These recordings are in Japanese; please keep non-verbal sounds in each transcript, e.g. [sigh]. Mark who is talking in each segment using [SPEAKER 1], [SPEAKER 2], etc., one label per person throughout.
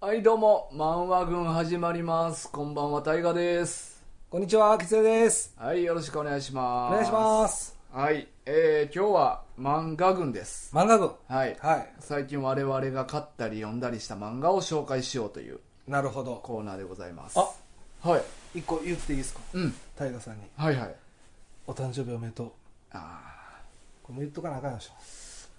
[SPEAKER 1] はいどうも漫画軍始まりますこんばんは大河です
[SPEAKER 2] こんにちは、きつねです。
[SPEAKER 1] はいよろしくお願いしま
[SPEAKER 2] お
[SPEAKER 1] す
[SPEAKER 2] 願いします。
[SPEAKER 1] はいえー、今日は漫画軍です
[SPEAKER 2] 漫画軍。
[SPEAKER 1] はい、
[SPEAKER 2] はい。
[SPEAKER 1] 最近我々が買ったり読んだりした漫画を紹介しようという
[SPEAKER 2] なるほど。
[SPEAKER 1] コーナーでございます
[SPEAKER 2] あ、
[SPEAKER 1] はい
[SPEAKER 2] 一個言っていいですか
[SPEAKER 1] うん
[SPEAKER 2] 大河さんに。
[SPEAKER 1] はいはい
[SPEAKER 2] お誕生日おめでとう。
[SPEAKER 1] あ
[SPEAKER 2] これも言っとかなあかんでし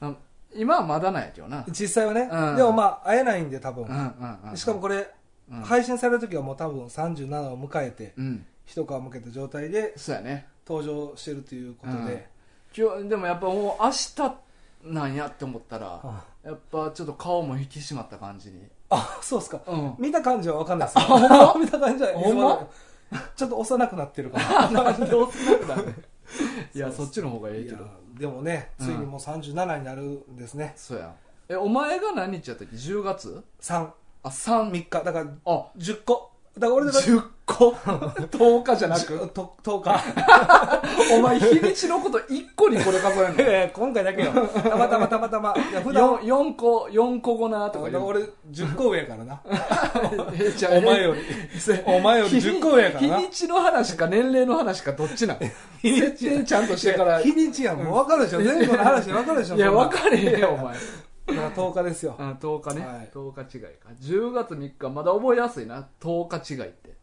[SPEAKER 2] ょ。
[SPEAKER 1] ーあ今はまだないけどな
[SPEAKER 2] 実際はね、
[SPEAKER 1] うん
[SPEAKER 2] でもまあ、会えないんで多
[SPEAKER 1] うんう
[SPEAKER 2] 分。
[SPEAKER 1] んうん
[SPEAKER 2] しかもこれ、
[SPEAKER 1] うん
[SPEAKER 2] 配信される時はもう多分37を迎えて、
[SPEAKER 1] うん
[SPEAKER 2] 一皮向けた状態で
[SPEAKER 1] そうやね
[SPEAKER 2] 登場してるということで、
[SPEAKER 1] 今日でもやっぱもう明日なんやって思ったら
[SPEAKER 2] あ
[SPEAKER 1] やっぱちょっと顔も引き締まった感じに
[SPEAKER 2] あ、そうっすか。
[SPEAKER 1] うん
[SPEAKER 2] 見た感じは分かんないです
[SPEAKER 1] あ
[SPEAKER 2] 見た感じは、
[SPEAKER 1] ほんま
[SPEAKER 2] ちょっと幼くなってるかな。
[SPEAKER 1] なんで幼くなるいや
[SPEAKER 2] そ
[SPEAKER 1] そうっちの方 [laughs] がいい
[SPEAKER 2] い
[SPEAKER 1] け
[SPEAKER 2] や
[SPEAKER 1] ど
[SPEAKER 2] でもね、
[SPEAKER 1] うん
[SPEAKER 2] ついにもう37になるんですね。
[SPEAKER 1] そうやえお前が何日やったっけ10月
[SPEAKER 2] 3、
[SPEAKER 1] あ三3
[SPEAKER 2] 3日。だから、
[SPEAKER 1] あ
[SPEAKER 2] 10個。だから俺だから、
[SPEAKER 1] 10個
[SPEAKER 2] [laughs]
[SPEAKER 1] 10日じゃなく
[SPEAKER 2] と10日。
[SPEAKER 1] [laughs] お前日にちのこと1個にこれ数える
[SPEAKER 2] ええ今回だけよ。たまたまたまたま。いや、普段、
[SPEAKER 1] の 4, 四個四個後なとか言
[SPEAKER 2] だから
[SPEAKER 1] う
[SPEAKER 2] 俺10個上やからな。
[SPEAKER 1] えじゃあ
[SPEAKER 2] お前より。
[SPEAKER 1] せ
[SPEAKER 2] お前より
[SPEAKER 1] 日に
[SPEAKER 2] 10個上やからな
[SPEAKER 1] 日にちの話か年齢の話かどっちなん設定ちゃんとしてから
[SPEAKER 2] 日にちやんもう分かるでしょ。全部の話で分かるでしょ。
[SPEAKER 1] いや
[SPEAKER 2] そんな
[SPEAKER 1] 分かれへんよお前
[SPEAKER 2] だから10日ですよ。
[SPEAKER 1] あ10日ね、
[SPEAKER 2] はい
[SPEAKER 1] 10日違いか10月3日まだ覚えやすいな10日違いって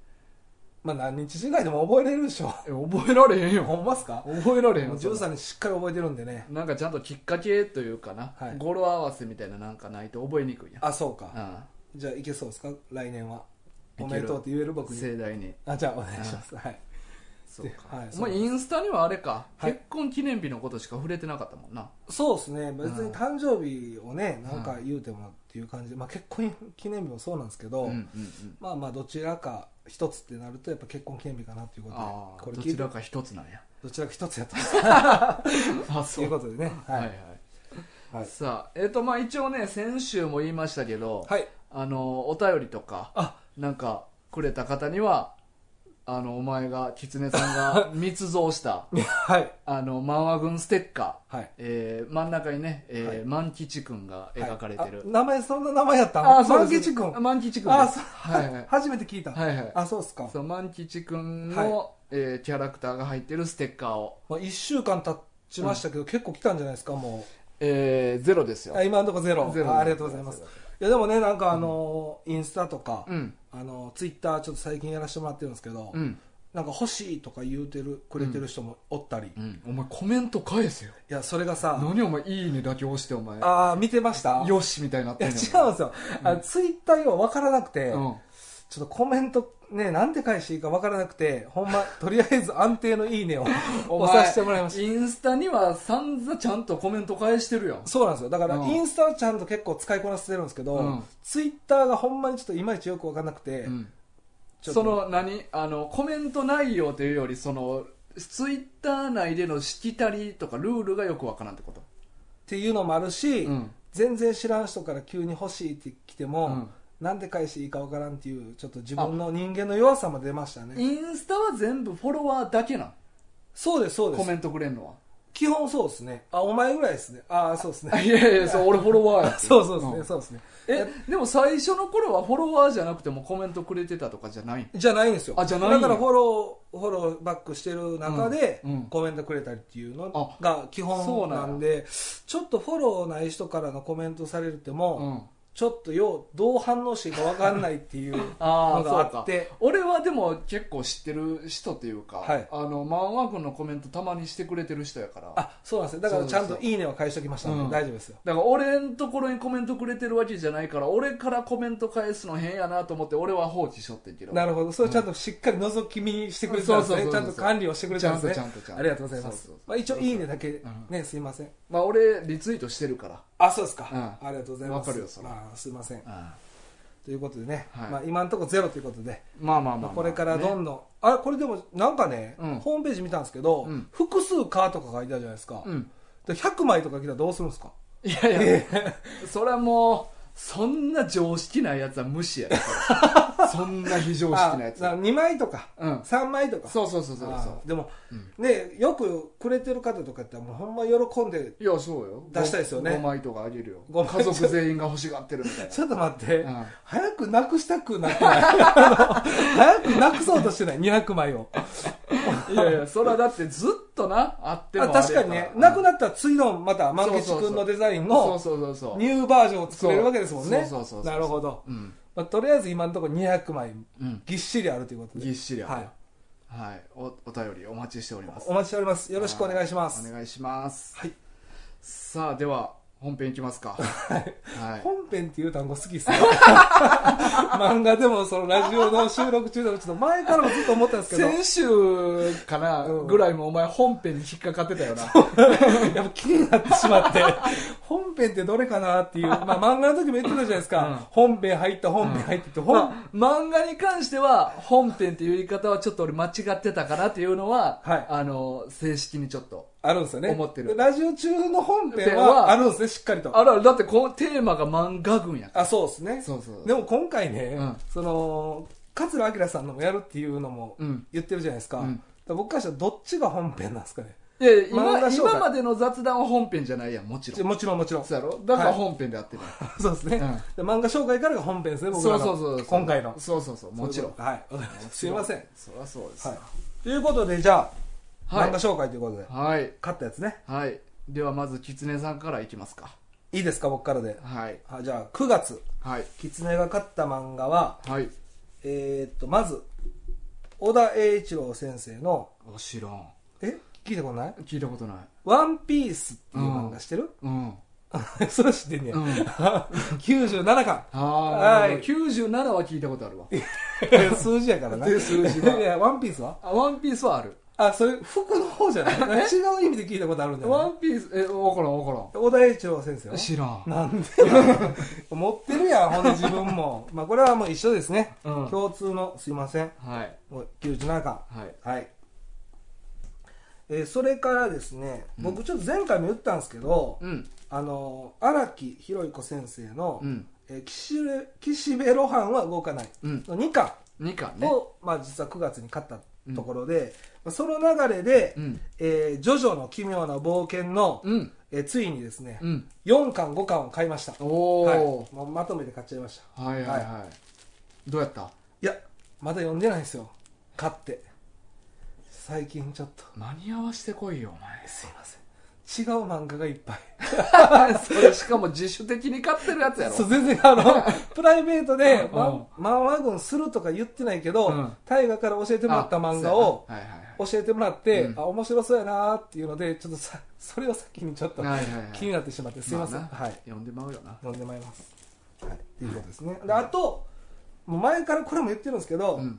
[SPEAKER 2] まあ何日違いでも覚えれるでしょ。
[SPEAKER 1] え覚えられへんよ
[SPEAKER 2] ほんますか
[SPEAKER 1] 覚えられへん
[SPEAKER 2] もう
[SPEAKER 1] よ
[SPEAKER 2] ジョー
[SPEAKER 1] そ
[SPEAKER 2] さんにしっかり覚えてるんでね。
[SPEAKER 1] んななんかちゃんときっかけというかな、
[SPEAKER 2] はい
[SPEAKER 1] 語呂合わせみたいななんかないと覚えにくいやん
[SPEAKER 2] あ、そうか。
[SPEAKER 1] あ
[SPEAKER 2] じゃあいけそうですか来年は。
[SPEAKER 1] いける
[SPEAKER 2] おめでとうって言える僕に。
[SPEAKER 1] 盛大に
[SPEAKER 2] あ、じゃあお願いします。はい。
[SPEAKER 1] そうか、
[SPEAKER 2] はい
[SPEAKER 1] お前インスタにはあれか、
[SPEAKER 2] はい
[SPEAKER 1] 結婚記念日のことしか触れてなかったもんな
[SPEAKER 2] そうですね別に誕生日をね、なんか言うてもっていう感じで、まあ、結婚記念日もそうなんですけど、
[SPEAKER 1] うんうんうん
[SPEAKER 2] まあまあどちらか一つってなるとやっぱ結婚記念日かなということで
[SPEAKER 1] ああ
[SPEAKER 2] これ
[SPEAKER 1] ど
[SPEAKER 2] 聞い
[SPEAKER 1] ち
[SPEAKER 2] て
[SPEAKER 1] らか一つ
[SPEAKER 2] [laughs]
[SPEAKER 1] なんや
[SPEAKER 2] どちらか一つやった
[SPEAKER 1] あ
[SPEAKER 2] ということでね
[SPEAKER 1] はい
[SPEAKER 2] は
[SPEAKER 1] はい
[SPEAKER 2] い、はい
[SPEAKER 1] さあえっ、とまあ一応ね先週も言いましたけど、
[SPEAKER 2] はい、
[SPEAKER 1] あのお便りとか
[SPEAKER 2] あ
[SPEAKER 1] なんかくれた方にはあのお前が狐さんが密造
[SPEAKER 2] [laughs]
[SPEAKER 1] した
[SPEAKER 2] はい
[SPEAKER 1] あの漫画軍ステッカー、
[SPEAKER 2] はい
[SPEAKER 1] えー真ん中にね、えー
[SPEAKER 2] はい
[SPEAKER 1] 万吉くんが描かれてる、
[SPEAKER 2] あ名前そんな名前やった
[SPEAKER 1] あ
[SPEAKER 2] の
[SPEAKER 1] そう
[SPEAKER 2] 万
[SPEAKER 1] です
[SPEAKER 2] 吉君
[SPEAKER 1] 万吉くん
[SPEAKER 2] あ
[SPEAKER 1] です
[SPEAKER 2] そう
[SPEAKER 1] はいはい
[SPEAKER 2] [laughs] 初めて聞いた、
[SPEAKER 1] はいはい
[SPEAKER 2] あそうですか
[SPEAKER 1] そう万吉くんの、えーキャラクターが入ってるステッカーを、
[SPEAKER 2] まあ、1週間経ちましたけど、結構来たんじゃないですかも
[SPEAKER 1] えーゼロですよ
[SPEAKER 2] うあ今のところゼロ
[SPEAKER 1] ゼロ
[SPEAKER 2] あありがとうございます
[SPEAKER 1] ゼロ
[SPEAKER 2] いやでもねなんかあのーインスタとか、
[SPEAKER 1] うん
[SPEAKER 2] あのツイッターちょっと最近やらせてもらってるんですけど、
[SPEAKER 1] うん、
[SPEAKER 2] なんか欲しいとか言うてるくれてる人もおったり、
[SPEAKER 1] う
[SPEAKER 2] い
[SPEAKER 1] ん、お前コメント返せよ
[SPEAKER 2] やそれがさ
[SPEAKER 1] 何お前いいねだけ押してお前
[SPEAKER 2] ああ見てましたいや違
[SPEAKER 1] よしみたいになって
[SPEAKER 2] うん
[SPEAKER 1] ん
[SPEAKER 2] で
[SPEAKER 1] ねん
[SPEAKER 2] すよ、あツイッターよ分からなくて、
[SPEAKER 1] うん
[SPEAKER 2] ちょっとコメントねなんて返していいか分からなくてほ
[SPEAKER 1] [laughs]
[SPEAKER 2] んまとりあえず安定の「いいねを」
[SPEAKER 1] お
[SPEAKER 2] 押
[SPEAKER 1] 前
[SPEAKER 2] させてもらいまし
[SPEAKER 1] インスタには散々ちゃんとコメント返してるやん
[SPEAKER 2] たそうなんですよだから
[SPEAKER 1] うん
[SPEAKER 2] インスタはちゃんと結構使いこなせてるんですけど、
[SPEAKER 1] うん
[SPEAKER 2] ツイッターがほんまにちょっといまいちよく分からなくて、
[SPEAKER 1] うん
[SPEAKER 2] ちょっと
[SPEAKER 1] その何あのコメント内容というよりそのツイッター内でのしきたりとかルールがよくわからんってこと
[SPEAKER 2] っていうのもあるし、
[SPEAKER 1] うん
[SPEAKER 2] 全然知らん人から急に欲しいって来ても、
[SPEAKER 1] うん
[SPEAKER 2] なんで返していいか分からんっていうちょっと自分の人間の弱さも出ましたね
[SPEAKER 1] インスタは全部フォロワーだけなん
[SPEAKER 2] そうですそうで
[SPEAKER 1] コメン
[SPEAKER 2] す
[SPEAKER 1] トくれんのは
[SPEAKER 2] 基本そうですねあお前ぐらいですねああそうです
[SPEAKER 1] あ
[SPEAKER 2] ね
[SPEAKER 1] いやいや [laughs] そう俺フォロワーや
[SPEAKER 2] [laughs] そうそうですね、
[SPEAKER 1] ん
[SPEAKER 2] そうですね
[SPEAKER 1] えでも最初の頃はフォロワーじゃなくてもコメントくれてたとかじゃないん
[SPEAKER 2] じゃないんですよ
[SPEAKER 1] あじゃないんや
[SPEAKER 2] だからフォローフォローバックしてる中で、
[SPEAKER 1] うんうん
[SPEAKER 2] コメントくれたりっていう
[SPEAKER 1] あ
[SPEAKER 2] のが基
[SPEAKER 1] そう
[SPEAKER 2] 本
[SPEAKER 1] なんや
[SPEAKER 2] なんでちょっとフォローない人からのコメントされるっても、
[SPEAKER 1] うん
[SPEAKER 2] ちょっとようどう反応していいか分かんないっていう
[SPEAKER 1] あ
[SPEAKER 2] の
[SPEAKER 1] あ
[SPEAKER 2] が
[SPEAKER 1] そう
[SPEAKER 2] あ
[SPEAKER 1] か
[SPEAKER 2] って
[SPEAKER 1] 俺はでも結構知ってる人というか、
[SPEAKER 2] はい
[SPEAKER 1] あの漫画君のコメントたまにしてくれてる人やから
[SPEAKER 2] あそうなんですよだからちゃん
[SPEAKER 1] そうそ
[SPEAKER 2] と
[SPEAKER 1] う
[SPEAKER 2] 「いいね」は返しておきましたので、
[SPEAKER 1] うん
[SPEAKER 2] 大丈夫ですよ
[SPEAKER 1] だから俺のところにコメントくれてるわけじゃないから俺からコメント返すの変やなと思って俺は放置しとってんけど
[SPEAKER 2] なるほどそれをちゃんとしっかり覗き見にしてくれてたんです
[SPEAKER 1] そうそうそうそう
[SPEAKER 2] ねちゃんと管理をしてくれてたんですね
[SPEAKER 1] ちゃんとちゃんとちゃんと
[SPEAKER 2] ありがとうございます
[SPEAKER 1] そうそうそう
[SPEAKER 2] まあ、一応「いいね」だけ
[SPEAKER 1] ん
[SPEAKER 2] ねすいません
[SPEAKER 1] まあ俺リツイートしてるから
[SPEAKER 2] あそうですか、
[SPEAKER 1] うん
[SPEAKER 2] ありがとうございます
[SPEAKER 1] わかるよそれ
[SPEAKER 2] まあ、すいません
[SPEAKER 1] あ
[SPEAKER 2] ということでね、
[SPEAKER 1] はい
[SPEAKER 2] まあ、今のところゼロということで、
[SPEAKER 1] まあまあまあ、
[SPEAKER 2] これからど
[SPEAKER 1] ね
[SPEAKER 2] んどん、あれこれでもなんかね、
[SPEAKER 1] うん
[SPEAKER 2] ホームページ見たんですけど、
[SPEAKER 1] うん
[SPEAKER 2] 複数かとか書いてあるじゃないですか、
[SPEAKER 1] うん
[SPEAKER 2] で100枚とか来たらどうするんですか
[SPEAKER 1] いやいやそれはもうそんな常識ないやつは無視
[SPEAKER 2] [laughs]
[SPEAKER 1] やでそれそんな非常識なやつは
[SPEAKER 2] 2枚とか
[SPEAKER 1] うん
[SPEAKER 2] 3枚とか
[SPEAKER 1] そうそうそうそうそ
[SPEAKER 2] あーでも、
[SPEAKER 1] うん
[SPEAKER 2] ねよくくれてる方とかってもうほんま喜んで
[SPEAKER 1] ういやそうよ
[SPEAKER 2] 出したいですよね
[SPEAKER 1] 5枚とかあげるよ
[SPEAKER 2] 五枚
[SPEAKER 1] 家族全員が欲しがってるみ
[SPEAKER 2] [laughs]
[SPEAKER 1] たい
[SPEAKER 2] ちょっと待って、
[SPEAKER 1] な、うん
[SPEAKER 2] 早くなくしたくなくないあの [laughs] 早くなくそうとしてない200枚を
[SPEAKER 1] いやいや、それはだってずっとな、あっても
[SPEAKER 2] あ
[SPEAKER 1] あれ
[SPEAKER 2] 確かにねなく
[SPEAKER 1] っ
[SPEAKER 2] なったら次のまた万吉君のデザインの
[SPEAKER 1] そうそうそうそう。
[SPEAKER 2] ニューバージョンを作れるわけですもんね
[SPEAKER 1] そうそうそうそう
[SPEAKER 2] なるほど、
[SPEAKER 1] うん。
[SPEAKER 2] まあ、とりあえず今のところ200枚
[SPEAKER 1] うん。
[SPEAKER 2] ぎっしりあるということで
[SPEAKER 1] ぎっしりある
[SPEAKER 2] はい、
[SPEAKER 1] はい。お、お便りお待ちしております。
[SPEAKER 2] お待ちしておりますよろしくお願いします
[SPEAKER 1] お願いします。
[SPEAKER 2] はい。
[SPEAKER 1] さあ、では、本編いきますか。はい。
[SPEAKER 2] 本編っていう単語好きですね [laughs] 漫画でもそのラジオの収録中でもちょっと前からもずっと思ったんです
[SPEAKER 1] [laughs]
[SPEAKER 2] けど
[SPEAKER 1] 先週かな
[SPEAKER 2] うん
[SPEAKER 1] ぐらいもお前本編に引っかかってたよな。
[SPEAKER 2] やっぱ気になってしまって本編ってどれかなっていう、まあ、漫画の時も言ってたじゃないですか、
[SPEAKER 1] うん
[SPEAKER 2] 本編入った本編入ってって、本
[SPEAKER 1] まあ漫画に関しては、本編っていう言い方はちょっと俺間違ってたかなっていうのは、
[SPEAKER 2] はい
[SPEAKER 1] あの、正式にちょっと。
[SPEAKER 2] あるんですよね
[SPEAKER 1] 思ってる
[SPEAKER 2] でラジオ中の本
[SPEAKER 1] 本
[SPEAKER 2] 編
[SPEAKER 1] 編は
[SPEAKER 2] はあるんですねしっかりとあ
[SPEAKER 1] あら、だってこのテーマが漫画群やから。
[SPEAKER 2] そうですね
[SPEAKER 1] そうそうそう
[SPEAKER 2] でも今回ね、
[SPEAKER 1] うん
[SPEAKER 2] その桂明さんのもやるっていうのも
[SPEAKER 1] うん
[SPEAKER 2] 言ってるじゃないですか,、
[SPEAKER 1] うん
[SPEAKER 2] だから僕からしたらどっちが本編なんですかね
[SPEAKER 1] いやいや今
[SPEAKER 2] 漫画詳細
[SPEAKER 1] 今までの雑談は本編じゃないやんもちろ
[SPEAKER 2] ちょ
[SPEAKER 1] ん
[SPEAKER 2] もちろんもちろん
[SPEAKER 1] そうやろだから
[SPEAKER 2] はい
[SPEAKER 1] 本編であってるやん、
[SPEAKER 2] [laughs] そうですね、
[SPEAKER 1] うん
[SPEAKER 2] で漫画紹介からが本編ですね僕
[SPEAKER 1] そ
[SPEAKER 2] ら
[SPEAKER 1] う
[SPEAKER 2] の
[SPEAKER 1] そうそうそう
[SPEAKER 2] 今回の
[SPEAKER 1] そうそうそうもちろん
[SPEAKER 2] はいわかりました [laughs] すいません、
[SPEAKER 1] そりゃそうです
[SPEAKER 2] はい、ということでじゃあ、
[SPEAKER 1] はい
[SPEAKER 2] 漫画紹介ということで
[SPEAKER 1] はい
[SPEAKER 2] 勝ったやつね
[SPEAKER 1] はいではまず狐さんからいきますか
[SPEAKER 2] いいですか僕からで
[SPEAKER 1] はい
[SPEAKER 2] あじゃあ9月
[SPEAKER 1] はい
[SPEAKER 2] 狐が勝った漫画は
[SPEAKER 1] はい
[SPEAKER 2] えー、っとまず小田栄一郎先生の
[SPEAKER 1] あ知らん
[SPEAKER 2] え聞いたことない
[SPEAKER 1] 聞いたことない
[SPEAKER 2] 「ワンピースっていう漫画してる、 [laughs]
[SPEAKER 1] うんあ
[SPEAKER 2] それ知ってんねや、
[SPEAKER 1] うん
[SPEAKER 2] [laughs] 97巻
[SPEAKER 1] [laughs] あー、
[SPEAKER 2] はい
[SPEAKER 1] 97は聞いたことあるわ
[SPEAKER 2] 数字やからな
[SPEAKER 1] で数字はい
[SPEAKER 2] やワンピースは
[SPEAKER 1] あワンピースはある
[SPEAKER 2] あそれ服の方じ [laughs] ゃない違う意味で聞いたことあるんじゃ
[SPEAKER 1] ワ
[SPEAKER 2] ない
[SPEAKER 1] ンピースえ分からん分か
[SPEAKER 2] 小田栄一郎先生
[SPEAKER 1] らん
[SPEAKER 2] は
[SPEAKER 1] 知らん
[SPEAKER 2] なんで [laughs] 持ってるやん、ほんで自分も。 [laughs] まあこれはもう一緒ですね。
[SPEAKER 1] うん
[SPEAKER 2] 共通の、すいません。
[SPEAKER 1] はい
[SPEAKER 2] もう97巻。
[SPEAKER 1] はい
[SPEAKER 2] はい。えーそれからですね、
[SPEAKER 1] うん
[SPEAKER 2] 僕ちょっと前回も言ったんですけど、
[SPEAKER 1] うん
[SPEAKER 2] あのー、荒木博彦先生の、
[SPEAKER 1] うん
[SPEAKER 2] えー岸辺岸辺露伴は動かない
[SPEAKER 1] うん
[SPEAKER 2] の2巻
[SPEAKER 1] 2巻
[SPEAKER 2] を、
[SPEAKER 1] ね
[SPEAKER 2] まあ実は9月に買ったところで、まあその流れで、
[SPEAKER 1] うん
[SPEAKER 2] えージョジョの奇妙な冒険の、
[SPEAKER 1] うん
[SPEAKER 2] えーついにですね、
[SPEAKER 1] うん
[SPEAKER 2] 4巻5巻を買いました。
[SPEAKER 1] お
[SPEAKER 2] はい
[SPEAKER 1] お、
[SPEAKER 2] ままとめて買っちゃいました
[SPEAKER 1] はいはいはいどうやった
[SPEAKER 2] いやまだ読んでないんですよ買って最近ちょっと
[SPEAKER 1] 間に合わしてこいよお
[SPEAKER 2] すいません違う漫画がいっぱい [laughs]
[SPEAKER 1] 前それしかも自主的に買ってるやつやろ
[SPEAKER 2] そう全然あ
[SPEAKER 1] [laughs]
[SPEAKER 2] のプライベートで、
[SPEAKER 1] うん
[SPEAKER 2] ま、漫画群するとか言ってないけど、
[SPEAKER 1] うん
[SPEAKER 2] 大河から教えてもらった漫画を
[SPEAKER 1] あそうやな
[SPEAKER 2] 教えてもらって、
[SPEAKER 1] うん
[SPEAKER 2] あ面白そうやなーっていうのでちょっとさそれを先にちょっと
[SPEAKER 1] はいはいはいはいはい
[SPEAKER 2] 気になってしまって、すいません、
[SPEAKER 1] あな
[SPEAKER 2] はい
[SPEAKER 1] 読んでまうよな
[SPEAKER 2] 飲んでまいりますはいっていうことですねであともう前からこれも言ってるんですけど、
[SPEAKER 1] うん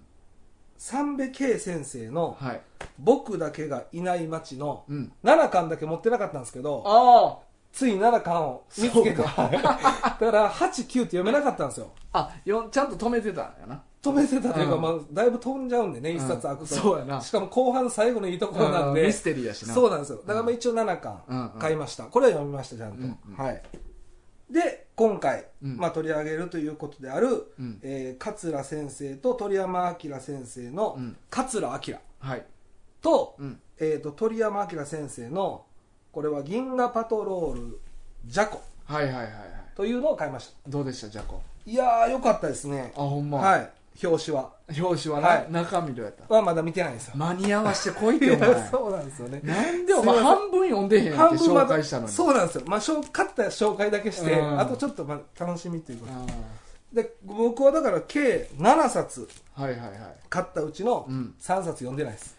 [SPEAKER 2] 三部圭先生の
[SPEAKER 1] はい
[SPEAKER 2] 「僕だけがいない街」の
[SPEAKER 1] うん
[SPEAKER 2] 7巻だけ持ってなかったんですけど
[SPEAKER 1] あ
[SPEAKER 2] つい7巻を見つけた [laughs] だから89って読めなかったんですよ
[SPEAKER 1] ああよちゃんと止めてたんやな
[SPEAKER 2] 止めてたというか、
[SPEAKER 1] うん
[SPEAKER 2] まあ、だいぶ飛んじゃうんでね
[SPEAKER 1] うん
[SPEAKER 2] 一冊開くと、
[SPEAKER 1] そうやな
[SPEAKER 2] しかも後半最後のいいところなん
[SPEAKER 1] う
[SPEAKER 2] で
[SPEAKER 1] ミステリーやしな
[SPEAKER 2] そう
[SPEAKER 1] う
[SPEAKER 2] なんですよだからまあ一応7
[SPEAKER 1] うん
[SPEAKER 2] 巻
[SPEAKER 1] うん
[SPEAKER 2] 買いました、これは読みましたちゃんと、
[SPEAKER 1] うんうん
[SPEAKER 2] はいで今回、
[SPEAKER 1] うん
[SPEAKER 2] まあ、取り上げるということである、
[SPEAKER 1] うん
[SPEAKER 2] えー桂先生と鳥山明先生の
[SPEAKER 1] うん
[SPEAKER 2] 桂明
[SPEAKER 1] はい
[SPEAKER 2] と,、
[SPEAKER 1] うん
[SPEAKER 2] えー、と鳥山明先生のこれは「銀河パトロールジャコ
[SPEAKER 1] はいはいはいはい」
[SPEAKER 2] というのを買いました
[SPEAKER 1] どうでしたジャコ
[SPEAKER 2] いやーよかったですね
[SPEAKER 1] あほんま
[SPEAKER 2] はい表紙はい
[SPEAKER 1] 表紙は
[SPEAKER 2] は
[SPEAKER 1] ない中身どうやった
[SPEAKER 2] はまだ見てないんですよ
[SPEAKER 1] 間に合わしてこいっ
[SPEAKER 2] い
[SPEAKER 1] てお
[SPEAKER 2] や
[SPEAKER 1] 前
[SPEAKER 2] そうなんですよね
[SPEAKER 1] なんでお前
[SPEAKER 2] すいません
[SPEAKER 1] 半分読んでへんやん
[SPEAKER 2] 半
[SPEAKER 1] け
[SPEAKER 2] 分ま
[SPEAKER 1] 紹
[SPEAKER 2] だ
[SPEAKER 1] 介したのに
[SPEAKER 2] そうなんですよ、まあ、しょう勝った紹介だけして、
[SPEAKER 1] うん
[SPEAKER 2] あとちょっとまあ楽しみということ
[SPEAKER 1] あ
[SPEAKER 2] でで僕はだから計7冊
[SPEAKER 1] ーはいはいはい
[SPEAKER 2] 買ったうちの
[SPEAKER 1] うん
[SPEAKER 2] 3冊読んでないです、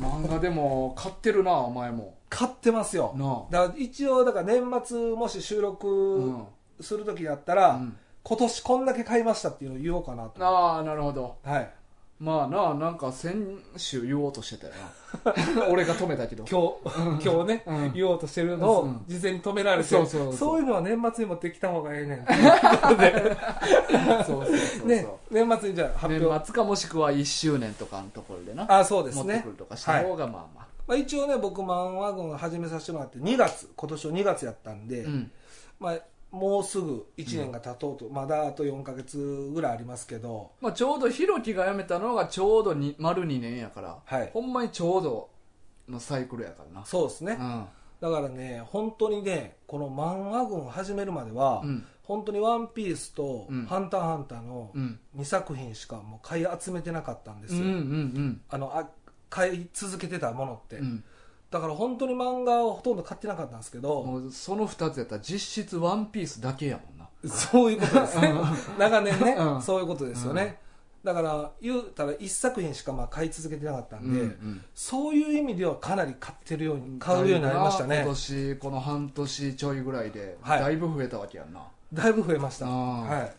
[SPEAKER 1] 漫画でも買ってるなお前も
[SPEAKER 2] 買ってますよ
[SPEAKER 1] な
[SPEAKER 2] だから一応だから年末もし収
[SPEAKER 1] あ、
[SPEAKER 2] 録
[SPEAKER 1] ん
[SPEAKER 2] する時だったら、
[SPEAKER 1] うん
[SPEAKER 2] 今年こんだけ買いましたっていうのを言おうかなと
[SPEAKER 1] ああなるほど
[SPEAKER 2] はい
[SPEAKER 1] まあなあなんか先週言おうとしてたよ
[SPEAKER 2] [laughs]
[SPEAKER 1] な俺が止めたけど
[SPEAKER 2] 今日 [laughs] 今日ね、
[SPEAKER 1] うん
[SPEAKER 2] 言おうとしてるのを
[SPEAKER 1] うん
[SPEAKER 2] 事前に止められて、
[SPEAKER 1] そうそうそう
[SPEAKER 2] いうのは年末に持ってきた方がええ
[SPEAKER 1] [laughs]
[SPEAKER 2] ねん
[SPEAKER 1] そうそうそうそう、
[SPEAKER 2] ね年末にじゃあ発表
[SPEAKER 1] 年末かもしくは1周年とかのところでな
[SPEAKER 2] あそうです
[SPEAKER 1] 持って
[SPEAKER 2] ね
[SPEAKER 1] くるとかした方がまあま
[SPEAKER 2] まあ、一応ね僕漫画群を始めさせてもらって2月今年の2月やったんで、
[SPEAKER 1] あ、うん
[SPEAKER 2] まあ、もうすぐ1年が経とうと、まだあと4か月ぐらいありますけど、
[SPEAKER 1] まあ、ちょうどひろきが辞めたのがちょうどに丸2年やから、
[SPEAKER 2] はい
[SPEAKER 1] ほんまにちょうどのサイクルやからな
[SPEAKER 2] そうですね、だからね、本当にね、この漫画群を始めるまでは、
[SPEAKER 1] うんうん
[SPEAKER 2] 本当に「ワンピースと
[SPEAKER 1] うん
[SPEAKER 2] 「ハンターハンター」の
[SPEAKER 1] うん
[SPEAKER 2] 2作品しかもう買い集めてなかったんです
[SPEAKER 1] うんう
[SPEAKER 2] よ、
[SPEAKER 1] んうん
[SPEAKER 2] あのあ買い続けてたものって、
[SPEAKER 1] うん
[SPEAKER 2] だから本当に漫画をほとんど買ってなかったんですけど、
[SPEAKER 1] もうその2つやったら実質ワンピースだけやもんな
[SPEAKER 2] そういうことですね長年ね、
[SPEAKER 1] うん
[SPEAKER 2] そういうことですよね、だから言うたら1作品しかまあ買い続けてなかったんで、
[SPEAKER 1] うん
[SPEAKER 2] そういう意味ではかなり買ってるように買うようになりました
[SPEAKER 1] だい
[SPEAKER 2] ね
[SPEAKER 1] ぶな今年この半年ちょいぐらいで
[SPEAKER 2] はい
[SPEAKER 1] だいぶ増えたわけやんな、
[SPEAKER 2] だいぶ増えました、
[SPEAKER 1] あー
[SPEAKER 2] はい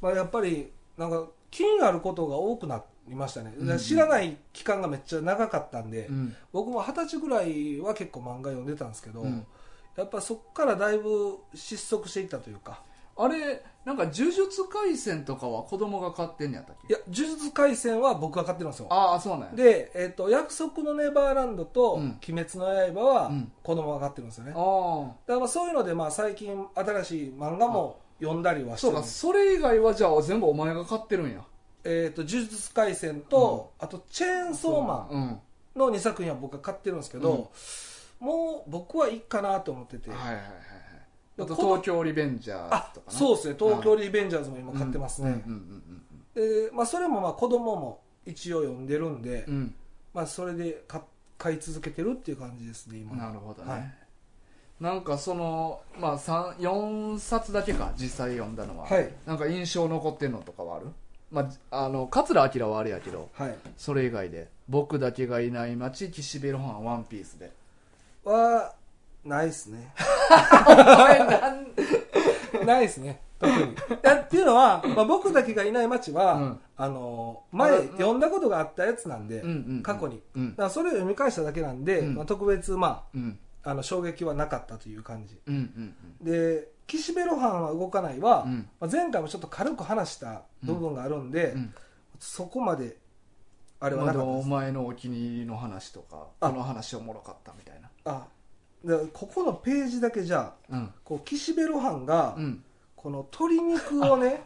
[SPEAKER 2] まあ、やっぱりなんか気になることが多くなりましたね、
[SPEAKER 1] うん
[SPEAKER 2] 知らない期間がめっちゃ長かったんで、
[SPEAKER 1] うん
[SPEAKER 2] 僕も二十歳ぐらいは結構漫画読んでたんですけど、
[SPEAKER 1] うん
[SPEAKER 2] やっぱそこからだいぶ失速していったというか
[SPEAKER 1] あれなんか呪術廻戦とかは子供が買ってんのやったっ
[SPEAKER 2] い
[SPEAKER 1] け
[SPEAKER 2] や呪術廻戦は僕が買ってるんですよ
[SPEAKER 1] ああそうなんや
[SPEAKER 2] で、えっと約束のネバーランドと
[SPEAKER 1] うん
[SPEAKER 2] 「鬼滅の刃」は
[SPEAKER 1] うん
[SPEAKER 2] 子供が買ってるんですよね、
[SPEAKER 1] あ
[SPEAKER 2] だ
[SPEAKER 1] あ
[SPEAKER 2] からまあそういうのでまあ最近新しい漫画も読んだりはして
[SPEAKER 1] そう
[SPEAKER 2] るん
[SPEAKER 1] か
[SPEAKER 2] です
[SPEAKER 1] それ以外はじゃあ全部お前が買ってるんや
[SPEAKER 2] えっと呪術廻戦と、あと「チェーンソーマン」
[SPEAKER 1] うん
[SPEAKER 2] の2作品は僕は買ってるんですけど、もう僕はいいかなと思ってて、
[SPEAKER 1] はいはいはいはいあ
[SPEAKER 2] だか
[SPEAKER 1] と
[SPEAKER 2] らこの
[SPEAKER 1] 東京リベンジャー
[SPEAKER 2] あ
[SPEAKER 1] ズとかな
[SPEAKER 2] そうですね東京リベンジャーズも今買ってますね、
[SPEAKER 1] うんうん
[SPEAKER 2] でまあ、それもまあ子供も一応読んでるんで、
[SPEAKER 1] うんうん
[SPEAKER 2] まあ、それで買買い続けてるっていう感じですね
[SPEAKER 1] う
[SPEAKER 2] 今
[SPEAKER 1] んなるほどね、
[SPEAKER 2] はい
[SPEAKER 1] なんかそのまあ三4冊だけか実際読んだのは、
[SPEAKER 2] はい、
[SPEAKER 1] なんか印象残ってんのとかはあるまあ、あの桂明はあれやけど
[SPEAKER 2] はい、
[SPEAKER 1] それ以外で「僕だけがいない街岸辺露伴ワンピース
[SPEAKER 2] [laughs]
[SPEAKER 1] で
[SPEAKER 2] はないですね
[SPEAKER 1] なん
[SPEAKER 2] ないですね特にいやっていうのは、まあ、僕だけがいない街は、
[SPEAKER 1] うん
[SPEAKER 2] あの前
[SPEAKER 1] あれうん
[SPEAKER 2] 読んだことがあったやつなんで、
[SPEAKER 1] うんうんうん
[SPEAKER 2] 過去に
[SPEAKER 1] うん
[SPEAKER 2] だからそれを読み返しただけなんで、
[SPEAKER 1] うん
[SPEAKER 2] まあ、特別ま
[SPEAKER 1] うん
[SPEAKER 2] ああの衝撃はなかったという感じ
[SPEAKER 1] うんうん
[SPEAKER 2] で岸辺露伴は動かないは、
[SPEAKER 1] うん
[SPEAKER 2] まあ、前回もちょっと軽く話した部分があるんで、
[SPEAKER 1] うん
[SPEAKER 2] そこまであ
[SPEAKER 1] あ
[SPEAKER 2] れはなかった
[SPEAKER 1] お
[SPEAKER 2] です、
[SPEAKER 1] 前のお気に入りの話とか
[SPEAKER 2] あ
[SPEAKER 1] この話おもろかったみたいな
[SPEAKER 2] あだからここのページだけじゃ
[SPEAKER 1] う
[SPEAKER 2] あ
[SPEAKER 1] ん
[SPEAKER 2] こう岸辺露伴が
[SPEAKER 1] うん
[SPEAKER 2] この鶏肉をね、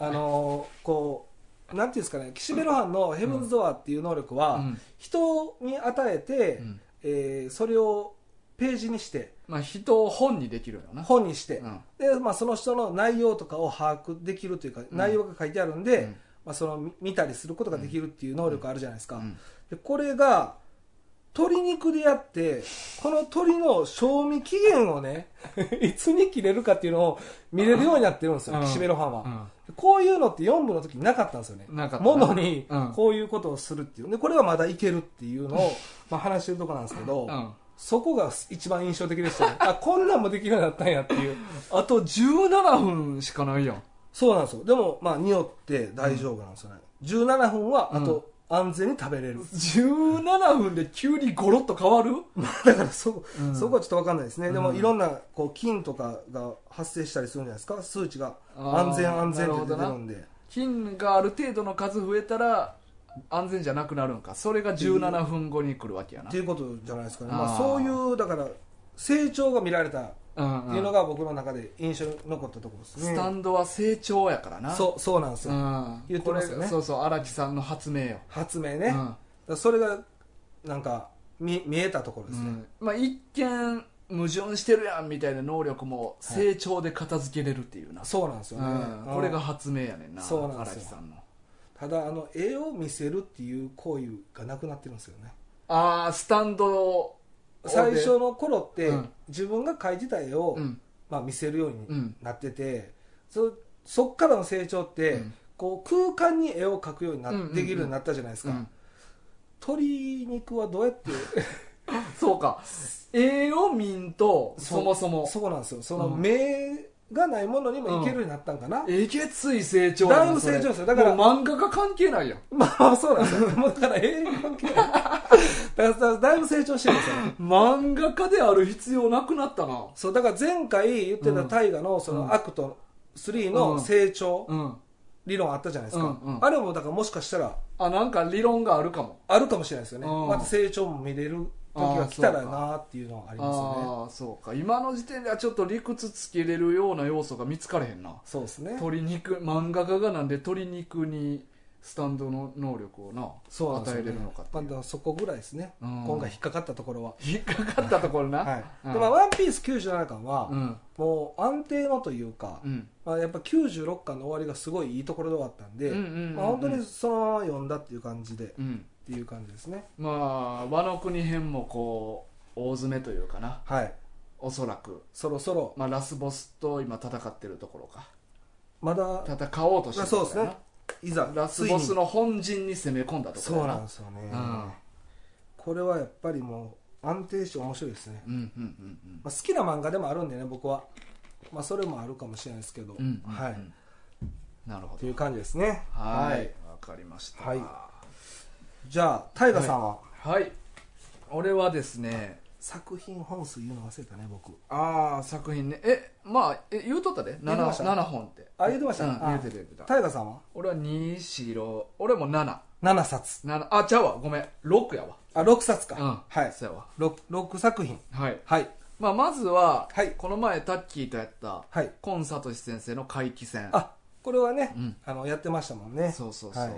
[SPEAKER 2] あのーこうなんていうんですかね岸辺露伴のヘブンズ・ドアーっていう能力は、
[SPEAKER 1] うん
[SPEAKER 2] 人に与えて、
[SPEAKER 1] うん
[SPEAKER 2] えーそれをページにして
[SPEAKER 1] まあ人を本にできるよな
[SPEAKER 2] 本にして、
[SPEAKER 1] うん
[SPEAKER 2] で、まあ、その人の内容とかを把握できるというか、
[SPEAKER 1] ん
[SPEAKER 2] 内容が書いてあるんで、
[SPEAKER 1] うん
[SPEAKER 2] まあ、その見見たりすることができるっていう能力あるじゃないですか、
[SPEAKER 1] うん
[SPEAKER 2] でこれが鶏肉でやってこの鶏の賞味期限をね [laughs] いつに切れるかっていうのを見れるようになってるんですよ、
[SPEAKER 1] うん
[SPEAKER 2] 岸辺露伴は、
[SPEAKER 1] うん
[SPEAKER 2] こういうのって4部の時になかったんですよね
[SPEAKER 1] なかったな
[SPEAKER 2] ものに
[SPEAKER 1] うん
[SPEAKER 2] こういうことをするっていうでこれはまだいけるっていうのを、まあ、話してるとこなんですけ
[SPEAKER 1] う
[SPEAKER 2] ど、
[SPEAKER 1] ん
[SPEAKER 2] そこが一番印象的でしたねあこんなんもできるようになったんやっていう
[SPEAKER 1] あと17分しかないやん
[SPEAKER 2] そうなんですよでもまあ匂って大丈夫なんですよね、17分はあと安全に食べれ [laughs] る、
[SPEAKER 1] 17分で急にゴロッと変わる
[SPEAKER 2] だからそ,、
[SPEAKER 1] うん
[SPEAKER 2] そこはちょっと分かんないですね、でも
[SPEAKER 1] うん
[SPEAKER 2] いろんなこう菌とかが発生したりするんじゃないですか数値が
[SPEAKER 1] あー
[SPEAKER 2] 安全安全って出て
[SPEAKER 1] なる
[SPEAKER 2] る
[SPEAKER 1] ほど
[SPEAKER 2] んで
[SPEAKER 1] 金がある程度の数増えたら安全じゃなくなるんかそれが17分後に来るわけやな
[SPEAKER 2] っていうことじゃないですかねま
[SPEAKER 1] あー
[SPEAKER 2] あ、そういうだから成長が見られたっ
[SPEAKER 1] うん
[SPEAKER 2] ていう
[SPEAKER 1] う
[SPEAKER 2] の
[SPEAKER 1] ん
[SPEAKER 2] が僕の中で印象に残ったところですね、
[SPEAKER 1] スタンドは成長やからな
[SPEAKER 2] そうそうなんですよ、
[SPEAKER 1] うん
[SPEAKER 2] 言ってますよね
[SPEAKER 1] これそうそう荒木さんの発明よ
[SPEAKER 2] 発明
[SPEAKER 1] う
[SPEAKER 2] ね、だ
[SPEAKER 1] ん
[SPEAKER 2] からそれがなんか見見えたところですね、
[SPEAKER 1] うんまあ一見矛盾してるやんみたいな能力も成長で片付けれるっていうな、
[SPEAKER 2] そうなんですよね、
[SPEAKER 1] うんこれが発明やねんな
[SPEAKER 2] そうなんで
[SPEAKER 1] 荒
[SPEAKER 2] すよ
[SPEAKER 1] 木さんの
[SPEAKER 2] ただあの絵を見せるっていう行為がなくなってるんですよね
[SPEAKER 1] ああスタンドを
[SPEAKER 2] 最初の頃って、
[SPEAKER 1] うん
[SPEAKER 2] 自分が描いてた絵を、
[SPEAKER 1] うん
[SPEAKER 2] まあ、見せるよう
[SPEAKER 1] う
[SPEAKER 2] に
[SPEAKER 1] ん
[SPEAKER 2] なってて、そそっからの成長って、
[SPEAKER 1] うん
[SPEAKER 2] こう空間に絵を描くようになっ
[SPEAKER 1] うんうんうん
[SPEAKER 2] できるようになったじゃないです
[SPEAKER 1] う
[SPEAKER 2] か、
[SPEAKER 1] ん
[SPEAKER 2] 鶏肉はどうやって
[SPEAKER 1] そうか栄を見んと
[SPEAKER 2] そう
[SPEAKER 1] [laughs] そもそも
[SPEAKER 2] そうなんですよその
[SPEAKER 1] うん
[SPEAKER 2] 目がないものにもいけるようになったんかな、
[SPEAKER 1] えげつい成長やな
[SPEAKER 2] だいぶ
[SPEAKER 1] それ
[SPEAKER 2] 成長ですよだから
[SPEAKER 1] もう漫画が関係ないやん
[SPEAKER 2] まあそうなんですよもうだから絵関係ないだからだだいぶ成長してる
[SPEAKER 1] [laughs]
[SPEAKER 2] んですよ
[SPEAKER 1] 漫画家である必要なくなったな
[SPEAKER 2] そうだから前回言ってた大河のそのアクト3の成長
[SPEAKER 1] うん
[SPEAKER 2] 理論あったじゃないですか、
[SPEAKER 1] うんうん
[SPEAKER 2] あれもだからもしかしたら
[SPEAKER 1] あなんか理論があるかも
[SPEAKER 2] あるかもしれないですよね、
[SPEAKER 1] うん
[SPEAKER 2] また成長も見れる時が来たらなっていうのはありますよね
[SPEAKER 1] ああそうか今の時点ではちょっと理屈つけれるような要素が見つかれへんな
[SPEAKER 2] そうですね
[SPEAKER 1] 鶏肉漫画家がなんで鶏肉にスタンドの能力をな
[SPEAKER 2] そうなんで
[SPEAKER 1] 与
[SPEAKER 2] すよ
[SPEAKER 1] えれ
[SPEAKER 2] ね
[SPEAKER 1] るのかって
[SPEAKER 2] ま
[SPEAKER 1] い
[SPEAKER 2] あ
[SPEAKER 1] う
[SPEAKER 2] だからそこぐらいですね
[SPEAKER 1] うん
[SPEAKER 2] 今回引っかかったところは
[SPEAKER 1] 引っかかったところな、
[SPEAKER 2] はい
[SPEAKER 1] うん
[SPEAKER 2] でまあワンピース97巻は
[SPEAKER 1] うん
[SPEAKER 2] もう安定のというか
[SPEAKER 1] うん
[SPEAKER 2] まあやっぱ96巻の終わりがすごいいいところで終わったんで
[SPEAKER 1] うんうんうんうん
[SPEAKER 2] まあ本当にそのまま読んだっていう感じでっ
[SPEAKER 1] うん
[SPEAKER 2] ていう感じですね
[SPEAKER 1] まあ和の国編もこう大詰めというかな
[SPEAKER 2] はい
[SPEAKER 1] おそらく、
[SPEAKER 2] そろそろ
[SPEAKER 1] まあ、ラスボスと今戦ってるところか
[SPEAKER 2] まだ
[SPEAKER 1] 戦おうとしてるところや
[SPEAKER 2] あそういざ
[SPEAKER 1] ラスボスの本陣に攻め込んだところ
[SPEAKER 2] そ
[SPEAKER 1] や
[SPEAKER 2] う
[SPEAKER 1] な
[SPEAKER 2] なんですよね
[SPEAKER 1] うん
[SPEAKER 2] これはやっぱりもう安定して面白いですね、
[SPEAKER 1] うんうんうん
[SPEAKER 2] まあ、好きな漫画でもあるんでね僕は、まあ、それもあるかもしれないですけど、
[SPEAKER 1] うんうんうん
[SPEAKER 2] はい
[SPEAKER 1] なるほ
[SPEAKER 2] という
[SPEAKER 1] ど
[SPEAKER 2] 感じですね
[SPEAKER 1] はいわかりました
[SPEAKER 2] はいじゃあ大河さんは、
[SPEAKER 1] はい俺はですね
[SPEAKER 2] 作品本数言うの忘れたね僕
[SPEAKER 1] ああ作品ねえまあえ言うとったで
[SPEAKER 2] 言うてました
[SPEAKER 1] 7, 七本って
[SPEAKER 2] あ言うてました
[SPEAKER 1] うん、
[SPEAKER 2] あ
[SPEAKER 1] 言うてた言うてた
[SPEAKER 2] 大河さんは
[SPEAKER 1] 俺は2白俺も77
[SPEAKER 2] 7冊
[SPEAKER 1] あちゃうわごめん6やわ
[SPEAKER 2] あ六6冊か、
[SPEAKER 1] うん
[SPEAKER 2] はい
[SPEAKER 1] そうやわ
[SPEAKER 2] 6, 六作品
[SPEAKER 1] はい、
[SPEAKER 2] はい
[SPEAKER 1] まあ、まずは、
[SPEAKER 2] はい
[SPEAKER 1] この前タッキーとやった
[SPEAKER 2] はい
[SPEAKER 1] コンサトシ先生の回帰戦
[SPEAKER 2] あこれはね、
[SPEAKER 1] うん
[SPEAKER 2] あのやってましたもんね
[SPEAKER 1] そうそうそう、
[SPEAKER 2] は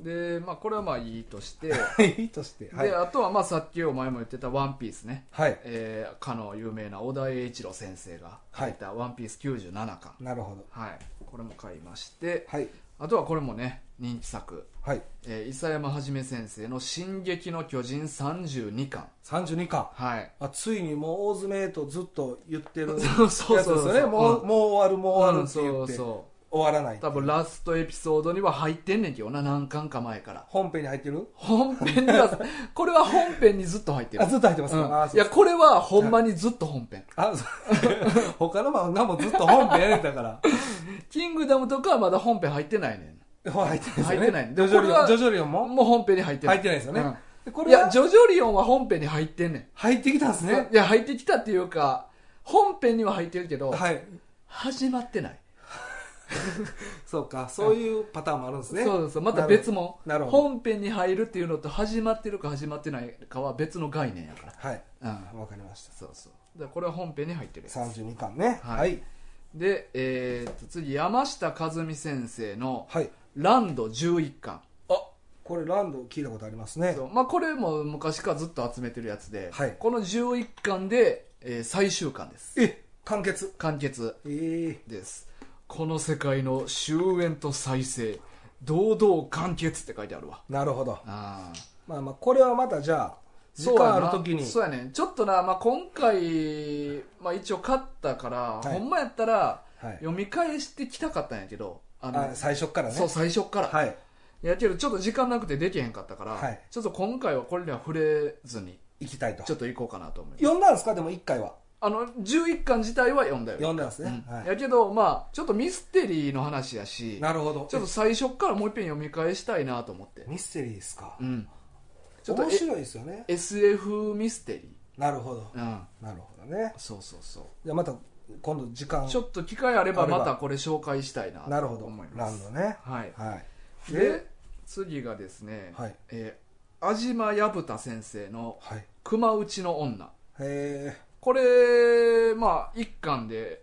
[SPEAKER 1] でまあこれはまあいいとして、
[SPEAKER 2] い、い [laughs] いとしてはい
[SPEAKER 1] であとはまあさっきお前も言ってた「ワンピースね
[SPEAKER 2] はい
[SPEAKER 1] えーかの有名な小田栄一郎先生が書いた「ワンピース97巻、
[SPEAKER 2] なるほど
[SPEAKER 1] はい、これも買いまして
[SPEAKER 2] はい
[SPEAKER 1] あとはこれもね人気作、
[SPEAKER 2] はい
[SPEAKER 1] えー、伊佐山はじめ先生の「進撃の巨人」32巻
[SPEAKER 2] 32巻
[SPEAKER 1] はい
[SPEAKER 2] あついにもう大詰めとずっと言ってる
[SPEAKER 1] [laughs] そうそう
[SPEAKER 2] やつ
[SPEAKER 1] そ
[SPEAKER 2] で
[SPEAKER 1] う
[SPEAKER 2] す
[SPEAKER 1] そう
[SPEAKER 2] よねもう
[SPEAKER 1] うん
[SPEAKER 2] もう終わるもう終わるって
[SPEAKER 1] そ
[SPEAKER 2] 言っ
[SPEAKER 1] う
[SPEAKER 2] て
[SPEAKER 1] そ
[SPEAKER 2] 終わらないう
[SPEAKER 1] 多分ラストエピソードには入ってんねんけどな何巻か前から
[SPEAKER 2] 本編に入ってる
[SPEAKER 1] 本編に
[SPEAKER 2] [laughs]
[SPEAKER 1] はこれは本編にずっと入ってる
[SPEAKER 2] あずっと入ってます
[SPEAKER 1] う
[SPEAKER 2] か、
[SPEAKER 1] ん
[SPEAKER 2] あ
[SPEAKER 1] い
[SPEAKER 2] そう
[SPEAKER 1] やこれはほんまにずっと本編
[SPEAKER 2] あそう [laughs] 他の漫画もずっと本編やれたから
[SPEAKER 1] キングダムとかはまだ本編入ってないねん
[SPEAKER 2] もう入ってないですよ
[SPEAKER 1] [laughs] 入
[SPEAKER 2] ね
[SPEAKER 1] ってない
[SPEAKER 2] ジョジョ
[SPEAKER 1] こ
[SPEAKER 2] リ
[SPEAKER 1] れ
[SPEAKER 2] オン
[SPEAKER 1] は
[SPEAKER 2] ジョジョリオンも
[SPEAKER 1] もう本編に入ってない
[SPEAKER 2] 入ってないですよね、
[SPEAKER 1] うん
[SPEAKER 2] でこ
[SPEAKER 1] い
[SPEAKER 2] れ
[SPEAKER 1] や
[SPEAKER 2] は
[SPEAKER 1] ジョジョリオンは本編に入ってんね
[SPEAKER 2] 入ってきたんです
[SPEAKER 1] ん、
[SPEAKER 2] ね
[SPEAKER 1] いや入ってきたっていうか本編には入ってるけど、
[SPEAKER 2] はい
[SPEAKER 1] 始まってない、
[SPEAKER 2] そうかそういうパターンもあるんですね
[SPEAKER 1] そうそうそうまた別も
[SPEAKER 2] なるほど
[SPEAKER 1] 本編に入るっていうのと始まってるか始まってないかは別の概念やか
[SPEAKER 2] はい
[SPEAKER 1] らうん
[SPEAKER 2] わかりました
[SPEAKER 1] そうそうだからこれは本編に入ってるやつ
[SPEAKER 2] 32巻ね
[SPEAKER 1] はい
[SPEAKER 2] はい
[SPEAKER 1] で、えーっと次山下和美先生の
[SPEAKER 2] はい
[SPEAKER 1] 「ランド11巻
[SPEAKER 2] あこれランド聞いたことあります」ね
[SPEAKER 1] そうまあ、これも昔からずっと集めてるやつで、
[SPEAKER 2] はい
[SPEAKER 1] この11巻で、えー最終巻です
[SPEAKER 2] え完結
[SPEAKER 1] 完結
[SPEAKER 2] ええ
[SPEAKER 1] ですこの世界の終焉と再生堂々完結って書いてあるわ
[SPEAKER 2] なるほど
[SPEAKER 1] ああ
[SPEAKER 2] まあまあこれはまたじゃあ時間ある時に
[SPEAKER 1] そうやねんちょっとな、まあ、今回、まあ、一応勝ったから、
[SPEAKER 2] い
[SPEAKER 1] ほんまやったら
[SPEAKER 2] はい
[SPEAKER 1] 読み返してきたかったんやけどあの
[SPEAKER 2] あ最初からね
[SPEAKER 1] そう最初から、
[SPEAKER 2] はい
[SPEAKER 1] やけどちょっと時間なくてできへんかったから、
[SPEAKER 2] はい
[SPEAKER 1] ちょっと今回はこれには触れずに
[SPEAKER 2] 行きたいと
[SPEAKER 1] ちょっと行こうかなと思います
[SPEAKER 2] 読んだんですかでも1回は
[SPEAKER 1] あの11巻自体は読んだよ
[SPEAKER 2] 読んだんです
[SPEAKER 1] う
[SPEAKER 2] ね、
[SPEAKER 1] ん
[SPEAKER 2] は
[SPEAKER 1] やけどまあちょっとミステリーの話や
[SPEAKER 2] い、
[SPEAKER 1] し
[SPEAKER 2] なるほど
[SPEAKER 1] ちょっと最初からもう一遍読み返したいなと思って
[SPEAKER 2] ミステリーですか、
[SPEAKER 1] うんちょっと
[SPEAKER 2] 面白いですよね
[SPEAKER 1] え SF ミステリ
[SPEAKER 2] なるほど
[SPEAKER 1] ーうん
[SPEAKER 2] なるほどね
[SPEAKER 1] そうそうそう
[SPEAKER 2] じゃあまた今度時間
[SPEAKER 1] ちょっと機会あれば
[SPEAKER 2] あれば
[SPEAKER 1] またこれ紹介したいな
[SPEAKER 2] な
[SPEAKER 1] と
[SPEAKER 2] るほど
[SPEAKER 1] 思い
[SPEAKER 2] ラ
[SPEAKER 1] ま
[SPEAKER 2] ン
[SPEAKER 1] す
[SPEAKER 2] ドね
[SPEAKER 1] はい
[SPEAKER 2] はい
[SPEAKER 1] で次がですね
[SPEAKER 2] はい
[SPEAKER 1] えー安島薮太先生の
[SPEAKER 2] はいへ
[SPEAKER 1] 「熊内の女
[SPEAKER 2] え」
[SPEAKER 1] これまあ一巻で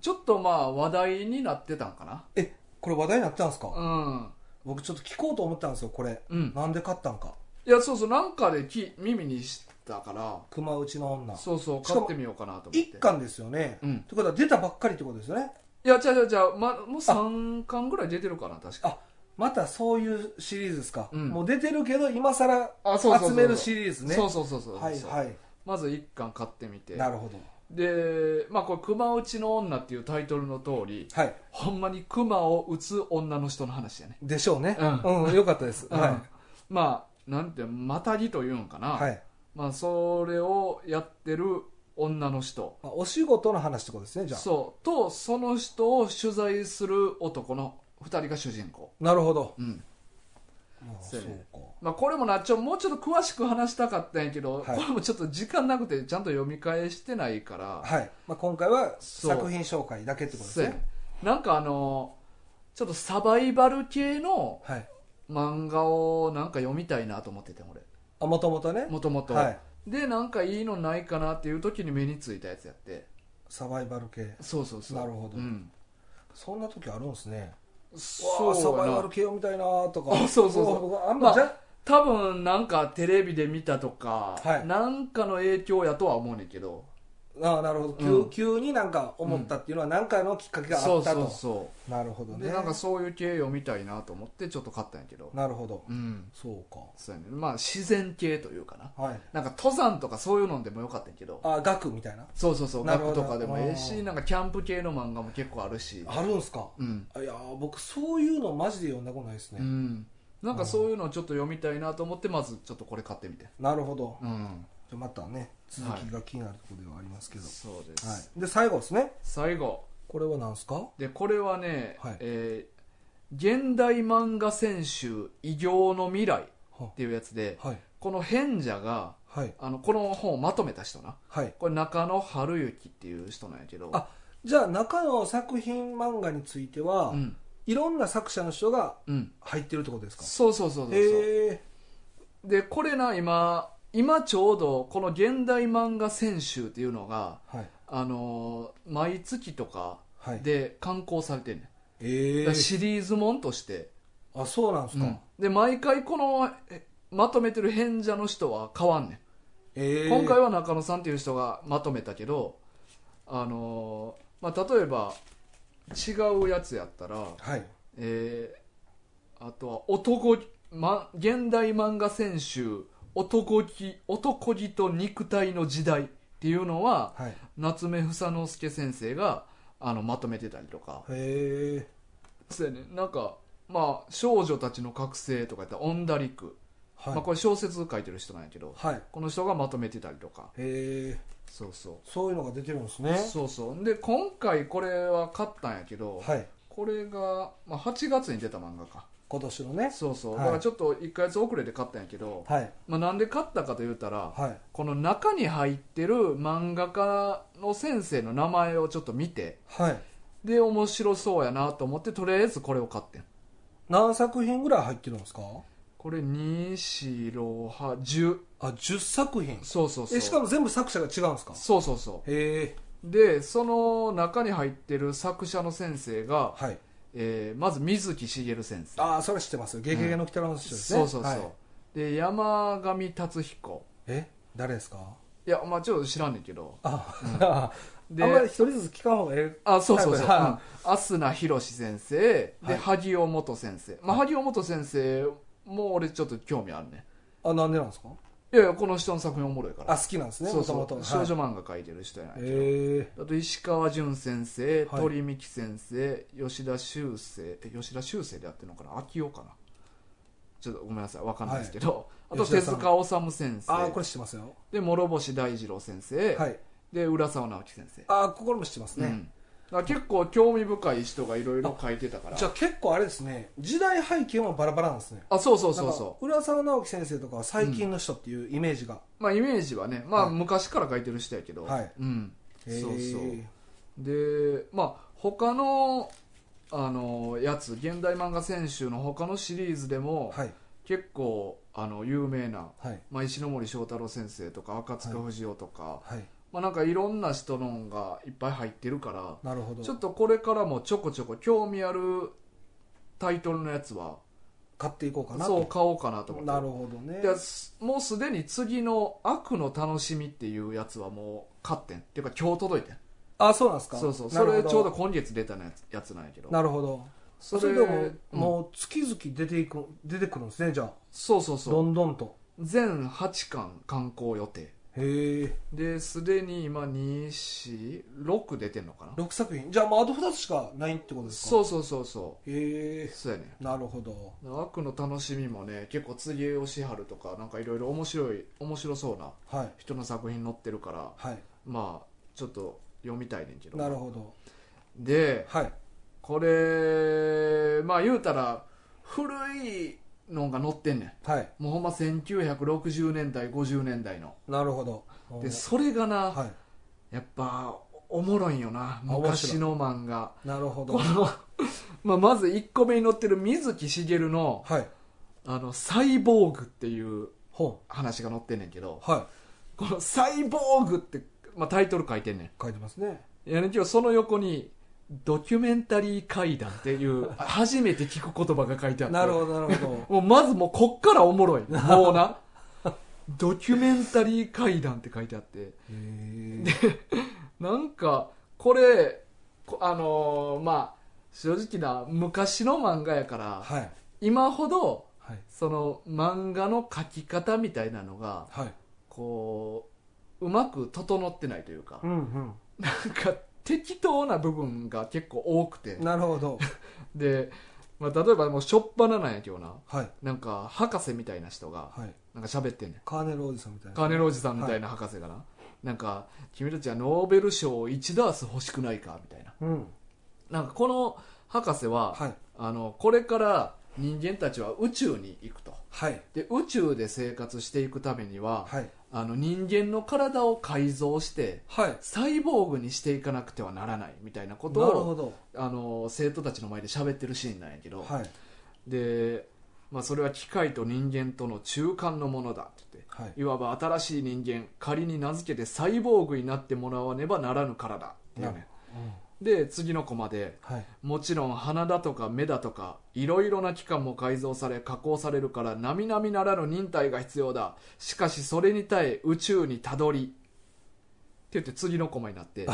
[SPEAKER 1] ちょっとまあ話題になってたんかな
[SPEAKER 2] えこれ話題になってたんですか、
[SPEAKER 1] うん
[SPEAKER 2] 僕ちょっと聞こうと思ったんですよこれ、
[SPEAKER 1] うん
[SPEAKER 2] なんで買ったんか
[SPEAKER 1] いやそうそうなんかでき耳にしたから
[SPEAKER 2] 熊内の女
[SPEAKER 1] そうそう
[SPEAKER 2] しかも
[SPEAKER 1] 買ってみようかなと思って
[SPEAKER 2] 1巻ですよね、
[SPEAKER 1] うん
[SPEAKER 2] ってことは出たばっかりってことですよね
[SPEAKER 1] いや、じゃじゃじゃま、もう3巻ぐらい出てるかな、確か。
[SPEAKER 2] あまたそういうシリーズですか、
[SPEAKER 1] うん
[SPEAKER 2] もう出てるけど今さら
[SPEAKER 1] あそうそうそう
[SPEAKER 2] 集めるシリーズね
[SPEAKER 1] そうそうそうそう。
[SPEAKER 2] はいはい
[SPEAKER 1] まず1巻買ってみて。
[SPEAKER 2] なるほど
[SPEAKER 1] で、まあこれ、熊打ちの女っていうタイトルの通り、
[SPEAKER 2] はい
[SPEAKER 1] ほんまに熊を打つ女の人の話やね。
[SPEAKER 2] でしょうね
[SPEAKER 1] う
[SPEAKER 2] うん、よかったです、
[SPEAKER 1] うん
[SPEAKER 2] は
[SPEAKER 1] まあ、なんて、またぎというんかな。
[SPEAKER 2] い、はい
[SPEAKER 1] まあ、それをやってる女の人。
[SPEAKER 2] まあ、お仕事の話ってことですねじゃあ
[SPEAKER 1] そう。と、その人を取材する男の2人が主人公。
[SPEAKER 2] なるほど
[SPEAKER 1] うん。
[SPEAKER 2] ああ
[SPEAKER 1] そうやね
[SPEAKER 2] そうか
[SPEAKER 1] まあ、これもなちょもうちょっと詳しく話したかったんやけど、
[SPEAKER 2] はい
[SPEAKER 1] これもちょっと時間なくてちゃんと読み返してないから、
[SPEAKER 2] はい、まあ、今回は
[SPEAKER 1] そう
[SPEAKER 2] 作品紹介だけってことです
[SPEAKER 1] そうや
[SPEAKER 2] ね
[SPEAKER 1] ねなんかあのちょっとサバイバル系の
[SPEAKER 2] はい
[SPEAKER 1] 漫画をなんか読みたいなと思ってて俺
[SPEAKER 2] あもともとね
[SPEAKER 1] もともと、
[SPEAKER 2] はい
[SPEAKER 1] でなんかいいのないかなっていう時に目についたやつやって
[SPEAKER 2] サバイバル系
[SPEAKER 1] そうそうそう
[SPEAKER 2] なるほど
[SPEAKER 1] うん、
[SPEAKER 2] そんな時あるんですね
[SPEAKER 1] そ
[SPEAKER 2] そうサ
[SPEAKER 1] う
[SPEAKER 2] バイバ
[SPEAKER 1] や
[SPEAKER 2] ル
[SPEAKER 1] な
[SPEAKER 2] 系を見たいなーとか
[SPEAKER 1] あそうそうそう
[SPEAKER 2] わあん
[SPEAKER 1] ま
[SPEAKER 2] ま
[SPEAKER 1] あ
[SPEAKER 2] じゃ
[SPEAKER 1] 多分なんかテレビで見たとか、
[SPEAKER 2] はい
[SPEAKER 1] なんかの影響やとは思うねんけど
[SPEAKER 2] ああなるほど急,、
[SPEAKER 1] うん
[SPEAKER 2] 急になんか思ったっていうのは何かのきっかけが
[SPEAKER 1] そ
[SPEAKER 2] あ
[SPEAKER 1] う
[SPEAKER 2] ったと、
[SPEAKER 1] そうそ
[SPEAKER 2] なるほ
[SPEAKER 1] う
[SPEAKER 2] ど、ね
[SPEAKER 1] でなんかそういう系を見たいなと思ってちょっと買ったんやけど
[SPEAKER 2] なるほど
[SPEAKER 1] うん
[SPEAKER 2] そうか
[SPEAKER 1] そうやねまあ自然系というかな
[SPEAKER 2] はい
[SPEAKER 1] なんか登山とかそういうのでもよかったんやけど
[SPEAKER 2] あ額みたいな
[SPEAKER 1] そうそうそう
[SPEAKER 2] なるほ
[SPEAKER 1] 学
[SPEAKER 2] ど
[SPEAKER 1] とかでもええ
[SPEAKER 2] う
[SPEAKER 1] し
[SPEAKER 2] ん
[SPEAKER 1] なんかキャンプ系の漫画も結構あるし
[SPEAKER 2] あるんすか
[SPEAKER 1] うん、
[SPEAKER 2] あいやー僕そういうのマジで読んだことないですね、
[SPEAKER 1] うん、なんかそういうのをちょっと読みたいなと思ってまずちょっとこれ買ってみて
[SPEAKER 2] なるほど、
[SPEAKER 1] う
[SPEAKER 2] じ
[SPEAKER 1] ん
[SPEAKER 2] ゃあまたね続きが気になるところではありますけど、
[SPEAKER 1] そうです、
[SPEAKER 2] はい、で最後ですね
[SPEAKER 1] 最後
[SPEAKER 2] これは何すか
[SPEAKER 1] でこれはね、
[SPEAKER 2] はい
[SPEAKER 1] えー現代漫画選手異形の未来」
[SPEAKER 2] は
[SPEAKER 1] っていうやつで
[SPEAKER 2] はい
[SPEAKER 1] この賢者が
[SPEAKER 2] はい
[SPEAKER 1] あのこの本をまとめた人な
[SPEAKER 2] はい
[SPEAKER 1] これ中野春之っていう人なんやけど
[SPEAKER 2] あじゃあ中の作品漫画については、
[SPEAKER 1] うん
[SPEAKER 2] いろんな作者の人が
[SPEAKER 1] うん
[SPEAKER 2] 入ってるってことですか
[SPEAKER 1] そうそうそうそうそう、
[SPEAKER 2] へえ
[SPEAKER 1] でこれな今今ちょうどこの現代漫画選手っていうのが
[SPEAKER 2] はい
[SPEAKER 1] あのー毎月とか
[SPEAKER 2] はい
[SPEAKER 1] で刊行されてんねん、
[SPEAKER 2] え
[SPEAKER 1] だからシリーズもんとして、
[SPEAKER 2] あそうなんですか、
[SPEAKER 1] うんで毎回このえまとめてる変者の人は変わんねん
[SPEAKER 2] ええ
[SPEAKER 1] 今回は中野さんっていう人がまとめたけどあのーまあ、例えば違うやつやったら、
[SPEAKER 2] はい
[SPEAKER 1] えーあとは男、ま、現代漫画選手男気男気と肉体の時代っていうのは
[SPEAKER 2] はいへ
[SPEAKER 1] 夏目房之助先生があのまとめてたりとか
[SPEAKER 2] え
[SPEAKER 1] そうやねなんかまあ少女たちの覚醒とかやったらオンダリク、
[SPEAKER 2] はい、
[SPEAKER 1] まあ、これ小説書いてる人なんやけど
[SPEAKER 2] はいへ
[SPEAKER 1] この人がまとめてたりとか
[SPEAKER 2] え
[SPEAKER 1] そうそう
[SPEAKER 2] そういうのが出てるんですね
[SPEAKER 1] そうそうで今回これは買ったんやけど、
[SPEAKER 2] はい
[SPEAKER 1] これが、まあ、8月に出た漫画か
[SPEAKER 2] 今年のね
[SPEAKER 1] そうそう
[SPEAKER 2] はい
[SPEAKER 1] だからちょっと1ヶ月遅れで買ったんやけど、
[SPEAKER 2] はい
[SPEAKER 1] まあ、なんで買ったかと言うたら
[SPEAKER 2] はい
[SPEAKER 1] この中に入ってる漫画家の先生の名前をちょっと見て
[SPEAKER 2] はい
[SPEAKER 1] で面白そうやなと思ってとりあえずこれを買ってん
[SPEAKER 2] 何作品ぐらい入ってるんですか
[SPEAKER 1] これ2四6 8 10
[SPEAKER 2] あ10作品
[SPEAKER 1] そうそうそう
[SPEAKER 2] えしかも全部作者が違うんですか
[SPEAKER 1] そうそうそ
[SPEAKER 2] へえ
[SPEAKER 1] うでその中に入ってる作者の先生が、
[SPEAKER 2] はい
[SPEAKER 1] えーまず水木しげる先生
[SPEAKER 2] ああそれ知ってますよ「ゲゲゲの鬼太郎」の人ですね、
[SPEAKER 1] そうそうそう、
[SPEAKER 2] はい
[SPEAKER 1] で山上達彦
[SPEAKER 2] え誰ですか
[SPEAKER 1] いやまあちょっと知らんねんけど
[SPEAKER 2] あ、 [laughs]
[SPEAKER 1] で
[SPEAKER 2] あんまり一人ずつ聞かん方がええ
[SPEAKER 1] あそうそうそう、う
[SPEAKER 2] は
[SPEAKER 1] ん、飛鳥宏先生で、
[SPEAKER 2] はい
[SPEAKER 1] 萩尾元先生、まあ、萩尾元先生も俺ちょっと興味あるね
[SPEAKER 2] あなんでなんですか
[SPEAKER 1] いやいやこの人の作品おもろいから
[SPEAKER 2] あ好きなんですね
[SPEAKER 1] そ
[SPEAKER 2] も
[SPEAKER 1] う
[SPEAKER 2] と
[SPEAKER 1] そ
[SPEAKER 2] も
[SPEAKER 1] う
[SPEAKER 2] と
[SPEAKER 1] 少女漫画描いてる人やない、
[SPEAKER 2] へえ
[SPEAKER 1] あと石川淳先生、
[SPEAKER 2] はい
[SPEAKER 1] 鳥美樹先生吉田修生え吉田修生でやってるのかな秋代かなちょっとごめんなさいわかんないですけど、
[SPEAKER 2] はい
[SPEAKER 1] あと
[SPEAKER 2] 吉田
[SPEAKER 1] 手
[SPEAKER 2] さん
[SPEAKER 1] 塚治虫先生
[SPEAKER 2] ああこれ知ってますよ
[SPEAKER 1] で諸星大二郎先生、
[SPEAKER 2] はい
[SPEAKER 1] で浦沢直樹先生、
[SPEAKER 2] ああここも知ってます
[SPEAKER 1] う
[SPEAKER 2] ね、
[SPEAKER 1] ん、だから結構興味深い人がいろいろ書いてたから
[SPEAKER 2] じゃあ結構あれですね時代背景もバラバラなんですね
[SPEAKER 1] あそうそうそう
[SPEAKER 2] なん
[SPEAKER 1] そ
[SPEAKER 2] か浦沢直樹先生とかは最近の人っていうイメージが、
[SPEAKER 1] うまあイメージはねまあ
[SPEAKER 2] はい
[SPEAKER 1] 昔から書いてる人やけど、
[SPEAKER 2] はい
[SPEAKER 1] うん
[SPEAKER 2] へえ
[SPEAKER 1] そうそうでまあ他のあのやつ現代漫画選手の他のシリーズでも、
[SPEAKER 2] はい
[SPEAKER 1] 結構あの有名な、
[SPEAKER 2] はい
[SPEAKER 1] まあ、石ノ森章太郎先生とか赤塚不二夫とか、
[SPEAKER 2] はい
[SPEAKER 1] まあ、なんかいろんな人のがいっぱい入ってるから
[SPEAKER 2] なるほど
[SPEAKER 1] ちょっとこれからもちょこちょこ興味あるタイトルのやつは
[SPEAKER 2] 買っていこうかな
[SPEAKER 1] そう
[SPEAKER 2] と
[SPEAKER 1] 買おうかなと思って
[SPEAKER 2] なるほどね
[SPEAKER 1] いやすもうすでに次の「悪の楽しみ」っていうやつはもう勝ってんっていうか今日届いてん
[SPEAKER 2] あそうなんですか
[SPEAKER 1] そうそう
[SPEAKER 2] な
[SPEAKER 1] そ
[SPEAKER 2] るほ
[SPEAKER 1] れちょうど今月出たやつやつなんやけど
[SPEAKER 2] なるほどそ
[SPEAKER 1] そ
[SPEAKER 2] れ
[SPEAKER 1] れ
[SPEAKER 2] でも、
[SPEAKER 1] うん
[SPEAKER 2] もう月々出ていく出てくるんですねじゃあ
[SPEAKER 1] そうそう
[SPEAKER 2] ど
[SPEAKER 1] そうん
[SPEAKER 2] どんと
[SPEAKER 1] 全8巻刊行予定
[SPEAKER 2] へえ
[SPEAKER 1] ですでに今246出てんのかな
[SPEAKER 2] 6作品じゃあもうあと2つしかないってことですか
[SPEAKER 1] そうそうそうそ
[SPEAKER 2] へ
[SPEAKER 1] うそうやね
[SPEAKER 2] えなるほど
[SPEAKER 1] 悪の楽しみもね結構次江義春とかなんかいろいろ面白い面白そうな
[SPEAKER 2] はい
[SPEAKER 1] 人の作品載ってるから
[SPEAKER 2] はい
[SPEAKER 1] まあちょっと読みたいねんけど
[SPEAKER 2] なるほど
[SPEAKER 1] で
[SPEAKER 2] はい
[SPEAKER 1] これまあ言うたら古いのが載ってんね
[SPEAKER 2] はい
[SPEAKER 1] んもうほんま1960年代50年代の
[SPEAKER 2] なるほど
[SPEAKER 1] でそれがな、
[SPEAKER 2] は
[SPEAKER 1] やっぱおもろいんよない昔の漫画
[SPEAKER 2] いなるほど
[SPEAKER 1] この、まあ、まず1個目に載ってる水木しげるの
[SPEAKER 2] はい
[SPEAKER 1] 「あのサイボーグ」っていう
[SPEAKER 2] 本
[SPEAKER 1] 話が載ってんねんけど
[SPEAKER 2] は
[SPEAKER 1] このサイボーグって、まあ、タイトル書いてんね
[SPEAKER 2] 書いてますね。
[SPEAKER 1] ん。いやねんけど、その横に、ドキュメンタリー怪談っていう、初めて聞く言葉が書いてあって。
[SPEAKER 2] なるほど、なるほ
[SPEAKER 1] [laughs] もうまずもうこっからおもろい。もうな。ドキュメンタリー怪談って書いてあって。
[SPEAKER 2] ど。へ
[SPEAKER 1] なんか、これ、こあのーまあ、正直な、昔の漫画やから、
[SPEAKER 2] はい。
[SPEAKER 1] 今ほど、
[SPEAKER 2] はい。
[SPEAKER 1] その漫画の描き方みたいなのが、
[SPEAKER 2] はい。
[SPEAKER 1] こう、うまく整ってないというか
[SPEAKER 2] う、ん
[SPEAKER 1] なんか適当な部分が結構多くて
[SPEAKER 2] うん。。なるほど。
[SPEAKER 1] で、まあ、例えばもうしょっぱななんやけどな。
[SPEAKER 2] はい。
[SPEAKER 1] なんか、博士みたいな人が、
[SPEAKER 2] はい。
[SPEAKER 1] なんか喋ってんねん。
[SPEAKER 2] カーネルおじさんみたいな。
[SPEAKER 1] カーネルおじさんみたいな博士がな、なんか君たちはノーベル賞を1ダース欲しくないかみたいな
[SPEAKER 2] うん。
[SPEAKER 1] なんかこの博士は、
[SPEAKER 2] はい。
[SPEAKER 1] あのこれから人間たちは宇宙に行くと
[SPEAKER 2] はい。
[SPEAKER 1] で宇宙で生活していくためには、
[SPEAKER 2] はい。
[SPEAKER 1] あの人間の体を改造して
[SPEAKER 2] はい。
[SPEAKER 1] サイボーグにしていかなくてはならないみたいなこと
[SPEAKER 2] なるほ
[SPEAKER 1] を
[SPEAKER 2] ど。
[SPEAKER 1] あの生徒たちの前で喋ってるシーンなんやけど、
[SPEAKER 2] はい。
[SPEAKER 1] で、まあ、それは機械と人間との中間のものだって言って
[SPEAKER 2] はい。
[SPEAKER 1] いわば新しい人間仮に名付けてサイボーグになってもらわねばならぬからだっていう
[SPEAKER 2] なる
[SPEAKER 1] ねで次のコマで
[SPEAKER 2] はい。
[SPEAKER 1] もちろん鼻だとか目だとかいろいろな器官も改造され加工されるから並々ならぬ忍耐が必要だしかしそれに耐え宇宙にたどりって言って次のコマになって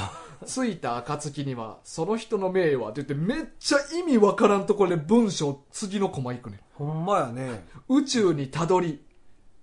[SPEAKER 1] 着いた暁にはその人の名誉はって言ってめっちゃ意味わからんところで文章次のコマいくね
[SPEAKER 2] ほんまやね。
[SPEAKER 1] 宇宙にたどり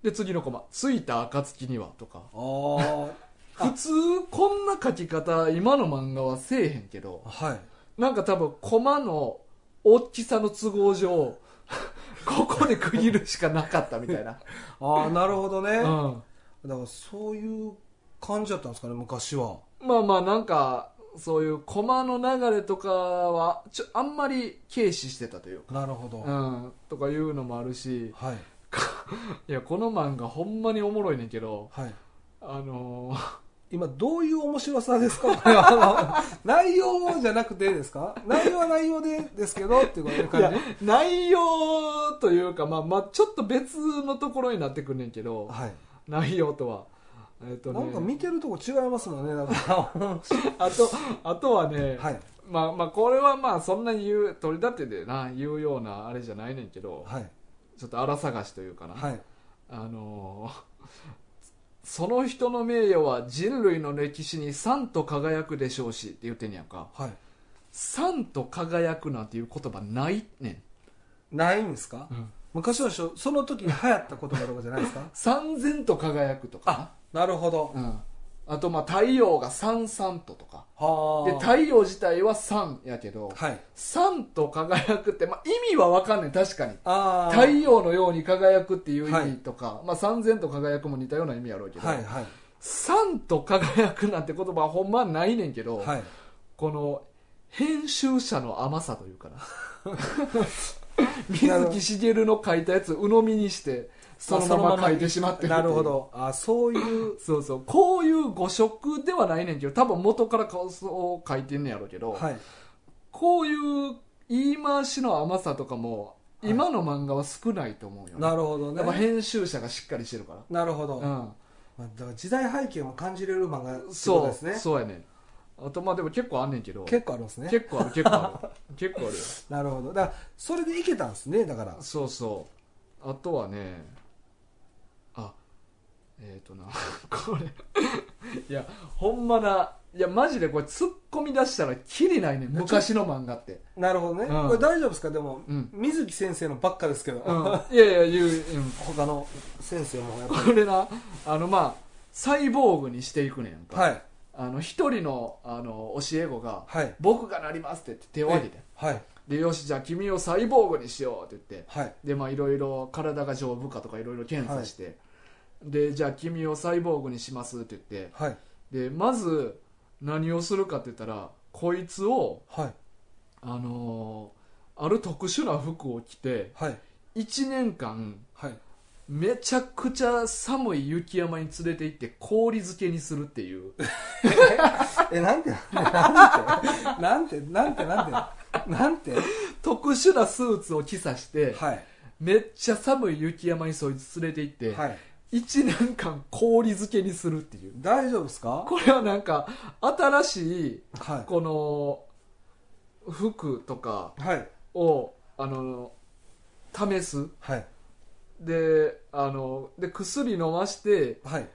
[SPEAKER 1] で次のコマ着いた暁にはとか
[SPEAKER 2] あー。
[SPEAKER 1] 普通こんな書き方今の漫画はせえへんけど
[SPEAKER 2] はい。
[SPEAKER 1] なんか多分コマの大きさの都合上 [laughs] ここで区切るしかなかったみたいな、
[SPEAKER 2] ああ、なるほどね。
[SPEAKER 1] う
[SPEAKER 2] だか
[SPEAKER 1] ん、
[SPEAKER 2] らそういう感じだったんですかね、昔は。
[SPEAKER 1] まあまあなんかそういうコマの流れとかはちょあんまり軽視してたというか、
[SPEAKER 2] なるほど。
[SPEAKER 1] うん、とかいうのもあるし
[SPEAKER 2] はい。
[SPEAKER 1] いやこの漫画ほんまにおもろいねんけど
[SPEAKER 2] はい。
[SPEAKER 1] あのー
[SPEAKER 2] 今、どういう面白さですか [laughs] あの内容じゃなくてですか内容は内容でですけどっていうこと
[SPEAKER 1] い
[SPEAKER 2] 感
[SPEAKER 1] や
[SPEAKER 2] じ
[SPEAKER 1] 内容というか、まあ、まあちょっと別のところになってくんねんけど、
[SPEAKER 2] はい。
[SPEAKER 1] 内容とは。えっと
[SPEAKER 2] なんか
[SPEAKER 1] ね、
[SPEAKER 2] 見てるとこ違いますもんね、なんか。
[SPEAKER 1] [laughs] あとあとはね、
[SPEAKER 2] はい。
[SPEAKER 1] まあまあこれはまあそんなに言う取り立てでな言うようなあれじゃないねんけど、
[SPEAKER 2] はい。
[SPEAKER 1] ちょっと荒探しというかな、
[SPEAKER 2] はい。
[SPEAKER 1] あのーその人の名誉は人類の歴史にさんと輝くでしょうしって言ってんやんか
[SPEAKER 2] はい。
[SPEAKER 1] さんと輝くなんていう言葉ないね
[SPEAKER 2] ないんですか
[SPEAKER 1] ん、
[SPEAKER 2] 昔の人、その時に流行った言葉とかじゃないですか
[SPEAKER 1] 三千と輝くとかな
[SPEAKER 2] なるほど。
[SPEAKER 1] うん、あとまあ太陽がさんさんととか
[SPEAKER 2] は
[SPEAKER 1] で太陽自体はさんやけど
[SPEAKER 2] はい。
[SPEAKER 1] さんと輝くって、まあ、意味はわかんない確かに
[SPEAKER 2] ああ。
[SPEAKER 1] 太陽のように輝くっていう意味とか、まあ、三千と輝くも似たような意味やろうけど、
[SPEAKER 2] はいはい。
[SPEAKER 1] さんと輝くなんて言葉はほんまはないねんけど、
[SPEAKER 2] はい。
[SPEAKER 1] この編集者の甘さというか
[SPEAKER 2] [laughs]
[SPEAKER 1] な
[SPEAKER 2] なる
[SPEAKER 1] 水
[SPEAKER 2] ほど
[SPEAKER 1] 木しげるの書いたやつ鵜呑みにしてそのまま書いてしまってるっていう
[SPEAKER 2] なるほど。あそういう。
[SPEAKER 1] そうそうこういう誤色ではないねんけど多分元から顔を書いてんねやろうけど、
[SPEAKER 2] はい。
[SPEAKER 1] こういう言い回しの甘さとかも
[SPEAKER 2] はい
[SPEAKER 1] 今の漫画は少ないと思うよ、ね
[SPEAKER 2] なるほど
[SPEAKER 1] やっぱ
[SPEAKER 2] ね。
[SPEAKER 1] 編集者がしっかりしてるか
[SPEAKER 2] なるほ
[SPEAKER 1] ら、
[SPEAKER 2] ど。
[SPEAKER 1] う
[SPEAKER 2] ま
[SPEAKER 1] ん、
[SPEAKER 2] あ、だから時代背景も感じれる漫画ってこと
[SPEAKER 1] そう
[SPEAKER 2] ですね。
[SPEAKER 1] そうやねんあとまあでも結構あんねんけど
[SPEAKER 2] 結構あるんですね。
[SPEAKER 1] 結構ある結構あ [laughs] る結構あるよ
[SPEAKER 2] なるほど。だから、それでいけたんですね、だから。
[SPEAKER 1] そうそうあとはねあえっ、ー、とな [laughs] これいやほんまないやマジでこれ突っ込み出したらキリないねん昔の漫画って
[SPEAKER 2] なるほどね。
[SPEAKER 1] うん
[SPEAKER 2] これ大丈夫ですかでも、
[SPEAKER 1] うん
[SPEAKER 2] 水木先生のばっかですけど。
[SPEAKER 1] うんいやいや言う、うん、
[SPEAKER 2] [laughs] 他の先生もやっぱ
[SPEAKER 1] これなあのまあサイボーグにしていくねん
[SPEAKER 2] り。
[SPEAKER 1] か、
[SPEAKER 2] はい。
[SPEAKER 1] あの一人のあの教え子が
[SPEAKER 2] はい
[SPEAKER 1] 「僕がなります」って言って手を挙げて
[SPEAKER 2] はい。
[SPEAKER 1] 「でよしじゃあ君をサイボーグにしよう」って言って
[SPEAKER 2] はい。
[SPEAKER 1] でまあいろいろ体が丈夫かとかいろいろ検査して、でじゃあ君をサイボーグにしますって言って
[SPEAKER 2] はい。
[SPEAKER 1] でまず何をするかって言ったらこいつを
[SPEAKER 2] はい。
[SPEAKER 1] あのーある特殊な服を着て
[SPEAKER 2] はい。
[SPEAKER 1] 1年間 [laughs]
[SPEAKER 2] はい。
[SPEAKER 1] めちゃくちゃ寒い雪山に連れて行って氷漬けにするって
[SPEAKER 2] [laughs]
[SPEAKER 1] いう
[SPEAKER 2] え、なんて、なんて、なんて、なんて、なんて、なん
[SPEAKER 1] 特殊なスーツを着さして
[SPEAKER 2] て。はい。
[SPEAKER 1] めっちゃ寒い雪山にそいつ連れて行って、
[SPEAKER 2] はい。
[SPEAKER 1] 1年間氷漬けにするっていう
[SPEAKER 2] 大丈夫ですか
[SPEAKER 1] これはなんか新しい
[SPEAKER 2] は
[SPEAKER 1] この服とか
[SPEAKER 2] い。はい。
[SPEAKER 1] をあの試す
[SPEAKER 2] はい。
[SPEAKER 1] であので薬飲まして
[SPEAKER 2] はい。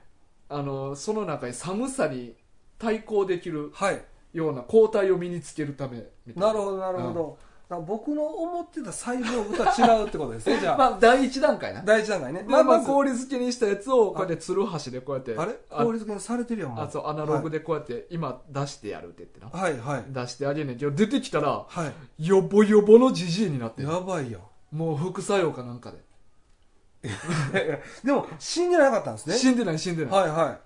[SPEAKER 1] あのその中に寒さに対抗できる
[SPEAKER 2] はい。
[SPEAKER 1] ような抗体を身につけるためみたいな
[SPEAKER 2] なるほど、なるほど。だから僕の思ってた細胞とは違うってこ
[SPEAKER 1] [laughs]
[SPEAKER 2] とですね、じゃあ。
[SPEAKER 1] まあ第一段階な
[SPEAKER 2] 第一段階ね。
[SPEAKER 1] まあまあ
[SPEAKER 2] ず
[SPEAKER 1] 氷漬けにしたやつをこうやってつるはしでこうやって
[SPEAKER 2] あれ氷漬けにされてるやん。もう
[SPEAKER 1] あそうアナログでこうやって今出してやるって言ってな、
[SPEAKER 2] はい。はい、はい。
[SPEAKER 1] 出してあげんねんけど出てきたら
[SPEAKER 2] はい。
[SPEAKER 1] ヨボヨボのジジイになってる
[SPEAKER 2] やばいよ。 [laughs]
[SPEAKER 1] もう副作用かなんかで
[SPEAKER 2] でも、死んでなかったんですね。
[SPEAKER 1] 死んでない死んでない
[SPEAKER 2] はいは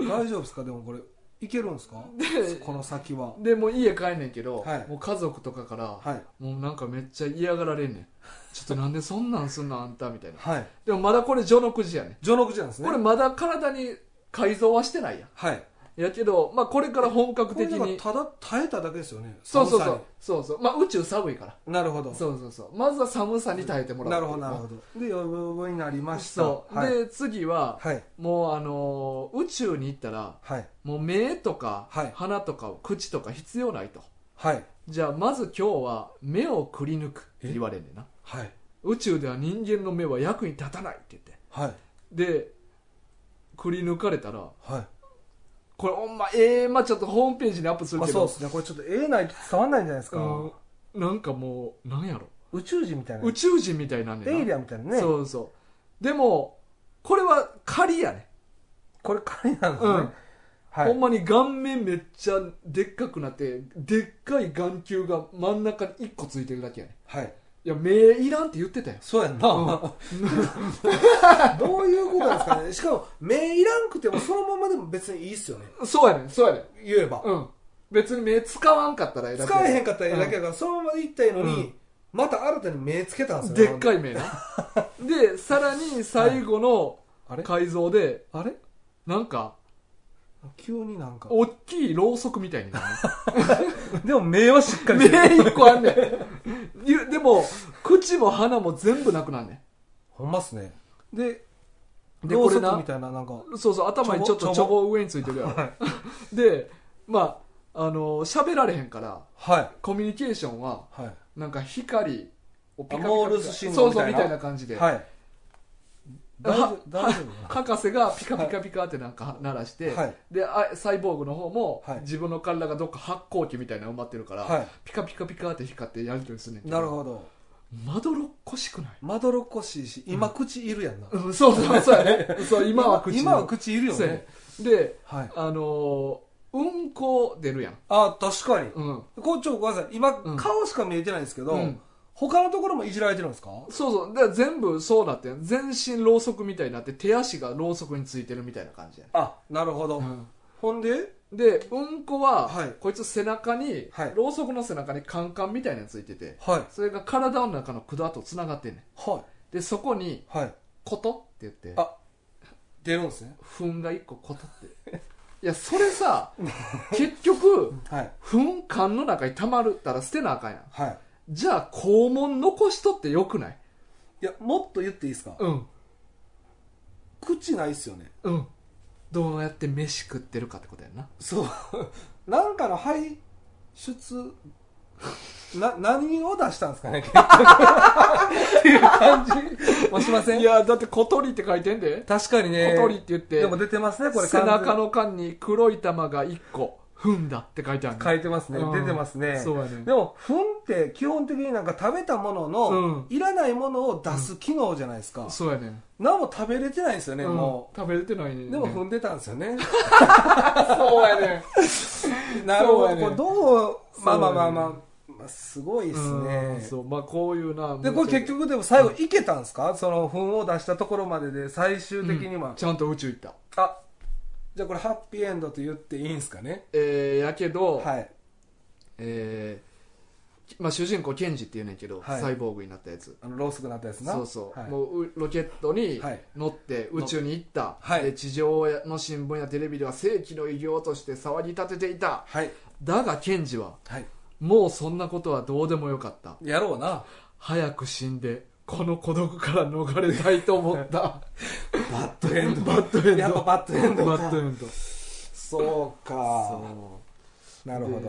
[SPEAKER 2] い。大丈夫ですかでもこれ、いけるんですか
[SPEAKER 1] で
[SPEAKER 2] この先は。
[SPEAKER 1] でもう家帰んねんけど、
[SPEAKER 2] はい
[SPEAKER 1] もう家族とかから、
[SPEAKER 2] はい。
[SPEAKER 1] もうなんかめっちゃ嫌がられんねんちょっとなんでそんなんすんのあんたみたいな
[SPEAKER 2] はい。
[SPEAKER 1] でもまだこれ序の口やね
[SPEAKER 2] 序の口なんですね。
[SPEAKER 1] これまだ体に改造はしてないや
[SPEAKER 2] はい。
[SPEAKER 1] んやけど、まあ、これから本格
[SPEAKER 2] これ
[SPEAKER 1] 的
[SPEAKER 2] だから
[SPEAKER 1] に
[SPEAKER 2] ただ耐えただけですよね。
[SPEAKER 1] そうそう
[SPEAKER 2] 寒
[SPEAKER 1] そ
[SPEAKER 2] さ
[SPEAKER 1] うそうそうまあ宇宙寒いから
[SPEAKER 2] に。なるほど。
[SPEAKER 1] そうそうそうまずは寒さに耐えてもらう
[SPEAKER 2] なるほど、なるほど。で、呼ぶになりました。
[SPEAKER 1] そう、
[SPEAKER 2] はい。
[SPEAKER 1] で次は
[SPEAKER 2] はい。
[SPEAKER 1] もうあのー宇宙に行ったら
[SPEAKER 2] はい。
[SPEAKER 1] もう目とか
[SPEAKER 2] はい
[SPEAKER 1] 鼻とか口とか必要ないと、
[SPEAKER 2] はい。
[SPEAKER 1] じゃあまず今日は目をくり抜くって言われんねんな
[SPEAKER 2] はい。
[SPEAKER 1] 宇宙では人間の目は役に立たないって言って
[SPEAKER 2] はい。
[SPEAKER 1] でくり抜かれたら
[SPEAKER 2] はい。
[SPEAKER 1] これほんまええまあちょっとホームページにアップする
[SPEAKER 2] まあ
[SPEAKER 1] け
[SPEAKER 2] そう
[SPEAKER 1] ど
[SPEAKER 2] ですね。これちょっと絵ないと伝わんないんじゃないですか。
[SPEAKER 1] うんなんかもうなんやろ
[SPEAKER 2] 宇宙人みたいな。
[SPEAKER 1] 宇宙人みたいになんねんな
[SPEAKER 2] エイリアンみたいなね。
[SPEAKER 1] そうそうでもこれは仮やね、
[SPEAKER 2] これ彼なんですね。
[SPEAKER 1] うんほ
[SPEAKER 2] は
[SPEAKER 1] ん
[SPEAKER 2] い。
[SPEAKER 1] まに顔面めっちゃでっかくなってでっかい眼球が真ん中に1個ついてるだけやね
[SPEAKER 2] はい。
[SPEAKER 1] いや目いらんって言ってたよ
[SPEAKER 2] そうやんな。どういうことなんです [laughs] かね。しかも、目いらんくてもそのままでも別にいいっすよね。
[SPEAKER 1] [laughs] そうやねんそうやねん
[SPEAKER 2] 言えば。
[SPEAKER 1] うん別に目使わんかったらええだけ
[SPEAKER 2] 使えへんかったらええだけやから、そのままでいったらいいのに、
[SPEAKER 1] うん
[SPEAKER 2] また新たに目つけたんですよ
[SPEAKER 1] でっ
[SPEAKER 2] ね。
[SPEAKER 1] かい目なでさらに最後
[SPEAKER 2] あ
[SPEAKER 1] の
[SPEAKER 2] れ
[SPEAKER 1] 改造で
[SPEAKER 2] あれ
[SPEAKER 1] なんか
[SPEAKER 2] 急になんか。
[SPEAKER 1] 大きいろうそくみたいになる
[SPEAKER 2] でも目はしっか
[SPEAKER 1] 目
[SPEAKER 2] してる
[SPEAKER 1] 一個あんねんゆでも口も鼻も全部なくなんね
[SPEAKER 2] ほんまっすね。で、
[SPEAKER 1] で
[SPEAKER 2] ろう
[SPEAKER 1] こ
[SPEAKER 2] そ
[SPEAKER 1] れな
[SPEAKER 2] くみたいな、なんか。
[SPEAKER 1] んそうそう頭にちょっとちょぼ上についてるやろ [laughs] でまああの喋られへんから
[SPEAKER 2] はい。
[SPEAKER 1] コミュニケーションは
[SPEAKER 2] は
[SPEAKER 1] なんか光をピカピカ
[SPEAKER 2] モールス信
[SPEAKER 1] そ
[SPEAKER 2] 号
[SPEAKER 1] う
[SPEAKER 2] み
[SPEAKER 1] そう
[SPEAKER 2] た
[SPEAKER 1] み
[SPEAKER 2] いな
[SPEAKER 1] たいな感じ
[SPEAKER 2] い。
[SPEAKER 1] で、
[SPEAKER 2] はい。大丈夫、大丈
[SPEAKER 1] 博士がピカピカピカってなんか鳴らして、
[SPEAKER 2] はい
[SPEAKER 1] であサイボーグの方も
[SPEAKER 2] はい
[SPEAKER 1] 自分の体がどっか発光器みたいなの埋まってるから、
[SPEAKER 2] はい
[SPEAKER 1] ピカピカピカって光ってやり取りするねんけ
[SPEAKER 2] 夫。なるほど。
[SPEAKER 1] まどろっこしくない、
[SPEAKER 2] まどろっこしいし、今口いるやんな。
[SPEAKER 1] うん、そうそうそうやねそう今は口
[SPEAKER 2] 今は口いるよ
[SPEAKER 1] そうやね
[SPEAKER 2] ね。
[SPEAKER 1] で
[SPEAKER 2] はい。
[SPEAKER 1] あのーうんこ出るやん
[SPEAKER 2] あ、確かに。
[SPEAKER 1] うん
[SPEAKER 2] こうちょっとごめんなさい。今、
[SPEAKER 1] うん
[SPEAKER 2] 顔しか見えてないんですけど、
[SPEAKER 1] うん
[SPEAKER 2] 他のところもいじられてるんですか
[SPEAKER 1] そうそうで全部そうなってん全身ろうそくみたいになって手足がろうそくについてるみたいな感じやね、
[SPEAKER 2] あ、なるほど。
[SPEAKER 1] うん
[SPEAKER 2] ほんで
[SPEAKER 1] でうんこは、
[SPEAKER 2] はい
[SPEAKER 1] こいつ背中に、
[SPEAKER 2] はい
[SPEAKER 1] ろうそくの背中にカンカンみたいなのついてて
[SPEAKER 2] はい。
[SPEAKER 1] それが体の中の管とつながってんねん
[SPEAKER 2] は
[SPEAKER 1] でそこに
[SPEAKER 2] い。はい。
[SPEAKER 1] 「こと」って言って
[SPEAKER 2] あ、出るんですね。
[SPEAKER 1] 糞が一個「こと」っていやそれさ [laughs] 結局
[SPEAKER 2] はい。
[SPEAKER 1] 糞缶の中に溜まるったら捨てなあかんやん
[SPEAKER 2] はい。
[SPEAKER 1] じゃあ肛門残しとってよくない
[SPEAKER 2] いや、もっと言っていいですか、
[SPEAKER 1] うん
[SPEAKER 2] 口ないっすよね。
[SPEAKER 1] うんどうやって飯食ってるかってことやんな
[SPEAKER 2] そう。 [laughs] なんかの排出、な、何を出したんです [laughs] かね、結局っていう感じもしません
[SPEAKER 1] いやだって小鳥って書いてんで、
[SPEAKER 2] 確かにね。
[SPEAKER 1] 小鳥って言って
[SPEAKER 2] でも出てますね、これ。
[SPEAKER 1] 背中の間に黒い玉が1個踏んだって書いてある
[SPEAKER 2] 完全書いてますね。出てますね。
[SPEAKER 1] そうやね
[SPEAKER 2] でも、糞って基本的になんか食べたものの、
[SPEAKER 1] うん
[SPEAKER 2] いらないものを出す機能じゃないですか。
[SPEAKER 1] そうやね
[SPEAKER 2] 何も食べれてないんですよね、
[SPEAKER 1] うん
[SPEAKER 2] も
[SPEAKER 1] 食べれてないね
[SPEAKER 2] う。でも踏んでたんですよね。
[SPEAKER 1] そうやね
[SPEAKER 2] なるほ
[SPEAKER 1] そ
[SPEAKER 2] ど。
[SPEAKER 1] うやね
[SPEAKER 2] これどう、まあまあ
[SPEAKER 1] そ
[SPEAKER 2] まあ
[SPEAKER 1] うや
[SPEAKER 2] まあ、まあ、すごいです
[SPEAKER 1] うん
[SPEAKER 2] ね。
[SPEAKER 1] そうまあこういうな
[SPEAKER 2] で、これ結局でも最後いけたんですか、その糞を出したところまでで最終的には。
[SPEAKER 1] うんちゃんと宇宙行った
[SPEAKER 2] あ、じゃあこれハッピーエンドと言っていいんですかね
[SPEAKER 1] えー、やけど、
[SPEAKER 2] はい。
[SPEAKER 1] えーまあ、主人公ケンジって言うねんけど、
[SPEAKER 2] はい
[SPEAKER 1] サイボーグになったやつ
[SPEAKER 2] あの、ろうそくなったやつな。
[SPEAKER 1] そうそう、
[SPEAKER 2] はい
[SPEAKER 1] もううロケットに
[SPEAKER 2] はい
[SPEAKER 1] 乗って宇宙に行った、
[SPEAKER 2] はい
[SPEAKER 1] で地上の新聞やテレビでは世紀の偉業として騒ぎ立てていた
[SPEAKER 2] はい。
[SPEAKER 1] だがケンジは
[SPEAKER 2] はい。
[SPEAKER 1] もうそんなことはどうでもよかった
[SPEAKER 2] やろうな。
[SPEAKER 1] 早く死んでこの孤独から逃れたいと思った
[SPEAKER 2] [laughs] バッドエンド
[SPEAKER 1] バッドエンド
[SPEAKER 2] やっぱバッドエンドか
[SPEAKER 1] バッドエンド
[SPEAKER 2] そうか
[SPEAKER 1] そ
[SPEAKER 2] な
[SPEAKER 1] う
[SPEAKER 2] るほど
[SPEAKER 1] で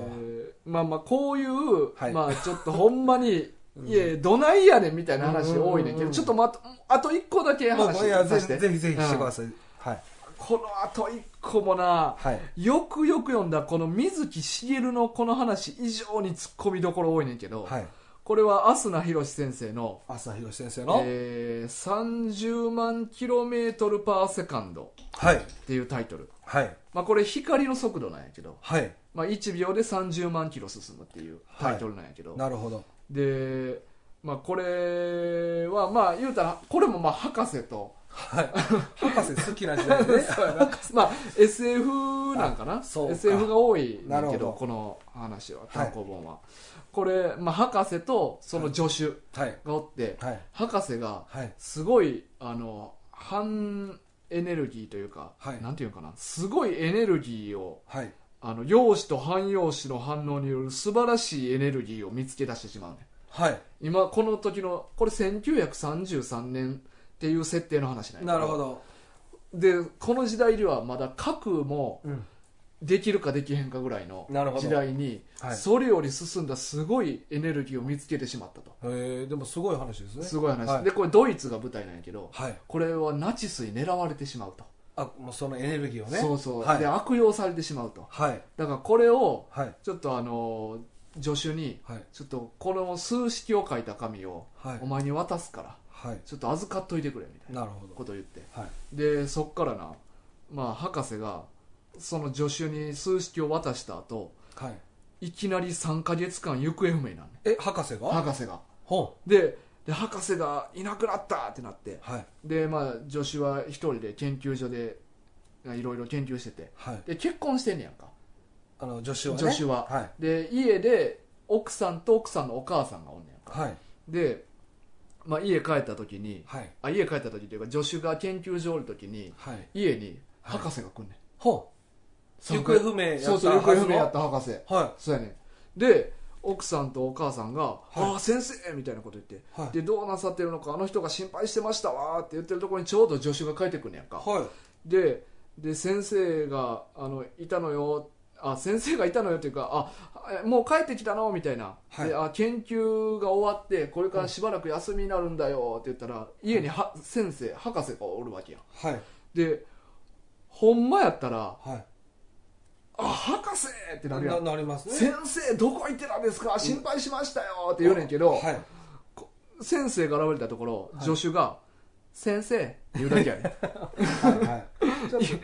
[SPEAKER 1] まあまあこういう、
[SPEAKER 2] はい
[SPEAKER 1] まあちょっとほんま
[SPEAKER 2] [laughs]
[SPEAKER 1] にいえどないやねんみたいな話多いねんけ
[SPEAKER 2] うんうんうんう
[SPEAKER 1] ど
[SPEAKER 2] ん
[SPEAKER 1] ちょっとまとあと一個だけ
[SPEAKER 2] まあ
[SPEAKER 1] 話
[SPEAKER 2] まあいやぜ
[SPEAKER 1] させて
[SPEAKER 2] ひぜひぜひしてくだ
[SPEAKER 1] い、
[SPEAKER 2] さいはい
[SPEAKER 1] うんこのあと一個もな
[SPEAKER 2] はい
[SPEAKER 1] よくよく読んだこの水木しげるのこの話以上にツッコミどころ多いねんけど、
[SPEAKER 2] はい
[SPEAKER 1] これはアナヒロシ先生の
[SPEAKER 2] 朝日先
[SPEAKER 1] 「
[SPEAKER 2] 生の
[SPEAKER 1] えー、30万キロメートルパーセカンド」
[SPEAKER 2] はい
[SPEAKER 1] っていうタイトル、
[SPEAKER 2] はい
[SPEAKER 1] まあ、これ光の速度なんやけど、
[SPEAKER 2] はい
[SPEAKER 1] まあ、1秒で30万キロ進むっていうタイトルなんやけど、
[SPEAKER 2] なるほど
[SPEAKER 1] で、まあ、これはまあ言うたらこれもまあ博士と、
[SPEAKER 2] はい博士好きな時 [laughs]
[SPEAKER 1] [laughs]
[SPEAKER 2] 代ですね
[SPEAKER 1] まあ、SF なんかな
[SPEAKER 2] あそうか
[SPEAKER 1] SF が多いん
[SPEAKER 2] な
[SPEAKER 1] だ
[SPEAKER 2] るほ
[SPEAKER 1] け
[SPEAKER 2] ど
[SPEAKER 1] どこの話は
[SPEAKER 2] はい
[SPEAKER 1] 単行本は、これ、まあ、博士とその助手
[SPEAKER 2] はい
[SPEAKER 1] がおって、
[SPEAKER 2] はい
[SPEAKER 1] 博士が
[SPEAKER 2] はい
[SPEAKER 1] すごいあの反エネルギーというか、
[SPEAKER 2] はい
[SPEAKER 1] なんていうのかなすごいエネルギーを
[SPEAKER 2] はい
[SPEAKER 1] あの陽子と反陽子の反応による素晴らしいエネルギーを見つけ出してしまうね
[SPEAKER 2] はい
[SPEAKER 1] 今この時のこれ1933年っていう設定の話なんや
[SPEAKER 2] な
[SPEAKER 1] け
[SPEAKER 2] るほど
[SPEAKER 1] でこの時代ではまだ核も
[SPEAKER 2] うん
[SPEAKER 1] できるかできへんかぐらいの
[SPEAKER 2] なるほど
[SPEAKER 1] 時代に
[SPEAKER 2] はい
[SPEAKER 1] それより進んだすごいエネルギーを見つけてしまったと、
[SPEAKER 2] えーでもすごい話ですね
[SPEAKER 1] すごい話、
[SPEAKER 2] はい
[SPEAKER 1] でこれドイツが舞台なんやけど
[SPEAKER 2] はい
[SPEAKER 1] これはナチスに狙われてしまうと、
[SPEAKER 2] あもうそのエネルギーをね
[SPEAKER 1] そうそう、
[SPEAKER 2] はい
[SPEAKER 1] で悪用されてしまうと
[SPEAKER 2] はい
[SPEAKER 1] だからこれを
[SPEAKER 2] はい
[SPEAKER 1] ちょっとあの助手に
[SPEAKER 2] はい
[SPEAKER 1] ちょっとこの数式を書いた紙を
[SPEAKER 2] はい
[SPEAKER 1] お前に渡すから
[SPEAKER 2] はい
[SPEAKER 1] ちょっと預かっといてくれみたいな
[SPEAKER 2] なるほど
[SPEAKER 1] ことを言って
[SPEAKER 2] はい
[SPEAKER 1] でそっからなまあ博士がその助手に数式を渡した後
[SPEAKER 2] はい
[SPEAKER 1] いきなり3ヶ月間行方不明になんね
[SPEAKER 2] え博士
[SPEAKER 1] ん
[SPEAKER 2] が
[SPEAKER 1] 博士が
[SPEAKER 2] ほ
[SPEAKER 1] でで博士がいなくなったってなって
[SPEAKER 2] うはい
[SPEAKER 1] でまあ助手は一人で研究所でいろいろ研究してて
[SPEAKER 2] はい
[SPEAKER 1] で結婚してんねやんか
[SPEAKER 2] あの助手はね
[SPEAKER 1] 助手は
[SPEAKER 2] はい
[SPEAKER 1] で家で奥さんと奥さんのお母さんがおんねやんか
[SPEAKER 2] はい
[SPEAKER 1] で、まあ、家帰った時に
[SPEAKER 2] はい
[SPEAKER 1] あ家帰った時というか助手が研究所おる時に
[SPEAKER 2] はい
[SPEAKER 1] 家に博士が来んねん、
[SPEAKER 2] ほう行方不明やった
[SPEAKER 1] そうそう行方不明やった博士
[SPEAKER 2] たは
[SPEAKER 1] そうやねんで奥さんとお母さんが「
[SPEAKER 2] い
[SPEAKER 1] ああ先生」みたいなこと言って、
[SPEAKER 2] はい
[SPEAKER 1] でどうなさってるのかあの人が心配してましたわーって言ってるところにちょうど助手が帰ってくんねやん
[SPEAKER 2] い
[SPEAKER 1] か、
[SPEAKER 2] は
[SPEAKER 1] でで先生があのいたのよあ先生がいたのよっていうかあえもう帰ってきたのみたいな、
[SPEAKER 2] はい
[SPEAKER 1] であ研究が終わってこれからしばらく休みになるんだよって言ったら家には先生博士がおるわけやん
[SPEAKER 2] いはい
[SPEAKER 1] でほんまやったら
[SPEAKER 2] はい
[SPEAKER 1] 「あ博士!」ってなるや
[SPEAKER 2] なんなりますね
[SPEAKER 1] 先生どこ行ってたんですか心配しましたよって言うねんけど、
[SPEAKER 2] はい
[SPEAKER 1] 先生が現れたところ
[SPEAKER 2] はい
[SPEAKER 1] 助手が「先生」って言うだけやねん
[SPEAKER 2] はいはい
[SPEAKER 1] 昨日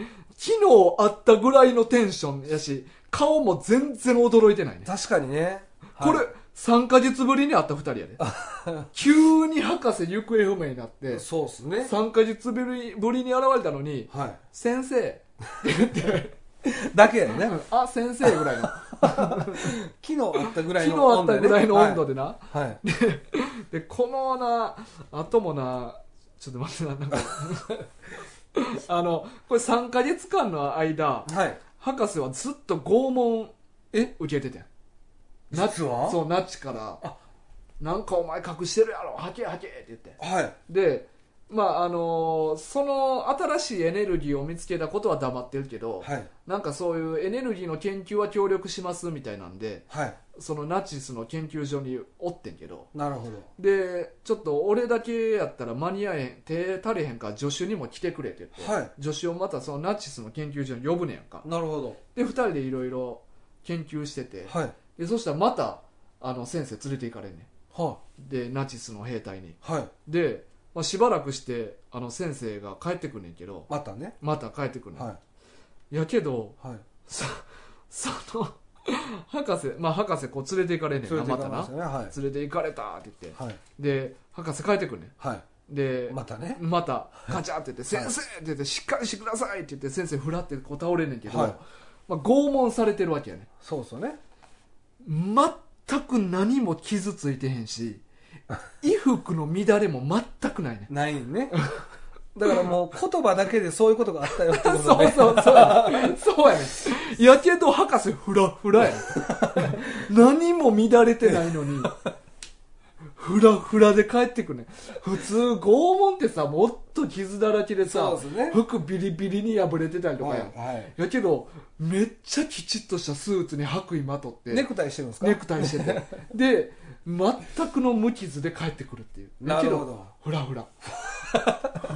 [SPEAKER 1] あったぐらいのテンションやし、顔も全然驚いてないね。
[SPEAKER 2] 確かにね
[SPEAKER 1] これ
[SPEAKER 2] は、
[SPEAKER 1] 3ヶ月ぶりに会った2人やで。
[SPEAKER 2] [laughs]
[SPEAKER 1] 急に博士行方不明になって
[SPEAKER 2] い、そうっすね
[SPEAKER 1] 3ヶ月ぶりぶりに現れたのに、
[SPEAKER 2] は
[SPEAKER 1] 先生、
[SPEAKER 2] いだけやね
[SPEAKER 1] あ、先生ぐらいの。
[SPEAKER 2] 昨日あ [laughs] ったぐら
[SPEAKER 1] 昨
[SPEAKER 2] い
[SPEAKER 1] 日
[SPEAKER 2] の
[SPEAKER 1] あっ
[SPEAKER 2] 温度
[SPEAKER 1] た
[SPEAKER 2] ね
[SPEAKER 1] ぐらいの温度でな。
[SPEAKER 2] はいはい
[SPEAKER 1] で、このな、後もな、ちょっと待ってな、なんか。 [laughs] あの、これ3ヶ月間の間、
[SPEAKER 2] [laughs] はい
[SPEAKER 1] 博士はずっと拷問
[SPEAKER 2] え
[SPEAKER 1] 受けててんナチ
[SPEAKER 2] 実は
[SPEAKER 1] そうナチから
[SPEAKER 2] あ
[SPEAKER 1] 「なんかお前隠してるやろ吐け吐け」って言って
[SPEAKER 2] はい
[SPEAKER 1] でまああのーその新しいエネルギーを見つけたことは黙ってるけど、
[SPEAKER 2] はい
[SPEAKER 1] なんかそういうエネルギーの研究は協力しますみたいなんで
[SPEAKER 2] はい
[SPEAKER 1] そのナチスの研究所におってんけど
[SPEAKER 2] なるほど
[SPEAKER 1] でちょっと俺だけやったら間に合えへん手足りへんから助手にも来てくれって言って、
[SPEAKER 2] はい
[SPEAKER 1] 助手をまたそのナチスの研究所に呼ぶねやんか
[SPEAKER 2] なるほ
[SPEAKER 1] で2人でいろいろ研究してて、
[SPEAKER 2] どはい
[SPEAKER 1] でそしたらまたあの先生連れて行かれんね
[SPEAKER 2] は
[SPEAKER 1] んでナチスの兵隊に
[SPEAKER 2] いはい
[SPEAKER 1] で、まあ、しばらくしてあの先生が帰ってくんねんけど
[SPEAKER 2] またね
[SPEAKER 1] また帰ってくんねん、
[SPEAKER 2] はい
[SPEAKER 1] やけど
[SPEAKER 2] はい
[SPEAKER 1] そ [laughs] その博士まあ博士こう連れて行かれんねんなまたな
[SPEAKER 2] ねは
[SPEAKER 1] 連れて行かれたって言って
[SPEAKER 2] いはい
[SPEAKER 1] で博士帰ってくんねん
[SPEAKER 2] は
[SPEAKER 1] で
[SPEAKER 2] いまたね
[SPEAKER 1] またカチャって言って「先生!」って言って「しっかりしてください!」って言って先生ふらってこう倒れんねんけど、
[SPEAKER 2] はい
[SPEAKER 1] まあ、拷問されてるわけやねん
[SPEAKER 2] そうそうね
[SPEAKER 1] 全く何も傷ついてへん
[SPEAKER 2] [laughs]
[SPEAKER 1] し衣服の乱れも全くないね
[SPEAKER 2] ないね [laughs] だからもう言葉だけでそういうことがあったよってこと [laughs]
[SPEAKER 1] そう
[SPEAKER 2] ね
[SPEAKER 1] そうそうやねそうやねやけど博士フラフラやね何も乱れてないのにフラフラで帰ってくね普通拷問ってさもっと傷だらけでさ
[SPEAKER 2] そうですね
[SPEAKER 1] 服ビリビリに破れてたりとかやん、
[SPEAKER 2] はい
[SPEAKER 1] やけどめっちゃきちっとしたスーツに白衣まとって
[SPEAKER 2] ネクタイしてるんですか
[SPEAKER 1] ネクタイしててで全くの無傷で帰ってくるっていう
[SPEAKER 2] なるほど
[SPEAKER 1] だけフラフラ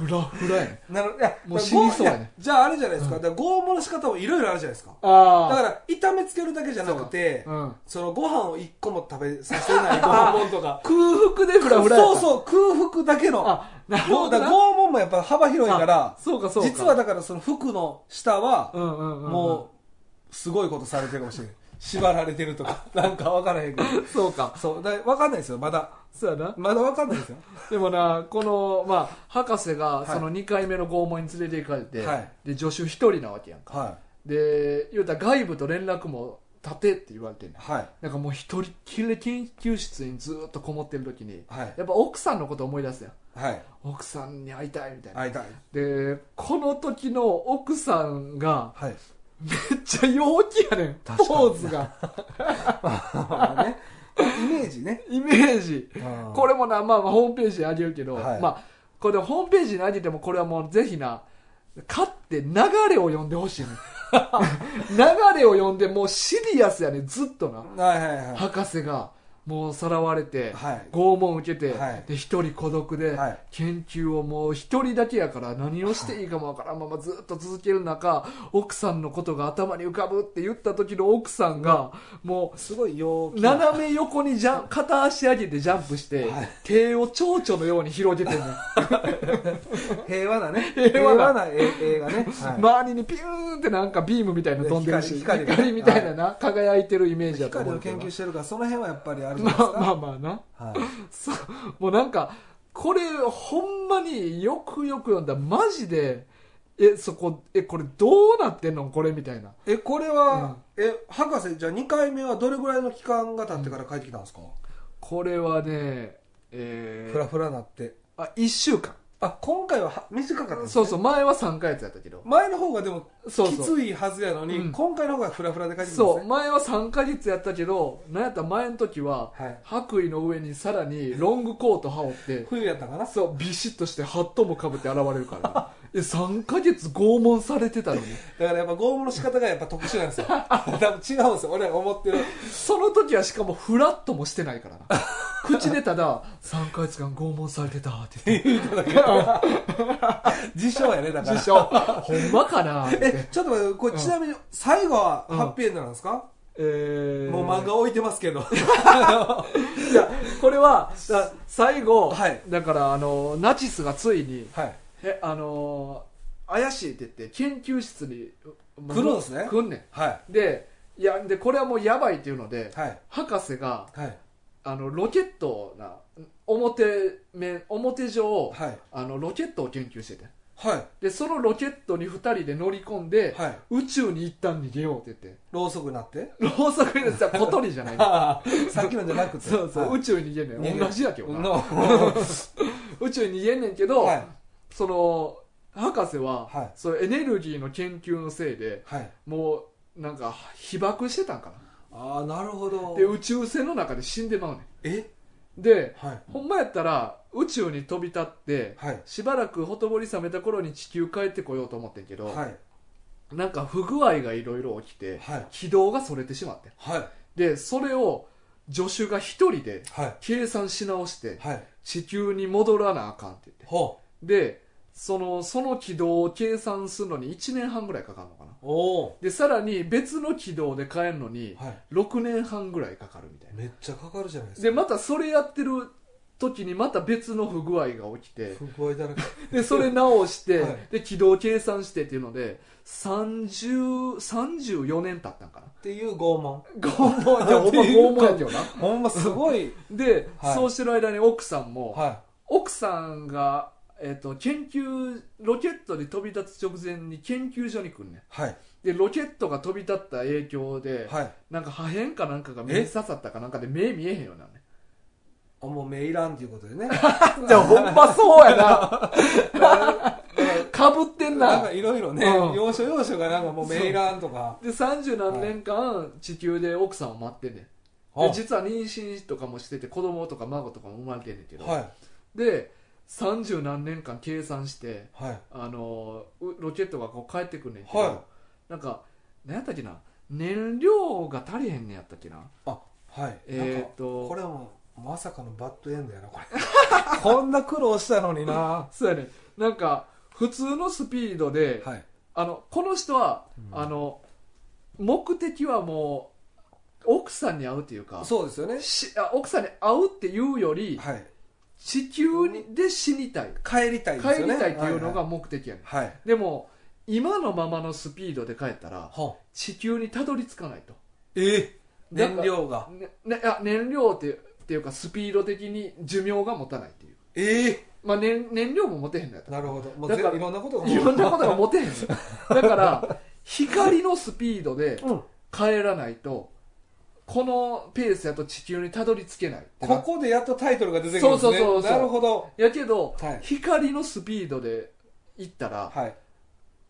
[SPEAKER 1] フラフラや [laughs] ね
[SPEAKER 2] なるいや
[SPEAKER 1] もう死にそうやね
[SPEAKER 2] いじゃああれじゃないですか、だから拷問の仕方もいろいろあるじゃないですかだ
[SPEAKER 1] あ
[SPEAKER 2] から炒めつけるだけじゃなくて
[SPEAKER 1] あ、うん、
[SPEAKER 2] そのご飯を一個も食べさせない拷問とか
[SPEAKER 1] 空腹でフラフラや
[SPEAKER 2] そう
[SPEAKER 1] う
[SPEAKER 2] そう空腹だけの
[SPEAKER 1] あなる
[SPEAKER 2] も
[SPEAKER 1] ほ
[SPEAKER 2] う
[SPEAKER 1] ど
[SPEAKER 2] だ
[SPEAKER 1] な
[SPEAKER 2] から拷問もやっぱ幅広いから
[SPEAKER 1] あそうかそうか
[SPEAKER 2] 実はだからその服の下は
[SPEAKER 1] うんうんうんうん
[SPEAKER 2] もうすごいことされてるかもしれない縛られてるとかなんか分からへんけど
[SPEAKER 1] そうか
[SPEAKER 2] そうだから分かんないですよまだ
[SPEAKER 1] そうやな
[SPEAKER 2] まだ分かんないですよ
[SPEAKER 1] でもなこの、まあ、博士が
[SPEAKER 2] い
[SPEAKER 1] その2回目の拷問に連れて行かれて、
[SPEAKER 2] はい
[SPEAKER 1] で助手1人なわけやんか
[SPEAKER 2] は
[SPEAKER 1] で言うたら外部と連絡も立てって言われてん
[SPEAKER 2] い
[SPEAKER 1] ねん
[SPEAKER 2] はい
[SPEAKER 1] なんかもう一人っきりで研究室にずっとこもってる時に
[SPEAKER 2] はい
[SPEAKER 1] やっぱ奥さんのこと思い出すやん
[SPEAKER 2] はい
[SPEAKER 1] 奥さんに会いたいみたいな、
[SPEAKER 2] 会いたい
[SPEAKER 1] でこの時の奥さんが
[SPEAKER 2] はい
[SPEAKER 1] めっちゃ陽気やねん
[SPEAKER 2] 確かに
[SPEAKER 1] ポーズが
[SPEAKER 2] ね、イメージね。
[SPEAKER 1] イメージこ
[SPEAKER 2] れ、
[SPEAKER 1] れもな、まあ、まあホームページにあげるけど、
[SPEAKER 2] はい
[SPEAKER 1] まあ、これホームページにあげてもこれはもうぜひな勝って流れを読んでほしいね [laughs] 流れを読んでもうシリアスやねずっとな
[SPEAKER 2] はいはいは
[SPEAKER 1] 博士がもうさらわれて、
[SPEAKER 2] はい
[SPEAKER 1] 拷問受けて、
[SPEAKER 2] はい
[SPEAKER 1] で一人孤独で、
[SPEAKER 2] はい
[SPEAKER 1] 研究をもう一人だけやから何をしていいかもわからんままずっと続ける中奥さんのことが頭に浮かぶって言った時の奥さんが、も
[SPEAKER 2] い。すごい陽
[SPEAKER 1] う
[SPEAKER 2] 気な。
[SPEAKER 1] 斜め横にジャン片足上げてジャンプして、
[SPEAKER 2] はい
[SPEAKER 1] 手を蝶々のように広げてんねん
[SPEAKER 2] 平和なね。
[SPEAKER 1] 平和な
[SPEAKER 2] え映画ね。はい
[SPEAKER 1] 周りにピューンってなんかビームみたいなの飛んでるし
[SPEAKER 2] 光
[SPEAKER 1] 光
[SPEAKER 2] 光が
[SPEAKER 1] みたいなな、輝いてるイメージだと
[SPEAKER 2] 光
[SPEAKER 1] 思う
[SPEAKER 2] の
[SPEAKER 1] けど
[SPEAKER 2] 研究してるから、その辺はやっぱりあるじ
[SPEAKER 1] ま
[SPEAKER 2] ゃないです
[SPEAKER 1] あま
[SPEAKER 2] か。
[SPEAKER 1] あまあな
[SPEAKER 2] はい
[SPEAKER 1] そうもうなんかこれほんまによくよく読んだマジでえそこえこれどうなってんのこれみたいな
[SPEAKER 2] え、これは、え、博士、じゃあ2回目はどれぐらいの期間が経ってから帰ってきたんですか、
[SPEAKER 1] これはねえ
[SPEAKER 2] ふら
[SPEAKER 1] ー、
[SPEAKER 2] ふらなって。
[SPEAKER 1] あ1週間
[SPEAKER 2] あ、今回はは短かったんです、ね、
[SPEAKER 1] そうそう前は3ヶ月やったけど
[SPEAKER 2] 前の方がでも、
[SPEAKER 1] そうそう
[SPEAKER 2] きついはずやのに、
[SPEAKER 1] うん
[SPEAKER 2] 今回の方がフラフラで帰ってきたん
[SPEAKER 1] そ
[SPEAKER 2] で
[SPEAKER 1] う
[SPEAKER 2] すね。
[SPEAKER 1] 前は3ヶ月やったけどなんやったら前の時は
[SPEAKER 2] はい
[SPEAKER 1] 白衣の上にさらにロングコート羽織って
[SPEAKER 2] 冬やったかな
[SPEAKER 1] そうビシッとしてハットもかぶって現れる
[SPEAKER 2] [laughs]
[SPEAKER 1] から、ね、え3ヶ月拷問されてたのに
[SPEAKER 2] だからやっぱ拷問の仕方がやっぱ特殊なんですよ。 [laughs] 多分違うんですよ。俺は思ってる。
[SPEAKER 1] その時はしかもフラッともしてないから
[SPEAKER 2] [laughs]
[SPEAKER 1] な口でただ「3ヶ月間拷問されてた」って言って
[SPEAKER 2] 自称やね、だから。
[SPEAKER 1] 自称ほんまかなって
[SPEAKER 2] え、ちょっと待って、これちなみに最後は
[SPEAKER 1] うん
[SPEAKER 2] ハッピーエンドなんですか、
[SPEAKER 1] えー
[SPEAKER 2] もう漫画置いてますけ
[SPEAKER 1] [laughs]
[SPEAKER 2] ど。
[SPEAKER 1] いやこれはだ最後、
[SPEAKER 2] はい
[SPEAKER 1] だからあのナチスがついに
[SPEAKER 2] はい。
[SPEAKER 1] えあの怪しいって言って研究室に
[SPEAKER 2] 来るんですね
[SPEAKER 1] 来んね
[SPEAKER 2] は
[SPEAKER 1] んでいやでこれはもうやばいっていうので
[SPEAKER 2] い。、はい。
[SPEAKER 1] 博士が
[SPEAKER 2] はい。
[SPEAKER 1] あのロケットをな表面表上、
[SPEAKER 2] はい。
[SPEAKER 1] あのロケットを研究してて
[SPEAKER 2] はい。
[SPEAKER 1] でそのロケットに2人で乗り込んで、
[SPEAKER 2] はい。
[SPEAKER 1] 宇宙に一旦逃げようって言って
[SPEAKER 2] ろうそくになって。 [laughs]
[SPEAKER 1] ろうそくにさ小鳥じゃないの
[SPEAKER 2] さっきのじゃなくて。
[SPEAKER 1] そうそう、
[SPEAKER 2] はい
[SPEAKER 1] 宇宙に逃げんね
[SPEAKER 2] 逃
[SPEAKER 1] ん
[SPEAKER 2] げ
[SPEAKER 1] 同じやけどな
[SPEAKER 2] の
[SPEAKER 1] [laughs] 宇宙に逃げんねんけど、
[SPEAKER 2] はい
[SPEAKER 1] その博士は、
[SPEAKER 2] はい
[SPEAKER 1] そのエネルギーの研究のせいで
[SPEAKER 2] はい。
[SPEAKER 1] もうなんか被爆してたんか
[SPEAKER 2] ああ、なるほど
[SPEAKER 1] なで。宇宙船の中で死んでまうね
[SPEAKER 2] え
[SPEAKER 1] んで
[SPEAKER 2] はい。
[SPEAKER 1] ほんまやったら宇宙に飛び立って
[SPEAKER 2] はい。
[SPEAKER 1] しばらくほとぼり冷めた頃に地球帰ってこようと思ってんけど、
[SPEAKER 2] はい。
[SPEAKER 1] なんか不具合がいろいろ起きて、
[SPEAKER 2] はい
[SPEAKER 1] 軌道がそれてしまって
[SPEAKER 2] はい。
[SPEAKER 1] でそれを助手が一人で
[SPEAKER 2] はい。
[SPEAKER 1] 計算し直して
[SPEAKER 2] はい。
[SPEAKER 1] 地球に戻らなあかんって言って
[SPEAKER 2] ほう。
[SPEAKER 1] でそのその軌道を計算するのに1年半ぐらいかかるのかな
[SPEAKER 2] おお。
[SPEAKER 1] でさらに別の軌道で変えるのに
[SPEAKER 2] はい。
[SPEAKER 1] 6年半ぐらいかかるみたいな
[SPEAKER 2] めっちゃかかるじゃないですか。
[SPEAKER 1] でまたそれやってる時にまた別の不具合が起き [laughs] て
[SPEAKER 2] 不具合だらけ。
[SPEAKER 1] でそれ直して、
[SPEAKER 2] はい
[SPEAKER 1] で軌道計算してっていうので30 34年経ったんかな
[SPEAKER 2] っていう拷問。
[SPEAKER 1] 拷問いやほんま拷問やけどな
[SPEAKER 2] ほんますごい。
[SPEAKER 1] で、
[SPEAKER 2] はい
[SPEAKER 1] そうしてる間に奥さんも、
[SPEAKER 2] は
[SPEAKER 1] 奥さんが、えっと研究ロケットで飛び立つ直前に研究所に来んねん
[SPEAKER 2] い。はい。
[SPEAKER 1] でロケットが飛び立った影響で、
[SPEAKER 2] はい。
[SPEAKER 1] なんか破片かなんかが目に刺さったかなんかで目見えへんようになんね
[SPEAKER 2] あもうメイランっていうこ
[SPEAKER 1] [laughs]
[SPEAKER 2] とでね。
[SPEAKER 1] んじゃあほんまそうやなかぶってん
[SPEAKER 2] なん
[SPEAKER 1] な
[SPEAKER 2] かいろいろね、
[SPEAKER 1] うん
[SPEAKER 2] 要所要所がなんかもうメイランとか。
[SPEAKER 1] で三十何年間地球で奥さんを待ってんねんで
[SPEAKER 2] は
[SPEAKER 1] 実は妊娠とかもしてて子供とか孫とかも生まれてんねんけど、
[SPEAKER 2] は
[SPEAKER 1] で三十何年間計算して
[SPEAKER 2] いはい
[SPEAKER 1] あのうロケットがこう帰ってくんねんけど、
[SPEAKER 2] は
[SPEAKER 1] なんか何やったっけな燃料が足りへんねんやったっけな
[SPEAKER 2] あはい
[SPEAKER 1] えーっ
[SPEAKER 2] なん
[SPEAKER 1] と
[SPEAKER 2] かこれはもうまさかのバッドエンドやな
[SPEAKER 1] [laughs]
[SPEAKER 2] これこんな苦労したのにな
[SPEAKER 1] そうやねなんか普通のスピードで、
[SPEAKER 2] はい
[SPEAKER 1] あのこの人は、
[SPEAKER 2] うん
[SPEAKER 1] あの目的はもう奥さんに会うっていうか
[SPEAKER 2] そうですよね
[SPEAKER 1] しあ奥さんに会うっていうより、
[SPEAKER 2] はい
[SPEAKER 1] 地球にで死にたい
[SPEAKER 2] 帰りたいです
[SPEAKER 1] 帰
[SPEAKER 2] よ
[SPEAKER 1] り
[SPEAKER 2] ね
[SPEAKER 1] たいっていうのが目的やねん、
[SPEAKER 2] はいはい
[SPEAKER 1] でも今のままのスピードで帰ったら
[SPEAKER 2] は
[SPEAKER 1] 地球にたどり着かないと、
[SPEAKER 2] え
[SPEAKER 1] なんか
[SPEAKER 2] 燃料が
[SPEAKER 1] ねね、あ燃料ってっていうかスピード的に寿命が持たないっていう、
[SPEAKER 2] ええ
[SPEAKER 1] まあ、燃燃料も持てへんのやったら
[SPEAKER 2] なるほどもう
[SPEAKER 1] だ
[SPEAKER 2] だ
[SPEAKER 1] から
[SPEAKER 2] いろんなことが
[SPEAKER 1] いろんなことが持てへんのだから光のスピードで
[SPEAKER 2] うん
[SPEAKER 1] 帰らないとこのペースやと地球にたどり着けないってな
[SPEAKER 2] ここでやっとタイトルが出てくるんです
[SPEAKER 1] そう
[SPEAKER 2] ね
[SPEAKER 1] そうそうそう
[SPEAKER 2] なるほど
[SPEAKER 1] やけど、
[SPEAKER 2] はい
[SPEAKER 1] 光のスピードで行ったら、
[SPEAKER 2] はい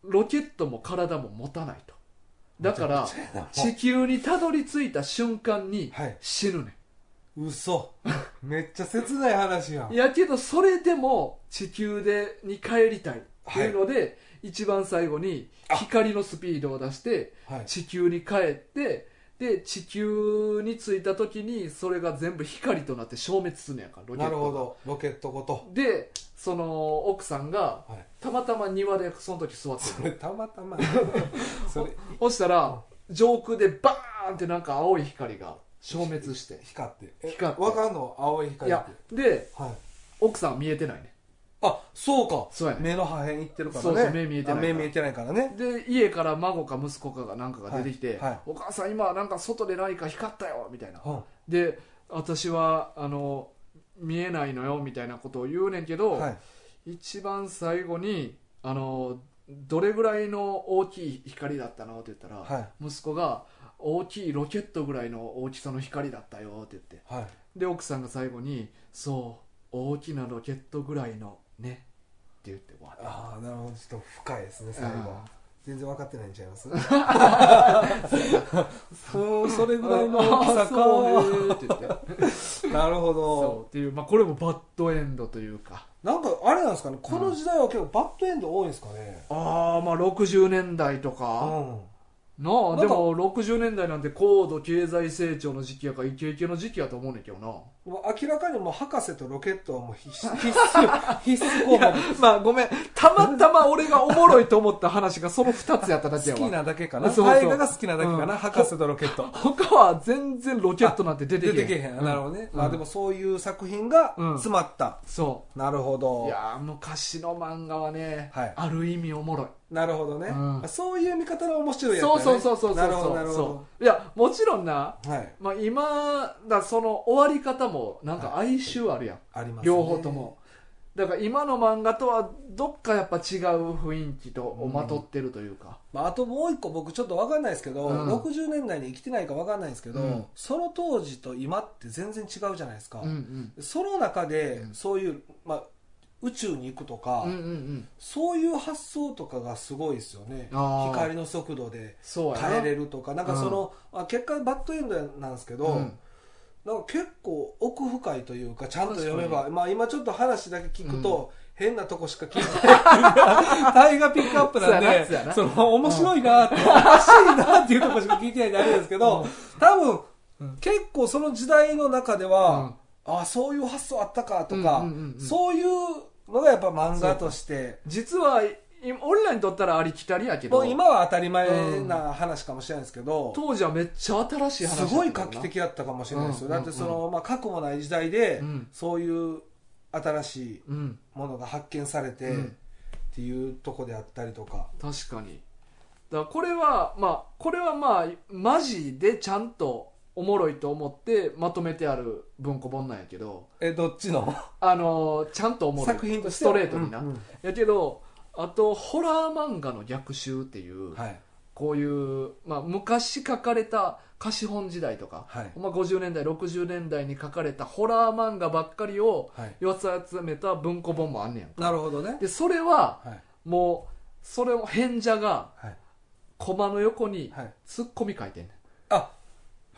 [SPEAKER 1] ロケットも体も持たないとだから
[SPEAKER 2] めちゃくちゃやな
[SPEAKER 1] 地球にたどり着いた瞬間に
[SPEAKER 2] はい
[SPEAKER 1] 死ぬね
[SPEAKER 2] 嘘めっちゃ切ない話や
[SPEAKER 1] ん、
[SPEAKER 2] ん
[SPEAKER 1] やけどそれでも地球でに帰りたいっていうので、一番最後に光のスピードを出して
[SPEAKER 2] はい
[SPEAKER 1] 地球に帰ってで地球に着いた時にそれが全部光となって消滅すんねやからロケッ
[SPEAKER 2] な
[SPEAKER 1] ト
[SPEAKER 2] る
[SPEAKER 1] が
[SPEAKER 2] ほどロケットごと
[SPEAKER 1] でその奥さんが
[SPEAKER 2] はい
[SPEAKER 1] たまたま庭でその時座って
[SPEAKER 2] そ
[SPEAKER 1] る
[SPEAKER 2] れたまた
[SPEAKER 1] [laughs]
[SPEAKER 2] まそれ
[SPEAKER 1] そしたら上空でバーンってなんか青い光が消滅して
[SPEAKER 2] 光ってえ
[SPEAKER 1] 光って
[SPEAKER 2] わかんの青い
[SPEAKER 1] い
[SPEAKER 2] 光っ
[SPEAKER 1] や
[SPEAKER 2] て
[SPEAKER 1] で
[SPEAKER 2] はい
[SPEAKER 1] 奥さんは見えてないね
[SPEAKER 2] あそうか
[SPEAKER 1] そうやね
[SPEAKER 2] 目の破片いってるからね
[SPEAKER 1] そうそう目見えてないから
[SPEAKER 2] あ目見えてないからね
[SPEAKER 1] で家から孫か息子かがなんかが出てきて「
[SPEAKER 2] はいはい
[SPEAKER 1] お母さん今なんか外で何か光ったよ」みたいな
[SPEAKER 2] うん
[SPEAKER 1] で私はあの見えないのよみたいなことを言うねんけど、
[SPEAKER 2] はい
[SPEAKER 1] 一番最後にあのどれぐらいの大きい光だったのって言ったら、
[SPEAKER 2] は
[SPEAKER 1] 息子が大きいロケットぐらいの大きさの光だったよって言って
[SPEAKER 2] はい
[SPEAKER 1] で奥さんが最後にそう大きなロケットぐらいのねって言って終わっ
[SPEAKER 2] ああなるほどちょっと深いですね最後
[SPEAKER 1] あー
[SPEAKER 2] 全然分かってないんちゃいます
[SPEAKER 1] た
[SPEAKER 2] そうそれぐらいの大きさ
[SPEAKER 1] あ
[SPEAKER 2] か
[SPEAKER 1] そうねって言って
[SPEAKER 2] なる
[SPEAKER 1] そ
[SPEAKER 2] ほ
[SPEAKER 1] う
[SPEAKER 2] ど
[SPEAKER 1] っていう、まあ、これもバッドエンドというか
[SPEAKER 2] なんかあれなんですかねこの時代は結構バッドエンド多いんですかね
[SPEAKER 1] ああまあ60年代と
[SPEAKER 2] う
[SPEAKER 1] か、
[SPEAKER 2] ん
[SPEAKER 1] なあ
[SPEAKER 2] なんか
[SPEAKER 1] でも60年代なんて高度経済成長の時期やからイケイケの時期やと思うねんけどな
[SPEAKER 2] もう明らかにもう博士とロケットはもう必須 [laughs] 必須必須項目
[SPEAKER 1] まあごめんたまたま俺がおもろいと思った話がその2つやっただけや
[SPEAKER 2] 好
[SPEAKER 1] わ
[SPEAKER 2] きなだけかな
[SPEAKER 1] そうそう
[SPEAKER 2] 映画が好きなだけかな、
[SPEAKER 1] うん
[SPEAKER 2] 博士とロケット
[SPEAKER 1] 他は全然ロケットなんて出て
[SPEAKER 2] 出
[SPEAKER 1] け
[SPEAKER 2] てけへん、なる
[SPEAKER 1] ど
[SPEAKER 2] ほどね、
[SPEAKER 1] うん
[SPEAKER 2] まあでもそういう作品が
[SPEAKER 1] うん
[SPEAKER 2] 詰まった、
[SPEAKER 1] そ
[SPEAKER 2] なるほ
[SPEAKER 1] うい
[SPEAKER 2] ど
[SPEAKER 1] やー昔の漫画はね、
[SPEAKER 2] はい
[SPEAKER 1] ある意味おもろい
[SPEAKER 2] なるほどね、
[SPEAKER 1] うん
[SPEAKER 2] そういう見方の面白いやつだ
[SPEAKER 1] そ
[SPEAKER 2] ね
[SPEAKER 1] うそうそうそうそう
[SPEAKER 2] なるほどなるほど
[SPEAKER 1] そういやもちろんな、
[SPEAKER 2] はい
[SPEAKER 1] まあ、今だその終わり方もなんか哀愁あるやん、
[SPEAKER 2] ありますね
[SPEAKER 1] 両方ともだから今の漫画とはどっかやっぱ違う雰囲気とをまとってるというか、
[SPEAKER 2] まあ、あともう一個僕ちょっと分かんないですけど、
[SPEAKER 1] うん
[SPEAKER 2] 60年代に生きてないか分かんないですけど、
[SPEAKER 1] うん
[SPEAKER 2] その当時と今って全然違うじゃないですか、
[SPEAKER 1] うんうん、
[SPEAKER 2] その中で
[SPEAKER 1] うん
[SPEAKER 2] そういう、まあ、宇宙に行くとか、
[SPEAKER 1] うんうんうん
[SPEAKER 2] そういう発想とかがすごいですよね
[SPEAKER 1] あー
[SPEAKER 2] 光の速度で
[SPEAKER 1] そうやな
[SPEAKER 2] 変えれるとかなんかその、あ結果バッドエンドなんですけど、
[SPEAKER 1] うん
[SPEAKER 2] なんか結構奥深いというかちゃんと読めば、まあ、今ちょっと話だけ聞くと、変なとこしか聞いてない。タイがピックアップなん
[SPEAKER 1] そうやな
[SPEAKER 2] で
[SPEAKER 1] そうやな、
[SPEAKER 2] その、面白いなって、おかしいなっていうとこしか聞いてないんであれですけど、多分、
[SPEAKER 1] うん
[SPEAKER 2] 結構その時代の中では、あそういう発想あったかとか、
[SPEAKER 1] うんうんうんうん
[SPEAKER 2] そういうのがやっぱ漫画として、
[SPEAKER 1] 実はい俺らにとったらありきたりやけ
[SPEAKER 2] も
[SPEAKER 1] ど
[SPEAKER 2] う今は当たり前な話かもしれないですけど、
[SPEAKER 1] 当時はめっちゃ新しい話
[SPEAKER 2] す
[SPEAKER 1] だった
[SPEAKER 2] ごい
[SPEAKER 1] もんな
[SPEAKER 2] 画期的だったかもしれないですよ、
[SPEAKER 1] うんうんうん
[SPEAKER 2] だってその、まあ、核もない時代で、
[SPEAKER 1] うん
[SPEAKER 2] そういう新しい
[SPEAKER 1] うん
[SPEAKER 2] ものが発見されて、
[SPEAKER 1] うん
[SPEAKER 2] っていうとこであったりとか
[SPEAKER 1] 確かにだからこれはまあこれはまあマジでちゃんとおもろいと思ってまとめてある文庫本なんやけど
[SPEAKER 2] えどっちの
[SPEAKER 1] あのーちゃんとおもろい
[SPEAKER 2] 作品として
[SPEAKER 1] ストレートにな、
[SPEAKER 2] うんうん
[SPEAKER 1] やけどあとホラー漫画の逆襲っていう、
[SPEAKER 2] はい
[SPEAKER 1] こういう、まあ、昔書かれた貸本時代とか、
[SPEAKER 2] はい
[SPEAKER 1] まあ、50年代60年代に書かれたホラー漫画ばっかりを [laughs]
[SPEAKER 2] はい
[SPEAKER 1] 寄せ集めた文庫本もあんねやんか
[SPEAKER 2] なるほどね
[SPEAKER 1] でそれは
[SPEAKER 2] はい
[SPEAKER 1] もうそれを変者が
[SPEAKER 2] はい
[SPEAKER 1] コマの横に
[SPEAKER 2] はい
[SPEAKER 1] ツッコミ書いてんねん
[SPEAKER 2] あ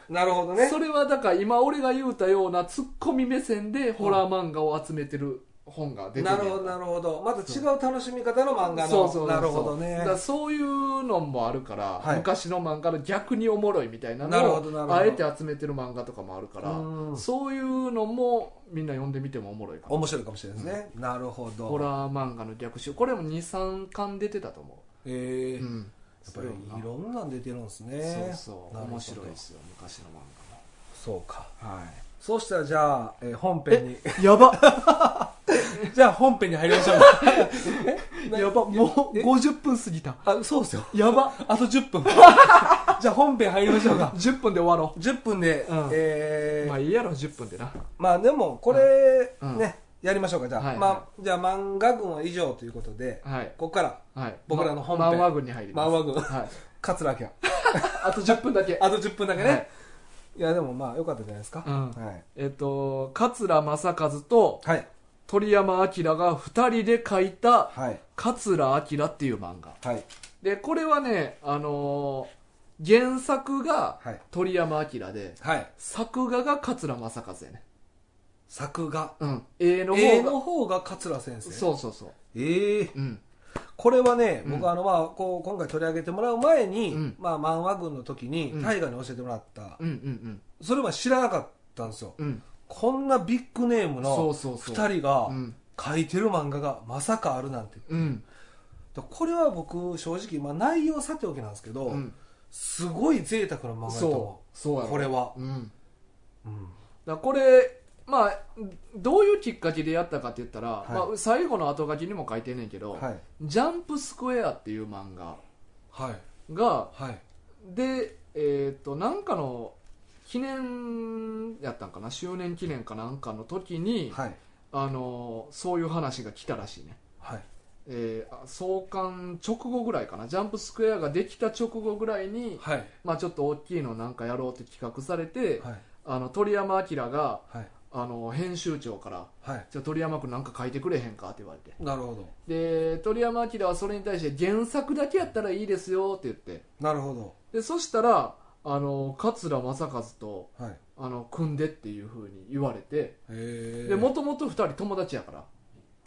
[SPEAKER 2] なるほどね
[SPEAKER 1] それはだから今俺が言うたようなツッコミ目線でホラー漫画を集めてる本が出てる
[SPEAKER 2] なるほどなるほどまた違う楽しみ方の漫画の
[SPEAKER 1] そうそうそう
[SPEAKER 2] なるほど
[SPEAKER 1] だ
[SPEAKER 2] ね
[SPEAKER 1] からそういうのもあるから、
[SPEAKER 2] はい
[SPEAKER 1] 昔の漫画の逆におもろいみたいな
[SPEAKER 2] なるほどなる
[SPEAKER 1] の
[SPEAKER 2] ほ
[SPEAKER 1] を
[SPEAKER 2] ど
[SPEAKER 1] あえて集めてる漫画とかもあるから
[SPEAKER 2] うん
[SPEAKER 1] そういうのもみんな読んでみてもおもろいかも
[SPEAKER 2] 面白いかもしれないですね、なるほど
[SPEAKER 1] ホラー漫画の逆襲これも23巻出てたと思
[SPEAKER 2] え
[SPEAKER 1] う、う
[SPEAKER 2] ーや
[SPEAKER 1] ん、
[SPEAKER 2] っぱりいろんなん出てるんです
[SPEAKER 1] そう
[SPEAKER 2] ね
[SPEAKER 1] そう
[SPEAKER 2] なるほど
[SPEAKER 1] 面白いですよ昔の漫
[SPEAKER 2] そうか
[SPEAKER 1] 画もは
[SPEAKER 2] そうしたらじゃあ、えー本編に
[SPEAKER 1] いやば
[SPEAKER 2] じゃあ本編に入り
[SPEAKER 1] [laughs]
[SPEAKER 2] ましょう
[SPEAKER 1] やば [laughs] もう
[SPEAKER 2] え
[SPEAKER 1] 50分過ぎた
[SPEAKER 2] あそうですよ
[SPEAKER 1] やば
[SPEAKER 2] あと10分
[SPEAKER 1] [laughs]
[SPEAKER 2] じゃあ本編入りましょうか
[SPEAKER 1] 10分で終わろ
[SPEAKER 2] 10分で、
[SPEAKER 1] うん
[SPEAKER 2] え
[SPEAKER 1] う
[SPEAKER 2] ー
[SPEAKER 1] まあいいやろ10分でな
[SPEAKER 2] まあでもこれ、
[SPEAKER 1] うん
[SPEAKER 2] ねやりましょうかじゃあ、
[SPEAKER 1] はい
[SPEAKER 2] ま
[SPEAKER 1] は
[SPEAKER 2] あ、じゃあ漫画群は以上ということで、
[SPEAKER 1] はい
[SPEAKER 2] ここから
[SPEAKER 1] はい
[SPEAKER 2] 僕らの本
[SPEAKER 1] ま
[SPEAKER 2] 編
[SPEAKER 1] 漫画群に入ります
[SPEAKER 2] 漫画群
[SPEAKER 1] はい、
[SPEAKER 2] 桂明
[SPEAKER 1] あと10分だけ
[SPEAKER 2] あと10分だけね、
[SPEAKER 1] はい
[SPEAKER 2] い、やでもまあよかったじゃないですか、
[SPEAKER 1] うん
[SPEAKER 2] はい、
[SPEAKER 1] えっと桂正和と
[SPEAKER 2] はい
[SPEAKER 1] 鳥山明が2人で書いた
[SPEAKER 2] はい
[SPEAKER 1] 「桂明」っていう漫画
[SPEAKER 2] はい
[SPEAKER 1] でこれはねあのー原作が
[SPEAKER 2] はい
[SPEAKER 1] 鳥山明で
[SPEAKER 2] はい
[SPEAKER 1] 作画が桂正和やね
[SPEAKER 2] 作画
[SPEAKER 1] うん絵の
[SPEAKER 2] 絵
[SPEAKER 1] 方が
[SPEAKER 2] の方が桂先生う
[SPEAKER 1] そうそうそう
[SPEAKER 2] ええ
[SPEAKER 1] うん
[SPEAKER 2] これはね、
[SPEAKER 1] うん
[SPEAKER 2] 僕あのまあこう今回取り上げてもらう前に、
[SPEAKER 1] うん
[SPEAKER 2] まあ漫画群の時に
[SPEAKER 1] うん
[SPEAKER 2] 大河に教えてもらった、
[SPEAKER 1] うんうん
[SPEAKER 2] それは知らなかったんですよ
[SPEAKER 1] うんうん
[SPEAKER 2] こんなビッグネーム
[SPEAKER 1] そ
[SPEAKER 2] の
[SPEAKER 1] うそうそう
[SPEAKER 2] 2人が
[SPEAKER 1] うん
[SPEAKER 2] 書いてる漫画がまさかあるなんて
[SPEAKER 1] うん
[SPEAKER 2] これは僕正直、まあ、内容さておきなんですけど、
[SPEAKER 1] うん
[SPEAKER 2] すごい贅沢な漫画だと
[SPEAKER 1] そ
[SPEAKER 2] 思
[SPEAKER 1] うそうや
[SPEAKER 2] う
[SPEAKER 1] ろ
[SPEAKER 2] これは、
[SPEAKER 1] うん
[SPEAKER 2] うん
[SPEAKER 1] だからこれまあどういうきっかけでやったかって言ったら、
[SPEAKER 2] はい
[SPEAKER 1] まあ、最後の後書きにも書いてんねんけど、
[SPEAKER 2] はい
[SPEAKER 1] ジャンプスクエアっていう漫画
[SPEAKER 2] はい
[SPEAKER 1] が
[SPEAKER 2] はい
[SPEAKER 1] でえっ、となんかの記念やったんかな周年記念かなんかの時に、
[SPEAKER 2] はい
[SPEAKER 1] あのそういう話が来たらしいね、
[SPEAKER 2] はい
[SPEAKER 1] えーあ創刊直後ぐらいかなジャンプスクエアができた直後ぐらいに、
[SPEAKER 2] はい
[SPEAKER 1] まあ、ちょっと大きいのなんかやろうって企画されて、
[SPEAKER 2] はい
[SPEAKER 1] あの鳥山明が
[SPEAKER 2] はい
[SPEAKER 1] あの編集長から
[SPEAKER 2] はい
[SPEAKER 1] 「じゃあ鳥山君なんか書いてくれへんか?」って言われて
[SPEAKER 2] なるほど
[SPEAKER 1] で鳥山明はそれに対して原作だけやったらいいですよって言って
[SPEAKER 2] なるほど
[SPEAKER 1] でそしたらあの桂正和と
[SPEAKER 2] はい
[SPEAKER 1] あの組んでっていうふうに言われて
[SPEAKER 2] へえ
[SPEAKER 1] でもともと2人友達やから、
[SPEAKER 2] へ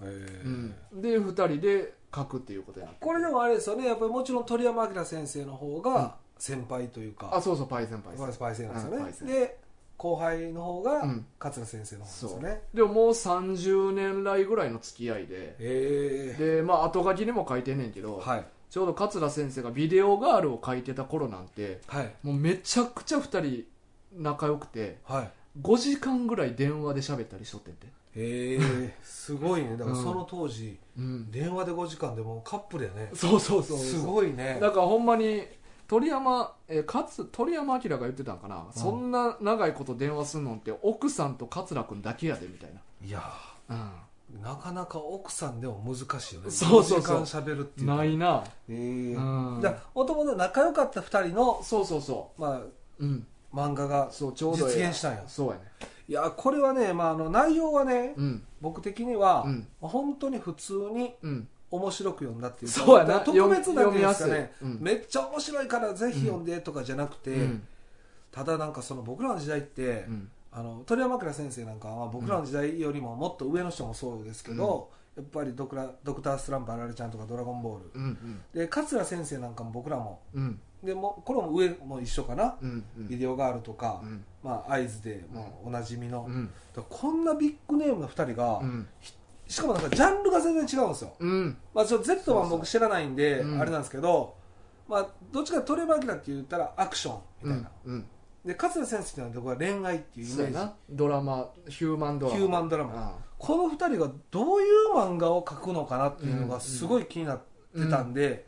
[SPEAKER 2] え
[SPEAKER 1] うんで2人で書くっていうことや
[SPEAKER 2] これでもあれですよねやっぱりもちろん鳥山明先生の方が先輩というか、
[SPEAKER 1] あそうそうパイセンパイセ
[SPEAKER 2] ま
[SPEAKER 1] ン
[SPEAKER 2] あパイセンなんですよ
[SPEAKER 1] うん
[SPEAKER 2] ね
[SPEAKER 1] パイ、セン
[SPEAKER 2] で後輩の方が
[SPEAKER 1] うん
[SPEAKER 2] 桂先生の方です
[SPEAKER 1] そ
[SPEAKER 2] よ
[SPEAKER 1] う
[SPEAKER 2] ね、
[SPEAKER 1] でももう30年来ぐらいの付き合いで
[SPEAKER 2] へえ
[SPEAKER 1] でまあ後書きにも書いてんねんけど、
[SPEAKER 2] はい
[SPEAKER 1] ちょうど桂先生がビデオガールを書いてた頃なんて
[SPEAKER 2] はい
[SPEAKER 1] もうめちゃくちゃ2人仲良くて
[SPEAKER 2] はい
[SPEAKER 1] 5時間ぐらい電話で喋ったりしとってんて
[SPEAKER 2] へえ
[SPEAKER 1] [laughs]
[SPEAKER 2] すごいねだから
[SPEAKER 1] うん
[SPEAKER 2] その当時、
[SPEAKER 1] うん
[SPEAKER 2] 電話で5時間でもうカップルやね
[SPEAKER 1] そうそうそうそう
[SPEAKER 2] すごいね
[SPEAKER 1] だからほんまに鳥山えーかつ鳥山明が言ってたんかな、そんな長いこと電話すんのって奥さんと桂君だけやでみたい
[SPEAKER 2] いや
[SPEAKER 1] な、
[SPEAKER 2] ーなかなか奥さんでも難しいよね
[SPEAKER 1] そうそうそう
[SPEAKER 2] 5時間喋るって
[SPEAKER 1] うん、
[SPEAKER 2] いうのは
[SPEAKER 1] ないな、う
[SPEAKER 2] へえ
[SPEAKER 1] ん、
[SPEAKER 2] じゃあもともと仲良かった2人の、
[SPEAKER 1] そうそうそ
[SPEAKER 2] ま
[SPEAKER 1] う、うん、
[SPEAKER 2] あ、漫画が
[SPEAKER 1] そうちょう
[SPEAKER 2] 実
[SPEAKER 1] どええ
[SPEAKER 2] 現したんや
[SPEAKER 1] そうやね
[SPEAKER 2] いやこれはね、まあ、あの内容はね、
[SPEAKER 1] うん
[SPEAKER 2] 僕的には、
[SPEAKER 1] うん
[SPEAKER 2] 本当に普通に
[SPEAKER 1] うん
[SPEAKER 2] 面白く読んだっていうか
[SPEAKER 1] そうやな
[SPEAKER 2] 特別だけですか
[SPEAKER 1] 読みや
[SPEAKER 2] ね、
[SPEAKER 1] すいうん
[SPEAKER 2] めっちゃ面白いからぜひ読んでとかじゃなくて、
[SPEAKER 1] うん
[SPEAKER 2] ただなんかその僕らの時代って、
[SPEAKER 1] うん
[SPEAKER 2] あの鳥山倉先生なんかは僕らの時代よりももっと上の人もそうですけど、やっぱりドクラ「ドクタースランプあられちゃん」とか「ドラゴンボール
[SPEAKER 1] うんうん」
[SPEAKER 2] で桂先生なんかも僕らも
[SPEAKER 1] うん
[SPEAKER 2] でもこれも上も一緒かな、
[SPEAKER 1] うんうん
[SPEAKER 2] ビデオガールとか、
[SPEAKER 1] うん
[SPEAKER 2] まあ、合図でもうおなじみの、
[SPEAKER 1] う
[SPEAKER 2] だか
[SPEAKER 1] ん
[SPEAKER 2] らこんなビッグネームの2人が、
[SPEAKER 1] うん
[SPEAKER 2] しかもなんかジャンルが全然違うんですよ、
[SPEAKER 1] うん
[SPEAKER 2] まあ、ちょっと Z は僕知らないんで
[SPEAKER 1] そうそううん
[SPEAKER 2] あれなんですけど、まあ、どっちかトレバー・アキラって言ったらアクションみ
[SPEAKER 1] う
[SPEAKER 2] たい
[SPEAKER 1] ん
[SPEAKER 2] な、
[SPEAKER 1] うん
[SPEAKER 2] で桂先生っていうのは僕は恋愛っていうイメ
[SPEAKER 1] そうや
[SPEAKER 2] ージ
[SPEAKER 1] なドラマヒューマンドラマ
[SPEAKER 2] ヒューマンドラマこの2人がどういう漫画を描くのかなっていうのがすごい気になってたんで、